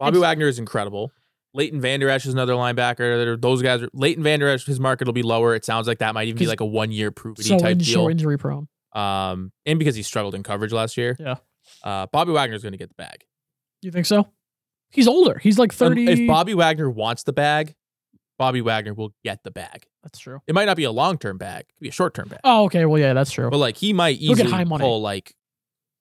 Speaker 1: Bobby
Speaker 2: It's-
Speaker 1: Wagner is incredible. Leighton Vander Esch is another linebacker. Those guys, are, Leighton Vander Esch, his market will be lower. It sounds like that might even be
Speaker 2: 'Cause-
Speaker 1: like a one year prove
Speaker 2: So
Speaker 1: type
Speaker 2: in, so
Speaker 1: deal.
Speaker 2: injury prone.
Speaker 1: Um, and because he struggled in coverage last year.
Speaker 2: Yeah.
Speaker 1: Uh, Bobby Wagner's going to get the bag.
Speaker 2: You think so? He's older. He's like
Speaker 1: Um,
Speaker 2: 30.
Speaker 1: If Bobby Wagner wants the bag, Bobby Wagner will get the bag.
Speaker 2: that's true.
Speaker 1: It might not be a long term bag, it could be a short term bag.
Speaker 2: Oh, okay. Well, yeah, that's true.
Speaker 1: But like he might
Speaker 2: He'll get
Speaker 1: easily
Speaker 2: high money.
Speaker 1: pull like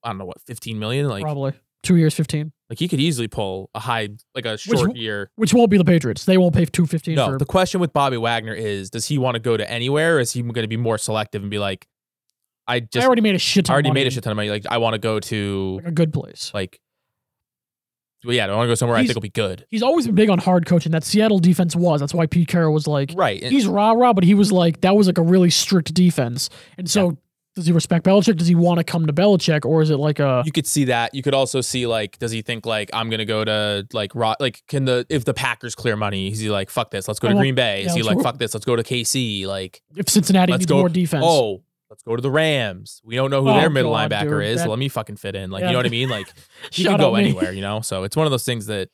Speaker 1: I don't know what, fifteen million? Like
Speaker 2: Probably two years, fifteen,
Speaker 1: like he could easily pull a high like a short year.
Speaker 2: which won't be the Patriots. They won't pay two fifteen.
Speaker 1: No,
Speaker 2: for,
Speaker 1: the question with Bobby Wagner is does he want to go to anywhere or is he gonna be more selective and be like, I just
Speaker 2: I already made a shit.
Speaker 1: I
Speaker 2: Ton of
Speaker 1: already
Speaker 2: money.
Speaker 1: made a shit ton of money. Like I wanna go to
Speaker 2: like a good place.
Speaker 1: like well, yeah, I wanna go somewhere I
Speaker 2: He's-
Speaker 1: think will be good.
Speaker 2: He's always been big on hard coaching. That Seattle defense was. That's why Pete Carroll was like,
Speaker 1: Right. and-
Speaker 2: he's rah rah, but he was like, that was like a really strict defense. And so, does he respect Belichick? Does he want to come to Belichick, or is it like a
Speaker 1: you could see that. You could also see like, does he think like I'm gonna go to like Ro- like can the if the Packers clear money, is he like fuck this, let's go to
Speaker 2: Oh, well,
Speaker 1: Green Bay? Is
Speaker 2: yeah,
Speaker 1: he
Speaker 2: let's
Speaker 1: like
Speaker 2: ro-
Speaker 1: fuck this, let's go to KC? Like
Speaker 2: if Cincinnati
Speaker 1: let's
Speaker 2: needs
Speaker 1: go
Speaker 2: more defense?
Speaker 1: Oh, let's go to the Rams. We don't know who
Speaker 2: Oh,
Speaker 1: their middle
Speaker 2: God,
Speaker 1: linebacker
Speaker 2: dude,
Speaker 1: is.
Speaker 2: that-
Speaker 1: Let me fucking fit in. Like
Speaker 2: Yeah.
Speaker 1: you know what I mean? Like he
Speaker 2: Shut
Speaker 1: can
Speaker 2: up,
Speaker 1: go
Speaker 2: man.
Speaker 1: anywhere, you know. So it's one of those things that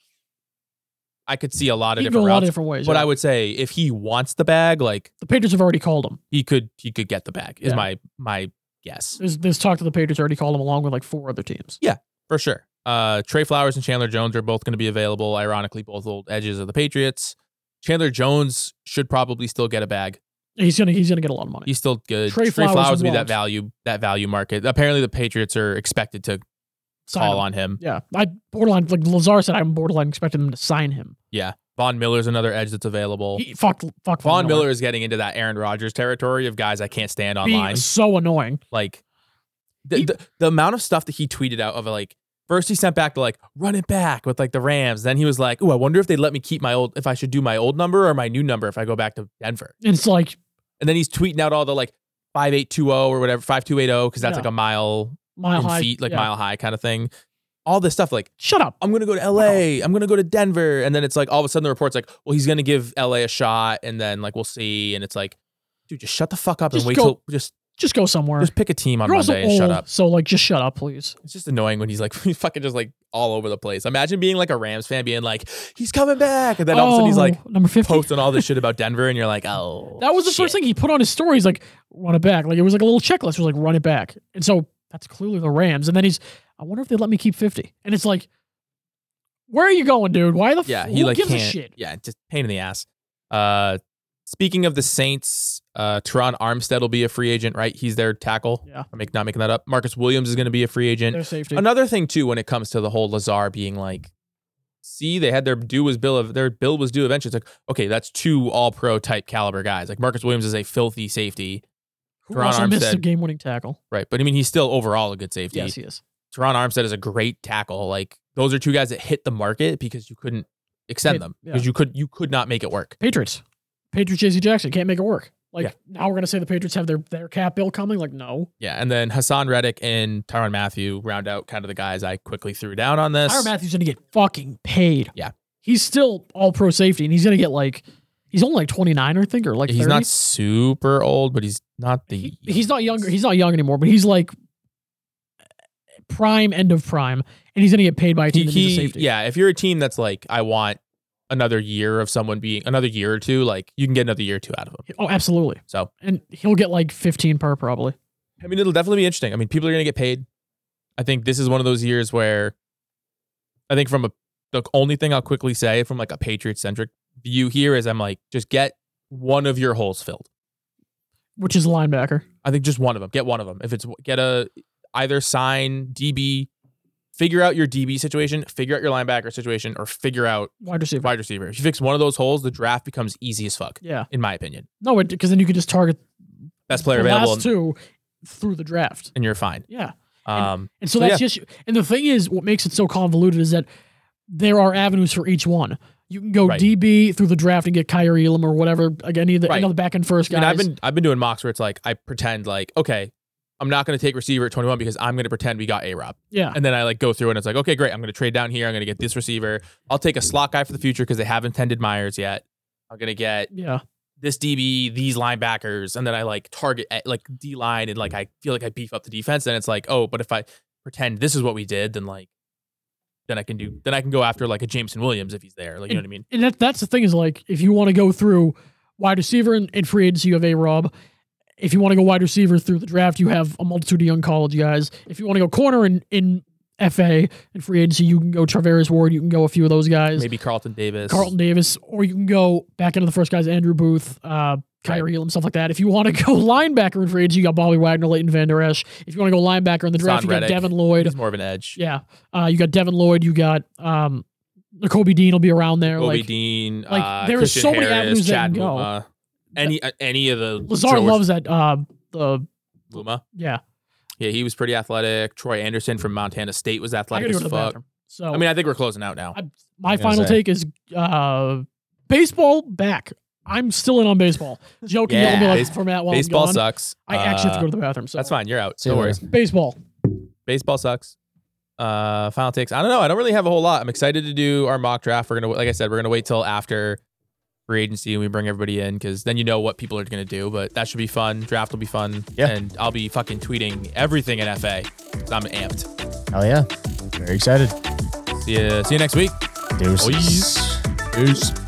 Speaker 1: I could see a lot of
Speaker 2: He can go a
Speaker 1: different
Speaker 2: lot
Speaker 1: routes.
Speaker 2: of different ways.
Speaker 1: but
Speaker 2: yeah.
Speaker 1: I would say if he wants the bag, like
Speaker 2: the Patriots have already called him.
Speaker 1: he could he could get the bag. Is
Speaker 2: Yeah.
Speaker 1: my my guess
Speaker 2: There's, there's talk that the Patriots already called him along with like four other teams.
Speaker 1: for sure. Uh, Trey Flowers and Chandler Jones are both going to be available. Ironically, both old edges of the Patriots. Chandler Jones should probably still get a bag.
Speaker 2: He's gonna he's gonna get a lot of money.
Speaker 1: He's still good.
Speaker 2: Trey
Speaker 1: Trey,
Speaker 2: Flowers
Speaker 1: Flowers, would be that
Speaker 2: won't.
Speaker 1: value that value market. Apparently, the Patriots are expected to
Speaker 2: Sign
Speaker 1: call
Speaker 2: him.
Speaker 1: on him.
Speaker 2: Yeah, I borderline like Lazar said. I'm borderline expecting them to sign him.
Speaker 1: Yeah, Von Miller's another edge that's available.
Speaker 2: He, fuck, fuck.
Speaker 1: Von Miller is getting into that Aaron Rodgers territory of guys I can't stand
Speaker 2: Being
Speaker 1: online.
Speaker 2: so annoying.
Speaker 1: Like the,
Speaker 2: He-
Speaker 1: the the amount of stuff that he tweeted out of like first he sent back to like run it back with like the Rams. Then he was like, "Ooh, I wonder if they let me keep my old if I should do my old number or my new number if I go back to Denver."
Speaker 2: It's like
Speaker 1: And then he's tweeting out all the like five eight two zero or whatever five two eight zero because that's
Speaker 2: Yeah.
Speaker 1: like a mile
Speaker 2: mile
Speaker 1: in
Speaker 2: high
Speaker 1: feet, like
Speaker 2: yeah.
Speaker 1: mile high kind of thing. All this stuff like.
Speaker 2: Shut up.
Speaker 1: I'm gonna go to LA. I'm gonna go to Denver, and then it's like all of a sudden the report's like, well, he's gonna give LA a shot, and then like we'll see, and it's like, dude, just shut the fuck up
Speaker 2: Just
Speaker 1: and wait
Speaker 2: go-
Speaker 1: till just
Speaker 2: Just go somewhere.
Speaker 1: just pick a team on
Speaker 2: You're also
Speaker 1: Monday and
Speaker 2: old,
Speaker 1: shut up.
Speaker 2: so like just shut up, please.
Speaker 1: It's just annoying when he's like he's fucking just like all over the place. Imagine being like a Rams fan being like, he's coming back, and then all of a sudden he's
Speaker 2: Oh,
Speaker 1: like
Speaker 2: number fifty.
Speaker 1: posting all this shit about Denver, and you're like, oh,
Speaker 2: That was the
Speaker 1: shit.
Speaker 2: first thing he put on his story. He's like, run it back. Like it was like a little checklist. It was like, run it back. And so that's clearly the Rams. And then he's, I wonder if they let me keep fifty. And it's like, where are you going, dude? Why the
Speaker 1: Yeah,
Speaker 2: f-
Speaker 1: he
Speaker 2: who
Speaker 1: like
Speaker 2: gives
Speaker 1: can't.
Speaker 2: a shit?
Speaker 1: Yeah, just pain in the ass. Uh, speaking of the Saints, uh, Teron Armstead will be a free agent, right? He's their tackle.
Speaker 2: Yeah.
Speaker 1: I'm make, not making that up. Marcus Williams is going to be a free agent.
Speaker 2: Their safety.
Speaker 1: Another thing too, when it comes to the whole Lazar being like, see, they had their due was bill of their bill was due eventually. It's like, okay, that's two All Pro type caliber guys. Like Marcus Williams is a filthy safety,
Speaker 2: Who
Speaker 1: Teron
Speaker 2: also missed a
Speaker 1: Armstead.
Speaker 2: game-winning tackle?
Speaker 1: right? But I mean, he's still overall a good safety.
Speaker 2: Yes, he is.
Speaker 1: Teron Armstead is a great tackle. Like those are two guys that hit the market because you couldn't extend
Speaker 2: Hit-
Speaker 1: them
Speaker 2: yeah.
Speaker 1: because you could you could not make it work.
Speaker 2: Patriots. Patriots JC Jackson can't make it work. Like
Speaker 1: Yeah.
Speaker 2: now we're gonna say the Patriots have their their cap bill coming. Like no,
Speaker 1: Yeah, and then Hassan Reddick and Tyron Matthew round out kind of the guys I quickly threw down on this.
Speaker 2: Tyron Matthews gonna get fucking paid.
Speaker 1: Yeah.
Speaker 2: he's still all pro safety, and he's gonna get like he's only like twenty nine, I think, or like
Speaker 1: he's
Speaker 2: 30.
Speaker 1: not super old, but he's not the
Speaker 2: He- he's not younger. He's not young anymore, but he's like prime end of prime, and he's gonna get paid by a
Speaker 1: He-
Speaker 2: team that needs a
Speaker 1: he-
Speaker 2: safety.
Speaker 1: yeah, if you're a team that's like, I want another year of someone being another year or two, like you can get another year or two out of him.
Speaker 2: Oh, absolutely.
Speaker 1: So
Speaker 2: And he'll get like fifteen per probably.
Speaker 1: I mean, it'll definitely be interesting. I mean, people are gonna get paid. I think this is one of those years where I think from a the only thing I'll quickly say from like a Patriot centric view here is I'm like, just get one of your holes filled.
Speaker 2: Which is linebacker.
Speaker 1: I think just one of them. Get one of them. If it's get a either sign DB, figure out your DB situation, figure out your linebacker situation, or figure out
Speaker 2: Wide receiver.
Speaker 1: wide receiver. If you fix one of those holes, the draft becomes easy as fuck,
Speaker 2: Yeah.
Speaker 1: in my opinion.
Speaker 2: No, because then you could just target
Speaker 1: Best player
Speaker 2: the
Speaker 1: available,
Speaker 2: last two through the draft.
Speaker 1: and you're fine.
Speaker 2: Yeah.
Speaker 1: Um,
Speaker 2: And so
Speaker 1: So,
Speaker 2: that's just, and the thing is, what makes it so convoluted is that there are avenues for each one. You can go
Speaker 1: Right.
Speaker 2: DB through the draft and get Kyrie Elam or whatever, like any of the,
Speaker 1: Right.
Speaker 2: any of the back end first
Speaker 1: I
Speaker 2: guys.
Speaker 1: mean, I've been I've been doing mocks where it's like I pretend like okay, I'm not going to take receiver at 21 because I'm going to pretend we got a Rob,
Speaker 2: yeah.
Speaker 1: and then I like go through and it's like okay, great, I'm going to trade down here, I'm going to get this receiver, I'll take a slot guy for the future because they haven't tended Myers yet. I'm gonna get
Speaker 2: Yeah.
Speaker 1: this DB, these linebackers, and then I like target at, like D line and like I feel like I beef up the defense. And it's like, oh, but if I pretend this is what we did, then like then I can do then I can go after like a Jameson Williams if he's there. Like you know what I mean?
Speaker 2: And that, that's the thing is like, if you want to go through wide receiver and, and free agency, you have A Rob. If you want to go wide receiver through the draft, you have a multitude of young college guys. If you want to go corner in, in FA and free agency, you can go Traverius Ward, you can go a few of those guys.
Speaker 1: Maybe Carlton Davis.
Speaker 2: Carlton Davis, or you can go back into the first guys, Andrew Booth, uh, Kyrie Elam, stuff like that. If you want to go linebacker in free agency, you got Bobby Wagner, Leighton Van Der Esch. If you want to go linebacker in the
Speaker 1: Hassan
Speaker 2: draft, you got
Speaker 1: Reddick.
Speaker 2: Devin Lloyd.
Speaker 1: He's more of an edge.
Speaker 2: Yeah, uh, you got Devin Lloyd. You got um, N'Kobe Dean will be around there.
Speaker 1: Kobe
Speaker 2: like
Speaker 1: Dean,
Speaker 2: like,
Speaker 1: uh,
Speaker 2: there are
Speaker 1: Christian
Speaker 2: so many
Speaker 1: Harris,
Speaker 2: avenues that
Speaker 1: Chad
Speaker 2: can go.
Speaker 1: Muma, any uh, any of the
Speaker 2: Lazar
Speaker 1: George
Speaker 2: loves that. Uh, the
Speaker 1: Luma.
Speaker 2: yeah,
Speaker 1: Yeah, he was pretty athletic. Troy Anderson from Montana State was
Speaker 2: I
Speaker 1: athletic
Speaker 2: gotta go
Speaker 1: as
Speaker 2: to the
Speaker 1: fuck.
Speaker 2: bathroom. So
Speaker 1: I mean, I think we're closing out now.
Speaker 2: I- my
Speaker 3: was gonna
Speaker 2: final
Speaker 3: say.
Speaker 2: take is uh, baseball back. I'm still in on baseball. Joe can yell at me
Speaker 1: Yeah,
Speaker 2: like
Speaker 1: base-
Speaker 2: from that while
Speaker 1: Baseball
Speaker 2: I'm gone.
Speaker 1: sucks.
Speaker 2: I actually have to
Speaker 1: Uh,
Speaker 2: go to the bathroom. So
Speaker 1: That's fine. You're out.
Speaker 3: See
Speaker 1: No
Speaker 3: you
Speaker 1: worries.
Speaker 3: later.
Speaker 2: Baseball.
Speaker 1: baseball sucks. Uh, final takes. I don't know. I don't really have a whole lot. I'm excited to do our mock draft. We're gonna, like I said, we're gonna wait till after free agency and we bring everybody in because then you know what people are gonna do. But that should be fun. Draft will be fun.
Speaker 3: Yeah.
Speaker 1: And I'll be fucking tweeting everything in FA. 'cause I'm amped.
Speaker 3: Hell yeah. Very excited.
Speaker 1: See you. See you next week.
Speaker 3: Deuces.
Speaker 1: Peace.
Speaker 3: Deuce.